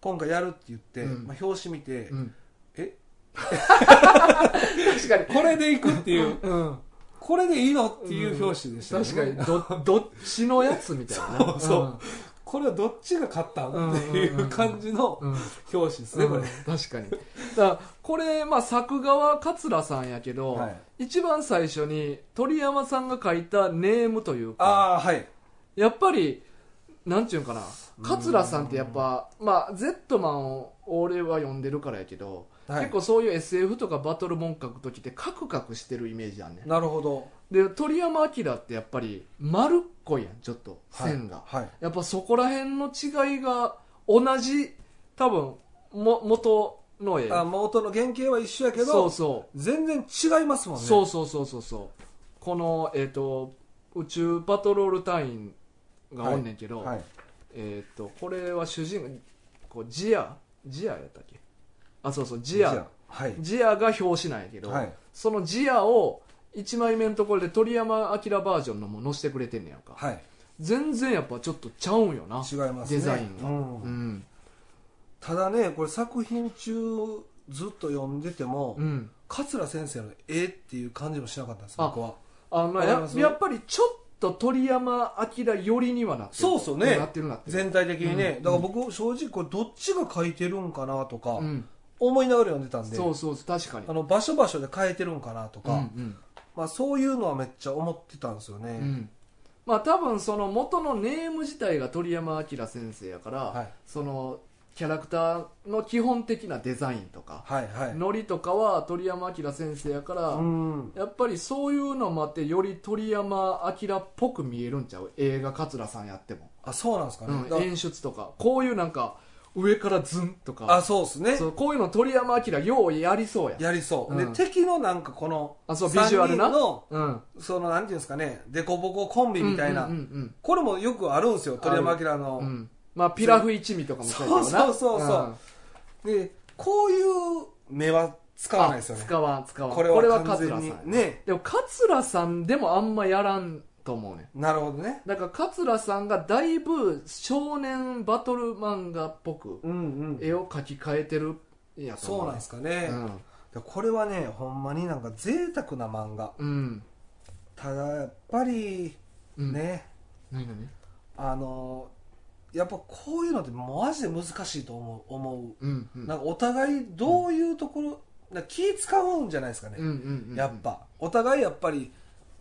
[SPEAKER 2] 今回やるって言って、
[SPEAKER 1] うん
[SPEAKER 2] まあ、表紙見て、
[SPEAKER 1] うん、うん、
[SPEAKER 2] え
[SPEAKER 1] 確かに
[SPEAKER 2] これでいくっていう
[SPEAKER 1] うん
[SPEAKER 2] これでいいのっていう表紙でしたよね、
[SPEAKER 1] 確かにどどっちのやつみたいな
[SPEAKER 2] そうそうこれはどっちが勝ったんっていう感じの
[SPEAKER 1] うんうん
[SPEAKER 2] 表紙ですね、これ、
[SPEAKER 1] うん確かにだからこれ、まあ、作画は桂さんやけど、
[SPEAKER 2] はい
[SPEAKER 1] 一番最初に鳥山さんが書いたネームというか
[SPEAKER 2] ああはい
[SPEAKER 1] やっぱりなんちゅうんかな桂さんってやっぱまあ Z マンを俺は読んでるからやけど、
[SPEAKER 2] はい
[SPEAKER 1] 結構そういう SF とかバトルもん書く時ってカクカクしてるイメージあんねん
[SPEAKER 2] なるほど
[SPEAKER 1] で鳥山明ってやっぱり丸っこいやんちょっと線が、
[SPEAKER 2] はい、はい
[SPEAKER 1] やっぱそこら辺の違いが同じ多分も元の絵
[SPEAKER 2] あ元の原型は一緒やけど
[SPEAKER 1] そうそ
[SPEAKER 2] 全然違います
[SPEAKER 1] う、
[SPEAKER 2] もんね
[SPEAKER 1] そうそうそうそうそうこの、えー、と宇宙パトロール隊員がおんねんけど、
[SPEAKER 2] はい、
[SPEAKER 1] えー、とこれは主人公ジアジアやったっけあそうそうジアジア
[SPEAKER 2] はい
[SPEAKER 1] が表紙なんやけど、
[SPEAKER 2] はい
[SPEAKER 1] そのジアを1枚目のところで鳥山明バージョンのも載せてくれてんねやんか、
[SPEAKER 2] はい
[SPEAKER 1] 全然やっぱちょっとちゃうんよな
[SPEAKER 2] 違いますね
[SPEAKER 1] デザインが
[SPEAKER 2] うん
[SPEAKER 1] うん
[SPEAKER 2] ただねこれ作品中ずっと読んでても、
[SPEAKER 1] うん
[SPEAKER 2] 桂先生の絵っていう感じもしなかったんです
[SPEAKER 1] あ
[SPEAKER 2] 僕は
[SPEAKER 1] あまあ、
[SPEAKER 2] わかり
[SPEAKER 1] や
[SPEAKER 2] ます
[SPEAKER 1] やっぱりちょっと鳥山明寄りにはなってる
[SPEAKER 2] そうっすよね
[SPEAKER 1] なってるなってる
[SPEAKER 2] 全体的にね、
[SPEAKER 1] うん
[SPEAKER 2] だから僕正直これどっちが描いてるんかなとか
[SPEAKER 1] うん、
[SPEAKER 2] 思いながら読んでたんで、
[SPEAKER 1] そうそうそう確かに
[SPEAKER 2] あの場所場所で変えてるんかなとか、
[SPEAKER 1] うん
[SPEAKER 2] まあ、そういうのはめっちゃ思ってたんですよ
[SPEAKER 1] う
[SPEAKER 2] ね、
[SPEAKER 1] んうんまあ多分その元のネーム自体が鳥山明先生やから、
[SPEAKER 2] はい
[SPEAKER 1] そのキャラクターの基本的なデザインとか、
[SPEAKER 2] はいはい
[SPEAKER 1] ノリとかは鳥山明先生やから、
[SPEAKER 2] うん
[SPEAKER 1] やっぱりそういうのもあってより鳥山明っぽく見えるんちゃう映画桂さんやっても、
[SPEAKER 2] あそうなんですかね、
[SPEAKER 1] うん
[SPEAKER 2] だ
[SPEAKER 1] 演出とかこういうなんか上からズンとか
[SPEAKER 2] あそうですね
[SPEAKER 1] そうこういうの鳥山明ようやりそうやん
[SPEAKER 2] やりそう、
[SPEAKER 1] うん
[SPEAKER 2] で敵のなんかこの
[SPEAKER 1] あそうビジュアルな
[SPEAKER 2] 三人の
[SPEAKER 1] うん
[SPEAKER 2] そのなんていうんですかね凸凹コンビみたいな、
[SPEAKER 1] うんうん
[SPEAKER 2] これもよくあるんですよ鳥山明の、
[SPEAKER 1] うんうん、うんまあピラフ一味とかもやけどな
[SPEAKER 2] そうそうそうそうでこういう目は使わないですよ
[SPEAKER 1] あ
[SPEAKER 2] ね
[SPEAKER 1] 使わん使わん
[SPEAKER 2] これは完
[SPEAKER 1] 桂
[SPEAKER 2] 全
[SPEAKER 1] さん
[SPEAKER 2] に
[SPEAKER 1] や
[SPEAKER 2] ね
[SPEAKER 1] でも桂さんでもあんまやらんと思うね
[SPEAKER 2] なるほどね
[SPEAKER 1] だから桂さんがだいぶ少年バトル漫画っぽく
[SPEAKER 2] うんうん
[SPEAKER 1] 絵を描き換えてるんやと
[SPEAKER 2] そ
[SPEAKER 1] 思
[SPEAKER 2] うなん
[SPEAKER 1] ね
[SPEAKER 2] ですかね、でこれはねほんまになんか贅沢な漫画
[SPEAKER 1] うんうん
[SPEAKER 2] ただやっぱり
[SPEAKER 1] うん
[SPEAKER 2] ね、
[SPEAKER 1] 何何
[SPEAKER 2] あのやっぱこういうのってマジで難しいと思う思
[SPEAKER 1] うんう
[SPEAKER 2] う、
[SPEAKER 1] ん
[SPEAKER 2] なんかお互いどういうところ、なんか気使うんじゃないですかね、
[SPEAKER 1] うんうんうん
[SPEAKER 2] やっぱお互いやっぱり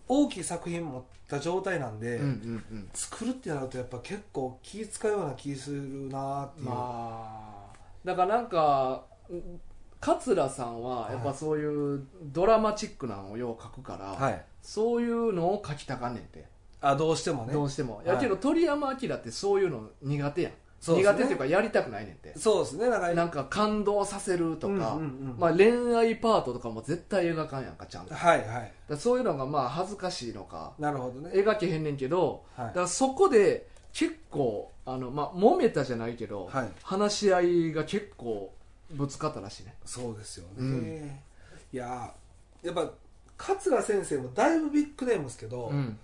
[SPEAKER 2] 大きい作品持った状態なんで、
[SPEAKER 1] うんうんうん
[SPEAKER 2] 作るってなるとやっぱ結構気使うような気するなーっていう、
[SPEAKER 1] まあだからなんかうん桂さんはやっぱそういうドラマチックなのをよう書くから、
[SPEAKER 2] はい
[SPEAKER 1] そういうのを書きたかんねんて、
[SPEAKER 2] あどうしてもね
[SPEAKER 1] どうしても、
[SPEAKER 2] い
[SPEAKER 1] やけど鳥山明ってそういうの苦手やん、
[SPEAKER 2] そうですね
[SPEAKER 1] 苦手っていうかやりたくないねんて
[SPEAKER 2] そうですねなんか
[SPEAKER 1] なんか感動させるとか、
[SPEAKER 2] うんうんうん
[SPEAKER 1] まあ、恋愛パートとかも絶対描かんやんかちゃんとだか
[SPEAKER 2] はいはい
[SPEAKER 1] らそういうのがまあ恥ずかしいのか
[SPEAKER 2] なるほどね
[SPEAKER 1] 描けへんねんけど
[SPEAKER 2] はい
[SPEAKER 1] だからそこで結構あの、まあ、揉めたじゃないけど、
[SPEAKER 2] はい
[SPEAKER 1] 話し合いが結構ぶつかったらしいね
[SPEAKER 2] そうですよね、
[SPEAKER 1] うん
[SPEAKER 2] いやーやっぱ桂先生もだいぶビッグネームですけど、
[SPEAKER 1] うん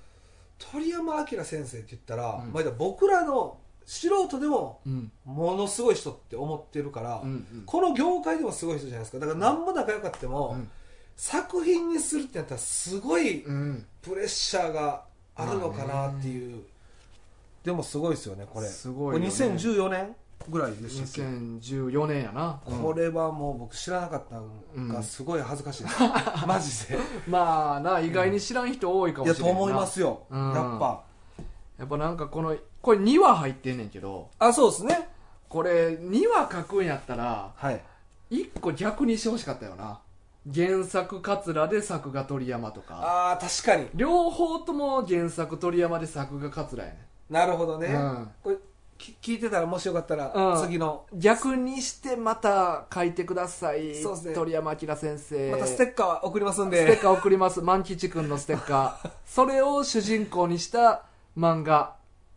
[SPEAKER 2] 鳥山明先生って言ったら、
[SPEAKER 1] うん
[SPEAKER 2] まあ、僕らの素人でも
[SPEAKER 1] うん
[SPEAKER 2] ものすごい人って思ってるから、
[SPEAKER 1] うんうん
[SPEAKER 2] この業界でもすごい人じゃないですかだから何も仲良かっても、
[SPEAKER 1] うん
[SPEAKER 2] 作品にするってなったらすごい
[SPEAKER 1] うん
[SPEAKER 2] プレッシャーがあるのかなっていう、でもすごいですよねこれ
[SPEAKER 1] すごいよ
[SPEAKER 2] こ
[SPEAKER 1] ね
[SPEAKER 2] れ2014年ぐらいでしたっけ
[SPEAKER 1] 2014年やな、うん
[SPEAKER 2] これはもう僕知らなかったのがすごい恥ずか [laughs] しいです、マジで
[SPEAKER 1] まあな意外に知らん人多いか
[SPEAKER 2] い
[SPEAKER 1] も
[SPEAKER 2] や
[SPEAKER 1] し
[SPEAKER 2] と
[SPEAKER 1] れんない
[SPEAKER 2] 思いますよ、
[SPEAKER 1] うん
[SPEAKER 2] やっぱ
[SPEAKER 1] やっぱなんかこのこれ2話入ってんねんけど
[SPEAKER 2] あそうですね
[SPEAKER 1] これ2話書くんやったら
[SPEAKER 2] はい
[SPEAKER 1] 1個逆にしてほしかったよな原作桂で作画鳥山とか
[SPEAKER 2] ああ確かに
[SPEAKER 1] 両方とも原作鳥山で作画桂やね
[SPEAKER 2] なるほどね、
[SPEAKER 1] うん
[SPEAKER 2] これき聞いてたらもしよかったら、
[SPEAKER 1] うん
[SPEAKER 2] 次の
[SPEAKER 1] 逆にしてまた書いてください、
[SPEAKER 2] そうですね
[SPEAKER 1] 鳥山明先生
[SPEAKER 2] またステッカーは送ります
[SPEAKER 1] ス
[SPEAKER 2] ん
[SPEAKER 1] テッ
[SPEAKER 2] で、
[SPEAKER 1] カー送ります万吉君のステッカ
[SPEAKER 2] [laughs]
[SPEAKER 1] ーそれを主人公にした漫画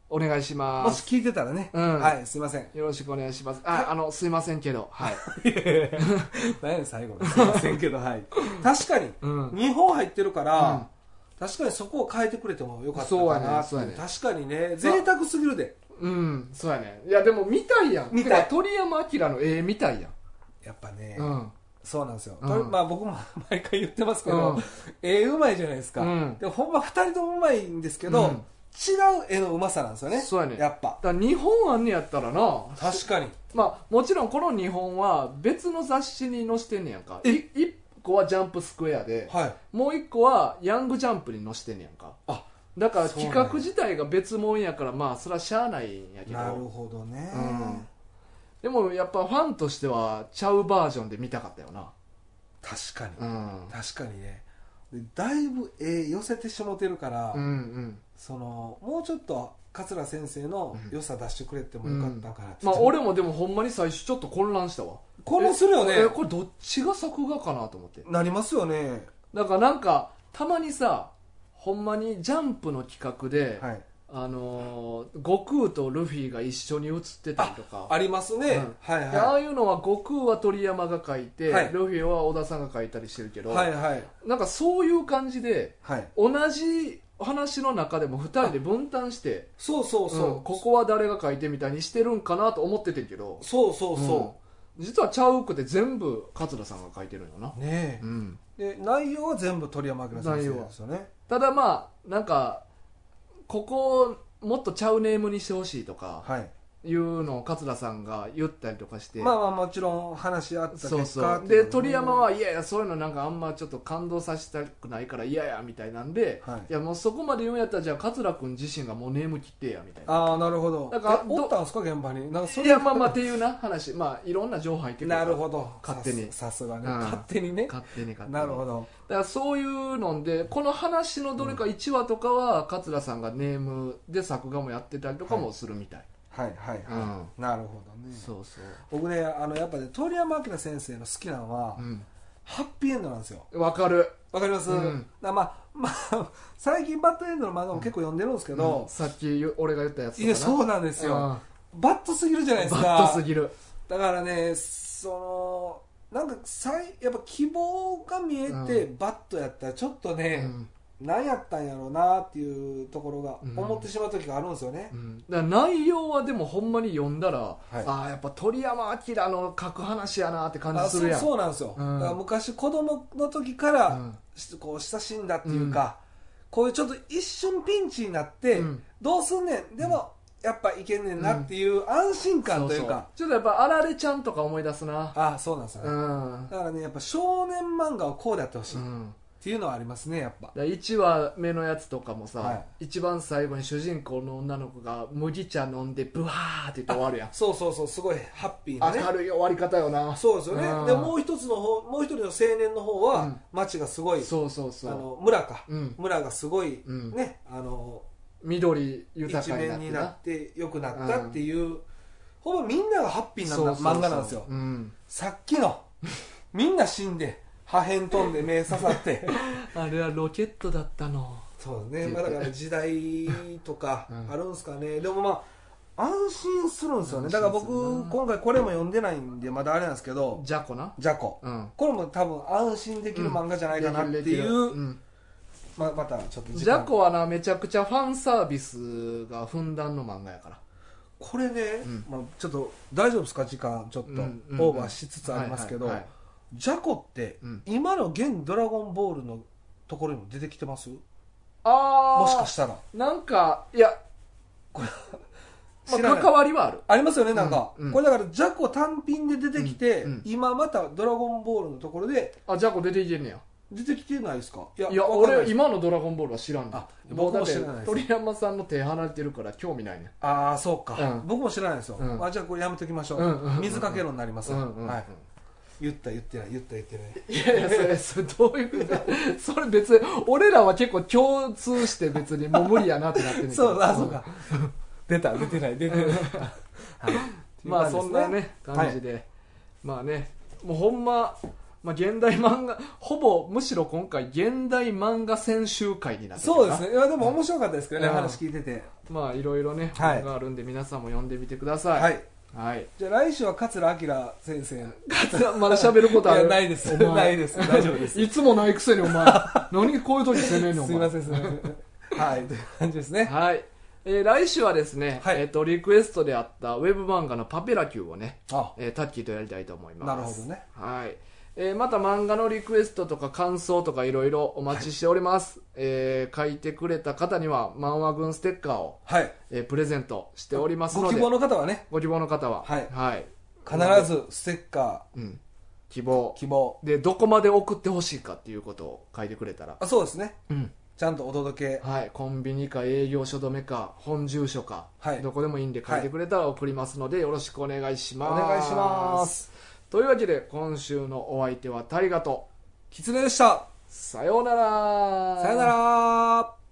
[SPEAKER 1] お願いしま
[SPEAKER 2] もし
[SPEAKER 1] す
[SPEAKER 2] 聞いてたらね、
[SPEAKER 1] うん
[SPEAKER 2] はいすいません
[SPEAKER 1] よろしくお願いしますあ、あのすいませんけど
[SPEAKER 2] [laughs]
[SPEAKER 1] はい、
[SPEAKER 2] 何やねん最後のすいませんけどはい [laughs] 確かに、
[SPEAKER 1] うん、
[SPEAKER 2] 日本入ってるから、確かにそこを変えてくれてもよかったかなって
[SPEAKER 1] そうやねそうやね
[SPEAKER 2] 確かにね贅沢すぎるで
[SPEAKER 1] うん、そうやねいやでも見たいやん
[SPEAKER 2] 見た
[SPEAKER 1] て
[SPEAKER 2] い
[SPEAKER 1] か鳥山明の絵見たいやん、
[SPEAKER 2] やっぱね、
[SPEAKER 1] うん
[SPEAKER 2] そうなんですよ、
[SPEAKER 1] うん
[SPEAKER 2] これまあ僕も [laughs] 毎回言ってますけ
[SPEAKER 1] う
[SPEAKER 2] ど、
[SPEAKER 1] ん
[SPEAKER 2] 絵うまいじゃないですか、
[SPEAKER 1] うん
[SPEAKER 2] でほんま2人ともうまいんですけど、
[SPEAKER 1] うん
[SPEAKER 2] 違う絵のうまさなんですよね
[SPEAKER 1] そうやね
[SPEAKER 2] やっぱ
[SPEAKER 1] だから日本あんねやったらな
[SPEAKER 2] 確かに
[SPEAKER 1] まあもちろんこの日本は別の雑誌に載せてんねやんかい一個はジャンプスクエアで
[SPEAKER 2] はい
[SPEAKER 1] もう一個はヤングジャンプに載せてんねやんか
[SPEAKER 2] あ
[SPEAKER 1] だから
[SPEAKER 2] そうなん
[SPEAKER 1] 企
[SPEAKER 2] や
[SPEAKER 1] 画自体が別もんやからまあそれはしゃあないんやけど
[SPEAKER 2] なるほどね、
[SPEAKER 1] うんでもやっぱファンとしてはちゃうバージョンで見たかったよな
[SPEAKER 2] 確か
[SPEAKER 1] う
[SPEAKER 2] に、
[SPEAKER 1] ん
[SPEAKER 2] 確かにねでだいぶええ寄せてしもてるから、
[SPEAKER 1] うん
[SPEAKER 2] [laughs]
[SPEAKER 1] うん
[SPEAKER 2] そのもうちょっと桂先生の良さ出してくれてもよかったから、
[SPEAKER 1] まあ俺もでもほんまに最初ちょっと混乱したわ
[SPEAKER 2] このするよね
[SPEAKER 1] えこれどっちが作画かなと思って
[SPEAKER 2] なりますよね
[SPEAKER 1] だからなんかたまにさほんまにジャンプの企画で、
[SPEAKER 2] はい
[SPEAKER 1] あのー悟空とルフィが一緒に写ってたりとか
[SPEAKER 2] ありますね、
[SPEAKER 1] うん
[SPEAKER 2] はい
[SPEAKER 1] であ
[SPEAKER 2] は
[SPEAKER 1] あいうのは悟空は鳥山が描いて、
[SPEAKER 2] はい
[SPEAKER 1] ルフィは小田さんが描いたりしてるけ
[SPEAKER 2] い
[SPEAKER 1] ど、
[SPEAKER 2] はいはい
[SPEAKER 1] なんかそういう感じで
[SPEAKER 2] はい
[SPEAKER 1] 同じ話の中でも2人で分担して
[SPEAKER 2] そうそうそう、
[SPEAKER 1] うんここは誰が描いてみたいにしてるんかなと思っててんけど
[SPEAKER 2] そうそうそ
[SPEAKER 1] うん実はちゃうくて全部桂さんが描いてるんよな
[SPEAKER 2] う、、ね
[SPEAKER 1] うん、
[SPEAKER 2] えで内容は全部鳥山明先生ですよね
[SPEAKER 1] ただまあなんかここをもっとちゃうネームにしてほしいとか
[SPEAKER 2] はい
[SPEAKER 1] いうのを桂さんが言ったりとかして
[SPEAKER 2] まあまあもちろん話し合った結果
[SPEAKER 1] そうそう
[SPEAKER 2] ってい
[SPEAKER 1] で
[SPEAKER 2] のね
[SPEAKER 1] 鳥山はいやいやそういうのなんかあんまちょっと感動させたくないから嫌やみたいなんで、
[SPEAKER 2] はい
[SPEAKER 1] やもうそこまで言うんやったらじゃあ桂君自身がもうネーム切ってやみたいな
[SPEAKER 2] ああなるほど
[SPEAKER 1] だから
[SPEAKER 2] え
[SPEAKER 1] ど
[SPEAKER 2] おったんですか現場になんかそ
[SPEAKER 1] いやまあまあっていうな話まあいろんな情報入ってくる
[SPEAKER 2] なるほど
[SPEAKER 1] 勝手に
[SPEAKER 2] さすさすがね、
[SPEAKER 1] うん
[SPEAKER 2] 勝手にね
[SPEAKER 1] 勝手に勝手に
[SPEAKER 2] なるほ
[SPEAKER 1] だか
[SPEAKER 2] ど
[SPEAKER 1] らそういうのでこの話のどれか1話とかは桂さんがネームで作画もやってたりとかもするみたい、
[SPEAKER 2] はいはいは
[SPEAKER 1] う
[SPEAKER 2] いなるほどね
[SPEAKER 1] そうそう
[SPEAKER 2] 僕ねあのやっぱね鳥山明先生の好きなのは、
[SPEAKER 1] うん
[SPEAKER 2] ハッピーエンドなんですよ
[SPEAKER 1] わかる、
[SPEAKER 2] わかります、
[SPEAKER 1] うん
[SPEAKER 2] だからまあまあ最近バッドエンドの漫画も結構読んでるんですけど、
[SPEAKER 1] さっき俺が言ったやつとか
[SPEAKER 2] いやそ
[SPEAKER 1] な
[SPEAKER 2] うなんですよ、
[SPEAKER 1] うん
[SPEAKER 2] バッドすぎるじゃないですか
[SPEAKER 1] バットすぎる
[SPEAKER 2] だからねそのなんかさいやっぱ希望が見えて、バッドやったらちょっとね、
[SPEAKER 1] うん
[SPEAKER 2] 何やったんやろうなっていうところが
[SPEAKER 1] うん
[SPEAKER 2] 思ってしまう時があるんですよね、
[SPEAKER 1] だから内容はでもほんまに読んだら、
[SPEAKER 2] い
[SPEAKER 1] ああやっぱ鳥山明の書く話やなって感じするやん
[SPEAKER 2] あそうそうなんですよ、
[SPEAKER 1] うん
[SPEAKER 2] だから昔子供の時から、
[SPEAKER 1] うん
[SPEAKER 2] しこう親しんだっていうか、こういうちょっと一瞬ピンチになって、
[SPEAKER 1] うん
[SPEAKER 2] どうすんねんでも、やっぱいけんねんなっていう安心感というか、
[SPEAKER 1] そうそうちょっとやっぱあられちゃんとか思い出すな
[SPEAKER 2] あそうなんですよ
[SPEAKER 1] う
[SPEAKER 2] ね、
[SPEAKER 1] ん、
[SPEAKER 2] だからねやっぱ少年漫画はこうであってほし
[SPEAKER 1] う
[SPEAKER 2] いっ
[SPEAKER 1] ん、
[SPEAKER 2] ていうのはありますねやっぱ
[SPEAKER 1] だ1話目のやつとかもさ、
[SPEAKER 2] はい
[SPEAKER 1] 一番最後に主人公の女の子が麦茶飲んでブワーって言って終わるやん
[SPEAKER 2] そうそうそうすごいハッピーなね
[SPEAKER 1] 明るい終わり方よな
[SPEAKER 2] そうですよね、
[SPEAKER 1] うん
[SPEAKER 2] でもう一つの方もう一人の青年の方は、
[SPEAKER 1] うん
[SPEAKER 2] 町がすごい
[SPEAKER 1] そうそうそう
[SPEAKER 2] あの村か、
[SPEAKER 1] うん
[SPEAKER 2] 村がすごい、
[SPEAKER 1] うん
[SPEAKER 2] ねあの
[SPEAKER 1] 緑豊
[SPEAKER 2] 一
[SPEAKER 1] かになっ
[SPEAKER 2] 面
[SPEAKER 1] て
[SPEAKER 2] に
[SPEAKER 1] な
[SPEAKER 2] なって良くなったっていう、ほぼみんながハッピーな
[SPEAKER 1] そうそうそう
[SPEAKER 2] 漫画なんですよ
[SPEAKER 1] うん、
[SPEAKER 2] さっきのみんな死んで破片飛んで目刺さって
[SPEAKER 1] あれはロケットだったの
[SPEAKER 2] そうですね、まあ、だから時代とか
[SPEAKER 1] [laughs] うん
[SPEAKER 2] あるんですかね、でもまあ安心するんですよね
[SPEAKER 1] 安心するな
[SPEAKER 2] だから僕今回これも読んでないんでまだあれなんですけど
[SPEAKER 1] じゃこな
[SPEAKER 2] ジャコ
[SPEAKER 1] うん
[SPEAKER 2] これも多分安心できる漫画じゃないかなっ
[SPEAKER 1] で
[SPEAKER 2] て
[SPEAKER 1] きる
[SPEAKER 2] い
[SPEAKER 1] でき
[SPEAKER 2] う、
[SPEAKER 1] るうん
[SPEAKER 2] まあ、またちょっと時
[SPEAKER 1] ジャ
[SPEAKER 2] 間
[SPEAKER 1] コはなめちゃくちゃファンサービスがふんだんの漫画やから
[SPEAKER 2] これね、
[SPEAKER 1] うん
[SPEAKER 2] まあ、ちょっと大丈夫ですか時間ちょっと
[SPEAKER 1] うんうんうん
[SPEAKER 2] オーバーしつつありますけど、
[SPEAKER 1] はいはいはい
[SPEAKER 2] ジャコって、
[SPEAKER 1] うん
[SPEAKER 2] 今の現ドラゴンボールのところにも出てきてますも
[SPEAKER 1] ああ
[SPEAKER 2] しかしたら
[SPEAKER 1] なんかいや、
[SPEAKER 2] [laughs]
[SPEAKER 1] ま
[SPEAKER 2] 知ら
[SPEAKER 1] あ、
[SPEAKER 2] ない
[SPEAKER 1] 関わりはある
[SPEAKER 2] ありますよねなんか、
[SPEAKER 1] うんうん
[SPEAKER 2] これだからジャコ単品で出てきて、
[SPEAKER 1] うんうん
[SPEAKER 2] 今またドラゴンボールのところで
[SPEAKER 1] あジャコ出ていけんねや
[SPEAKER 2] 出てきてないですかいや
[SPEAKER 1] いや
[SPEAKER 2] わかんない
[SPEAKER 1] 俺今の「ドラゴンボール」は知らんねん
[SPEAKER 2] あ僕も知らないです
[SPEAKER 1] もうだって鳥山さんの手離れてるから興味ないねん
[SPEAKER 2] ああそうか、
[SPEAKER 1] うん
[SPEAKER 2] 僕も知らないですよ、
[SPEAKER 1] うん
[SPEAKER 2] あじゃあこれやめときましょう,、
[SPEAKER 1] うんうんうん
[SPEAKER 2] 水かけろになります、
[SPEAKER 1] うんうん
[SPEAKER 2] はい、言った言ってない言った言ってない
[SPEAKER 1] いやいやそれそれどういうそれ別に俺らは結構共通して別にもう無理やなってなってんねんけど
[SPEAKER 2] そうあ
[SPEAKER 1] [laughs]
[SPEAKER 2] そうか出た出てない出てない、はい
[SPEAKER 1] まあそんなね感じで、まあねもうほんま、まあ、現代漫画ほぼむしろ今回現代漫画選集会になってるか
[SPEAKER 2] そう
[SPEAKER 1] な
[SPEAKER 2] ですねいやでも面白かったですけどね、
[SPEAKER 1] うん
[SPEAKER 2] 話聞いてて
[SPEAKER 1] まあいろいろね
[SPEAKER 2] はい
[SPEAKER 1] 漫画あるんで皆さんも読んでみてください、
[SPEAKER 2] はいい
[SPEAKER 1] はい、
[SPEAKER 2] じゃあ来週は桂明先生
[SPEAKER 1] まだ喋ることあ
[SPEAKER 2] い
[SPEAKER 1] る
[SPEAKER 2] やないです
[SPEAKER 1] お前
[SPEAKER 2] ない
[SPEAKER 1] [laughs]
[SPEAKER 2] です大丈夫です
[SPEAKER 1] いつもないくせにお前何こういう時攻めんねんお前
[SPEAKER 2] [laughs] すいませんすいませんはいという感じですね
[SPEAKER 1] はいえー来週はですね、
[SPEAKER 2] はい
[SPEAKER 1] えっとリクエストであったウェブ漫画の「パペラ Q」をね、
[SPEAKER 2] あ
[SPEAKER 1] えータッキーとやりたいと思います
[SPEAKER 2] なるほどね
[SPEAKER 1] はい。えーまた漫画のリクエストとか感想とかいろいろお待ちしております。えー書いてくれた方には漫画群ステッカーを、
[SPEAKER 2] はい
[SPEAKER 1] えープレゼントしておりますの
[SPEAKER 2] ご
[SPEAKER 1] で、
[SPEAKER 2] 希望の方はね
[SPEAKER 1] ご希望の方は、
[SPEAKER 2] はい
[SPEAKER 1] はい。
[SPEAKER 2] 必ずステッカ
[SPEAKER 1] うん。希望
[SPEAKER 2] ー。希望
[SPEAKER 1] で、どこまで送ってほしいかっていうことを書いてくれたら、
[SPEAKER 2] あそうですね
[SPEAKER 1] うん。
[SPEAKER 2] ちゃんとお届け
[SPEAKER 1] はい、コンビニか営業所止めか本住所か、
[SPEAKER 2] はい
[SPEAKER 1] どこでもいいんで書いてくれたら送りますので、よろしくお願いします
[SPEAKER 2] お願いします
[SPEAKER 1] というわけで今週のお相手は大ガと
[SPEAKER 2] キツネでした
[SPEAKER 1] さようなら
[SPEAKER 2] さよなら